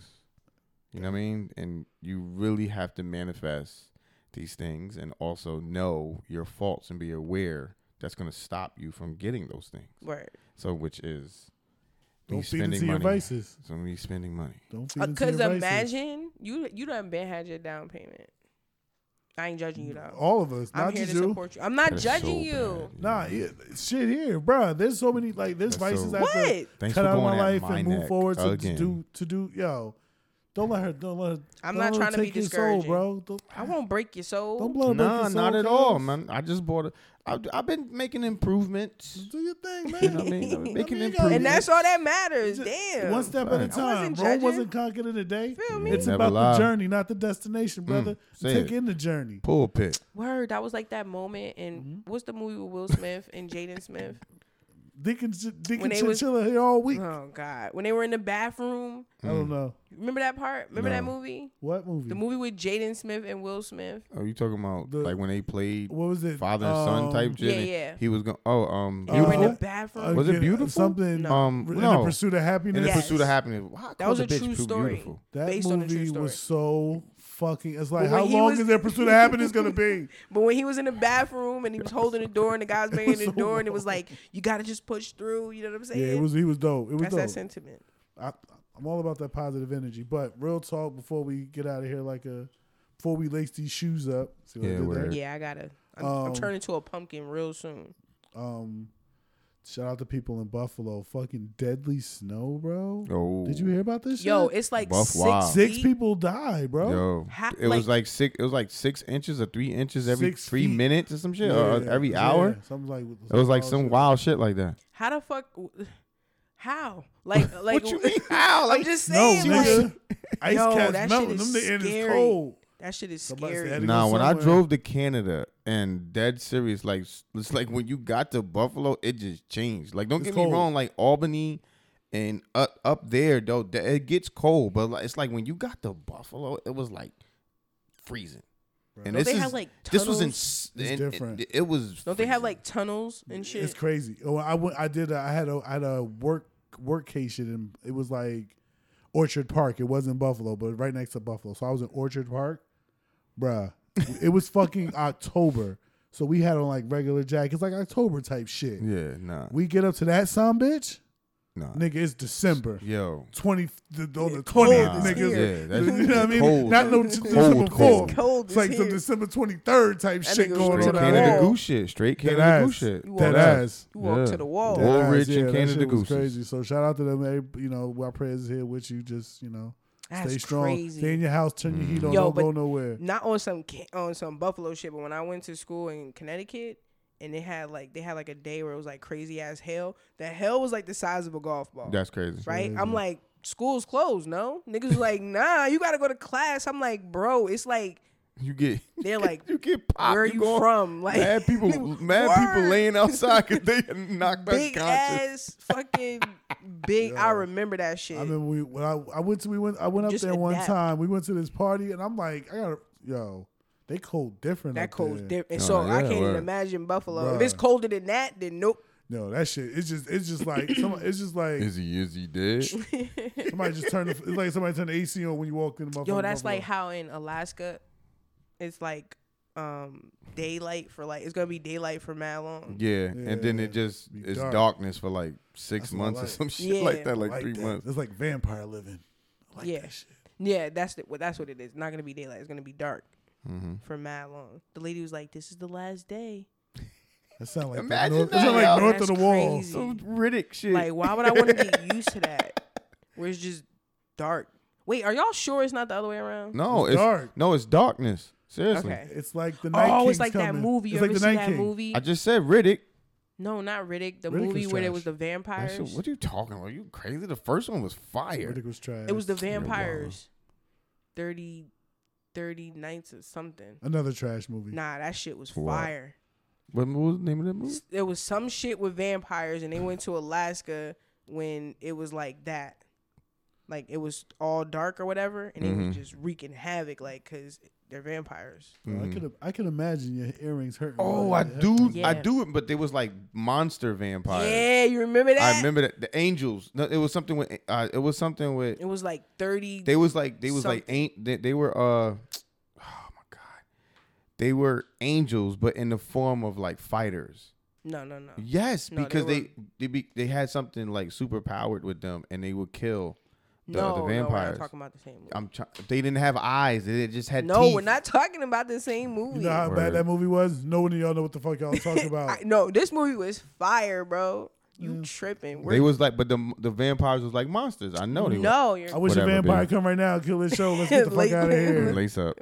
[SPEAKER 2] You know what I mean? And you really have to manifest these things and also know your faults and be aware that's gonna stop you from getting those things.
[SPEAKER 3] Word.
[SPEAKER 2] So which is me
[SPEAKER 4] Don't feed
[SPEAKER 2] spending
[SPEAKER 4] into
[SPEAKER 2] money.
[SPEAKER 4] your vices.
[SPEAKER 2] So me spending money.
[SPEAKER 4] Don't feed into your
[SPEAKER 3] Because
[SPEAKER 4] vices.
[SPEAKER 3] Uh, imagine you you done been had your down payment. I ain't judging you though.
[SPEAKER 4] all of us,
[SPEAKER 3] I'm
[SPEAKER 4] Oh, not
[SPEAKER 3] here
[SPEAKER 4] just
[SPEAKER 3] to
[SPEAKER 4] you.
[SPEAKER 3] support you. I'm not
[SPEAKER 2] That's
[SPEAKER 3] judging
[SPEAKER 2] so
[SPEAKER 3] you.
[SPEAKER 2] bad.
[SPEAKER 4] Nah, yeah, shit here, bruh. There's so many like there's
[SPEAKER 2] That's
[SPEAKER 4] vices
[SPEAKER 2] so-
[SPEAKER 4] I have
[SPEAKER 3] What?
[SPEAKER 4] to
[SPEAKER 2] Thanks
[SPEAKER 4] cut
[SPEAKER 2] for
[SPEAKER 4] out of my
[SPEAKER 2] going at
[SPEAKER 4] life
[SPEAKER 2] my
[SPEAKER 4] and move
[SPEAKER 2] neck
[SPEAKER 4] forward to, to
[SPEAKER 2] again.
[SPEAKER 4] do to do. Yo, don't let her. Don't let her.
[SPEAKER 3] I'm
[SPEAKER 4] don't
[SPEAKER 3] not
[SPEAKER 4] let her
[SPEAKER 3] trying to be
[SPEAKER 4] take your soul,
[SPEAKER 3] discouraging.
[SPEAKER 4] bro. Don't,
[SPEAKER 3] I won't break your
[SPEAKER 4] don't
[SPEAKER 3] soul.
[SPEAKER 4] blow.
[SPEAKER 2] Nah, not at all, man. I just bought a. I, I've been making improvements.
[SPEAKER 4] Do your thing, man.
[SPEAKER 2] You know what I mean? I've been making
[SPEAKER 4] you gotta-
[SPEAKER 2] improvements.
[SPEAKER 3] And that's all that matters.
[SPEAKER 4] Just
[SPEAKER 3] Damn.
[SPEAKER 4] One step at a
[SPEAKER 2] Right.
[SPEAKER 4] time.
[SPEAKER 3] I wasn't
[SPEAKER 4] bro.
[SPEAKER 3] judging.
[SPEAKER 4] wasn't conquered in a day.
[SPEAKER 3] Feel me?
[SPEAKER 4] It's
[SPEAKER 2] Never
[SPEAKER 4] about
[SPEAKER 2] lie. Mm,
[SPEAKER 4] the journey, not the destination, brother.
[SPEAKER 2] say
[SPEAKER 4] Take
[SPEAKER 2] it.
[SPEAKER 4] in the journey.
[SPEAKER 2] pulpit.
[SPEAKER 3] Word, that was like that moment in
[SPEAKER 4] Mm-hmm.
[SPEAKER 3] what's the movie with Will Smith and Jaden Smith?
[SPEAKER 4] Deacon, Deacon
[SPEAKER 3] When they was-
[SPEAKER 4] Chinchilla here all week.
[SPEAKER 3] Oh God, when they were in the bathroom,
[SPEAKER 4] I
[SPEAKER 2] Mm.
[SPEAKER 4] don't know
[SPEAKER 3] remember that part? Remember that
[SPEAKER 2] No.
[SPEAKER 3] movie?
[SPEAKER 4] what movie.
[SPEAKER 3] The movie with Jaden Smith and Will Smith.
[SPEAKER 2] Are Oh, you talking about
[SPEAKER 4] The-
[SPEAKER 2] like when they played
[SPEAKER 4] what was it?
[SPEAKER 2] father and son
[SPEAKER 4] Um,
[SPEAKER 2] type shit?
[SPEAKER 3] yeah,
[SPEAKER 2] and
[SPEAKER 3] yeah.
[SPEAKER 2] He was going. Oh, um,
[SPEAKER 4] Uh,
[SPEAKER 3] They were in the
[SPEAKER 2] beautiful.
[SPEAKER 4] Beautiful?
[SPEAKER 3] bathroom.
[SPEAKER 2] Was it
[SPEAKER 4] Again,
[SPEAKER 2] beautiful?
[SPEAKER 4] Something.
[SPEAKER 3] No.
[SPEAKER 2] um,
[SPEAKER 4] In
[SPEAKER 2] no.
[SPEAKER 4] the pursuit of
[SPEAKER 2] in
[SPEAKER 4] happiness.
[SPEAKER 2] the
[SPEAKER 3] Yes.
[SPEAKER 2] pursuit of happiness. Why
[SPEAKER 3] That was
[SPEAKER 2] a
[SPEAKER 3] a
[SPEAKER 2] bitch
[SPEAKER 3] true
[SPEAKER 2] too
[SPEAKER 3] story.
[SPEAKER 2] beautiful?
[SPEAKER 4] That
[SPEAKER 3] Based on the true
[SPEAKER 4] movie was so fucking. It's like
[SPEAKER 3] But when
[SPEAKER 4] how
[SPEAKER 3] he
[SPEAKER 4] long
[SPEAKER 3] was-
[SPEAKER 4] is their pursuit of happiness gonna be?
[SPEAKER 3] But when he was in the bathroom and he was holding the door and the guys banging
[SPEAKER 4] was
[SPEAKER 3] the
[SPEAKER 4] so
[SPEAKER 3] door and it was like, you gotta just push through. You know what I'm saying?
[SPEAKER 4] Yeah, it was. He was dope. It was
[SPEAKER 3] That's that
[SPEAKER 4] dope.
[SPEAKER 3] sentiment.
[SPEAKER 4] I, I'm all about that positive energy. But real talk, before we get out of here, like a before we lace these shoes up. See what
[SPEAKER 2] Yeah,
[SPEAKER 4] I did
[SPEAKER 2] word.
[SPEAKER 4] there?
[SPEAKER 3] Yeah, I gotta. I'm, I'm
[SPEAKER 4] Um,
[SPEAKER 3] turning to a pumpkin real soon.
[SPEAKER 4] Um, shout out to people in Buffalo. Fucking deadly snow, bro.
[SPEAKER 2] Oh,
[SPEAKER 4] Did you hear about this?
[SPEAKER 3] Yo,
[SPEAKER 4] shit?
[SPEAKER 3] it's like
[SPEAKER 2] Buff
[SPEAKER 3] six,
[SPEAKER 2] Wild.
[SPEAKER 4] six
[SPEAKER 3] feet.
[SPEAKER 4] people died, bro.
[SPEAKER 2] Yo,
[SPEAKER 3] Ha-
[SPEAKER 2] it was
[SPEAKER 3] like-
[SPEAKER 2] like six. It was like six inches or three inches every
[SPEAKER 4] Six
[SPEAKER 2] three
[SPEAKER 4] feet.
[SPEAKER 2] minutes or some shit, or
[SPEAKER 4] Yeah,
[SPEAKER 2] Uh, every
[SPEAKER 4] yeah,
[SPEAKER 2] hour.
[SPEAKER 4] Something like
[SPEAKER 2] It was like some wild shit like that.
[SPEAKER 3] How the fuck? How? Like, like
[SPEAKER 2] what you mean? How? Like
[SPEAKER 3] I'm just
[SPEAKER 4] No,
[SPEAKER 3] saying, like,
[SPEAKER 4] nigga. Ice
[SPEAKER 3] Yo, that
[SPEAKER 4] cats
[SPEAKER 3] shit
[SPEAKER 4] melting.
[SPEAKER 3] is
[SPEAKER 4] Them the end is
[SPEAKER 3] scary.
[SPEAKER 4] cold.
[SPEAKER 3] that shit is
[SPEAKER 4] Somebody
[SPEAKER 3] scary.
[SPEAKER 4] said- had to
[SPEAKER 2] Nah,
[SPEAKER 4] go
[SPEAKER 2] when I
[SPEAKER 4] somewhere.
[SPEAKER 2] drove to Canada and dead serious, like s- it's like when you got to Buffalo, it just changed. Like don't
[SPEAKER 4] It's
[SPEAKER 2] get
[SPEAKER 4] cold.
[SPEAKER 2] me wrong, like Albany and up up there though, th- it gets cold, but like, it's like when you got to Buffalo, it was like freezing. And
[SPEAKER 3] Don't
[SPEAKER 2] this
[SPEAKER 3] they
[SPEAKER 2] is
[SPEAKER 3] have, like,
[SPEAKER 2] this was in,
[SPEAKER 3] tunnels?
[SPEAKER 2] in-
[SPEAKER 4] It's different.
[SPEAKER 2] It, it was.
[SPEAKER 3] Don't they have
[SPEAKER 2] freezing.
[SPEAKER 3] like tunnels and shit?
[SPEAKER 4] It's crazy. Oh, I went. I did. A, I had a. I had a work workcation, and it was like Orchard Park. It wasn't Buffalo, but right next to Buffalo. So I was in Orchard Park, bruh. it was fucking October, so we had on like regular jackets, like October type shit.
[SPEAKER 2] Yeah, nah,
[SPEAKER 4] We get up to that some bitch.
[SPEAKER 2] Nah.
[SPEAKER 4] Nigga, it's December.
[SPEAKER 2] Yo.
[SPEAKER 4] Twenty the, on the
[SPEAKER 3] cold
[SPEAKER 4] twentieth,
[SPEAKER 2] here.
[SPEAKER 3] is
[SPEAKER 4] niggas.
[SPEAKER 2] Yeah, that's-
[SPEAKER 4] you know what I mean?
[SPEAKER 2] cold.
[SPEAKER 4] Not no
[SPEAKER 2] Cold,
[SPEAKER 4] December
[SPEAKER 2] cold.
[SPEAKER 4] fourth.
[SPEAKER 3] Cold
[SPEAKER 4] It's
[SPEAKER 3] is
[SPEAKER 4] like some
[SPEAKER 3] here.
[SPEAKER 4] December twenty third type
[SPEAKER 3] That
[SPEAKER 4] shit
[SPEAKER 3] nigga
[SPEAKER 4] going
[SPEAKER 3] was
[SPEAKER 4] on.
[SPEAKER 2] Straight
[SPEAKER 3] to the
[SPEAKER 4] out
[SPEAKER 2] Canada
[SPEAKER 4] there.
[SPEAKER 3] wall.
[SPEAKER 2] Goose shit. Straight Canada
[SPEAKER 4] ass.
[SPEAKER 2] Goose shit.
[SPEAKER 3] You
[SPEAKER 4] That
[SPEAKER 3] walked-
[SPEAKER 4] ass.
[SPEAKER 3] You walked to the wall.
[SPEAKER 2] Dead Old
[SPEAKER 4] ass,
[SPEAKER 2] Rich
[SPEAKER 4] yeah,
[SPEAKER 2] and
[SPEAKER 4] that
[SPEAKER 2] Canada
[SPEAKER 4] shit was
[SPEAKER 2] Goose.
[SPEAKER 4] Crazy. So shout out to them. every- You know, while prayers is here with you, just you know,
[SPEAKER 3] That's
[SPEAKER 4] stay strong.
[SPEAKER 3] crazy.
[SPEAKER 4] Stay in your house. Turn your
[SPEAKER 2] Mm.
[SPEAKER 4] heat on.
[SPEAKER 3] Yo,
[SPEAKER 4] don't go
[SPEAKER 3] but-
[SPEAKER 4] nowhere.
[SPEAKER 3] not on some ca- on some Buffalo shit, but when I went to school in Connecticut and they had like they had like a day where it was like crazy ass hell. The hell was like the size of a golf ball.
[SPEAKER 2] That's crazy.
[SPEAKER 3] right. I'm like, school's closed. No niggas was like, nah, you gotta go to class. I'm like, bro, it's like
[SPEAKER 2] You get
[SPEAKER 3] they're like,
[SPEAKER 2] you get popped.
[SPEAKER 3] where you
[SPEAKER 2] going-
[SPEAKER 3] from? Like
[SPEAKER 2] mad people, mad people
[SPEAKER 3] Word.
[SPEAKER 2] laying outside because they knocked
[SPEAKER 3] big
[SPEAKER 2] unconscious.
[SPEAKER 3] ass fucking big. I remember that shit.
[SPEAKER 4] I mean, we when I, I went to we went I went up
[SPEAKER 3] Just
[SPEAKER 4] there one
[SPEAKER 3] adapt.
[SPEAKER 4] time. We went to this party, and I'm like, I gotta yo, they cold different.
[SPEAKER 3] that
[SPEAKER 4] up
[SPEAKER 3] cold's
[SPEAKER 4] there.
[SPEAKER 3] different. And
[SPEAKER 2] Oh,
[SPEAKER 3] so I
[SPEAKER 2] yeah,
[SPEAKER 3] can't even
[SPEAKER 2] word.
[SPEAKER 3] imagine Buffalo. If
[SPEAKER 4] Bruh.
[SPEAKER 3] it's colder than that, then nope.
[SPEAKER 4] No, that shit. It's just it's just like some, it's just like
[SPEAKER 2] Is he is he dead?
[SPEAKER 4] somebody just turned the, it's like somebody turned the AC on when you walk in the motherfucking
[SPEAKER 3] Yo, that's
[SPEAKER 4] Buffalo.
[SPEAKER 3] like how in Alaska, it's like um daylight for like it's gonna be daylight for mad long.
[SPEAKER 2] yeah, and then
[SPEAKER 4] Yeah,
[SPEAKER 2] it just
[SPEAKER 4] be
[SPEAKER 2] it's
[SPEAKER 4] dark.
[SPEAKER 2] darkness for like six
[SPEAKER 4] That's what I
[SPEAKER 2] months or
[SPEAKER 4] like.
[SPEAKER 2] some shit
[SPEAKER 3] Yeah.
[SPEAKER 2] like that, like,
[SPEAKER 4] Like
[SPEAKER 2] three
[SPEAKER 4] that.
[SPEAKER 2] months.
[SPEAKER 4] It's like vampire living. I like
[SPEAKER 3] Yeah.
[SPEAKER 4] that shit.
[SPEAKER 3] Yeah, that's the, well, that's what it is. Not gonna be daylight. It's gonna be dark for mad long. The lady was like, "This is the last day."
[SPEAKER 4] That sound like
[SPEAKER 2] Imagine
[SPEAKER 4] the north,
[SPEAKER 2] that,
[SPEAKER 4] that, sound like
[SPEAKER 2] yo.
[SPEAKER 4] north of
[SPEAKER 3] That's
[SPEAKER 4] the wall.
[SPEAKER 3] crazy.
[SPEAKER 2] Some Riddick shit.
[SPEAKER 3] Like, why would I want to get used to that? Where it's just dark. Wait, are y'all sure it's not the other way around?
[SPEAKER 2] no,
[SPEAKER 4] It's
[SPEAKER 2] it's,
[SPEAKER 4] dark.
[SPEAKER 2] No, it's darkness. Seriously,
[SPEAKER 3] Okay.
[SPEAKER 4] It's like the night.
[SPEAKER 3] Oh,
[SPEAKER 4] King's
[SPEAKER 3] it's like that
[SPEAKER 4] coming.
[SPEAKER 3] movie. You
[SPEAKER 4] It's like
[SPEAKER 3] ever
[SPEAKER 4] the
[SPEAKER 3] seen
[SPEAKER 4] Night
[SPEAKER 3] that
[SPEAKER 4] King.
[SPEAKER 3] movie?
[SPEAKER 2] I just said Riddick.
[SPEAKER 3] No, not Riddick. The
[SPEAKER 4] Riddick
[SPEAKER 3] movie
[SPEAKER 4] was
[SPEAKER 3] where there
[SPEAKER 4] trash.
[SPEAKER 3] was the
[SPEAKER 2] That
[SPEAKER 3] vampires.
[SPEAKER 2] shit- what are you talking about? You crazy? The first one was fire.
[SPEAKER 4] Riddick was trash.
[SPEAKER 3] it was the vampires. 30, 30 nights or something.
[SPEAKER 4] another trash movie.
[SPEAKER 3] Nah, that shit was
[SPEAKER 2] Wow.
[SPEAKER 3] fire.
[SPEAKER 2] What was the name of that movie?
[SPEAKER 3] S- There was some shit with vampires, and they went to Alaska when it was like that, like it was all dark or whatever, and
[SPEAKER 2] Mm-hmm.
[SPEAKER 3] they was just wreaking havoc, like because they're vampires.
[SPEAKER 4] Bro, I could I could imagine your earrings hurting.
[SPEAKER 2] Mm-hmm. Oh,
[SPEAKER 4] while
[SPEAKER 2] I
[SPEAKER 4] you had
[SPEAKER 2] do,
[SPEAKER 3] Yeah.
[SPEAKER 2] I do it. But there was like monster vampires.
[SPEAKER 3] Yeah, you remember that?
[SPEAKER 2] I remember that the angels. No, it was something with. Uh, it was something with.
[SPEAKER 3] It was like thirty.
[SPEAKER 2] They was like they was like
[SPEAKER 3] Something.
[SPEAKER 2] ain't they, they were uh oh my god. They were angels but in the form of like fighters.
[SPEAKER 3] no, no, no.
[SPEAKER 2] Yes,
[SPEAKER 3] No, they
[SPEAKER 2] because they
[SPEAKER 3] were-
[SPEAKER 2] they, be, they had something like super powered with them and they would kill the,
[SPEAKER 3] no,
[SPEAKER 2] the
[SPEAKER 3] no, we're not
[SPEAKER 2] vampires.
[SPEAKER 3] talking about the same movie.
[SPEAKER 2] I'm try- they didn't have eyes. They just had
[SPEAKER 3] no,
[SPEAKER 2] teeth.
[SPEAKER 3] we're not talking about the same movie.
[SPEAKER 4] You know how
[SPEAKER 2] Word.
[SPEAKER 4] bad that movie was? No one of y'all know what the fuck y'all talking about.
[SPEAKER 3] I- no, this movie was fire, bro. You tripping? We're,
[SPEAKER 2] They was like but the the vampires was like monsters. I know they were.
[SPEAKER 3] no, you're
[SPEAKER 4] I wish
[SPEAKER 2] Whatever,
[SPEAKER 4] a vampire
[SPEAKER 2] baby.
[SPEAKER 4] come right now and kill this show. Let's get the fuck
[SPEAKER 3] Like-
[SPEAKER 4] out of here.
[SPEAKER 2] Lace up.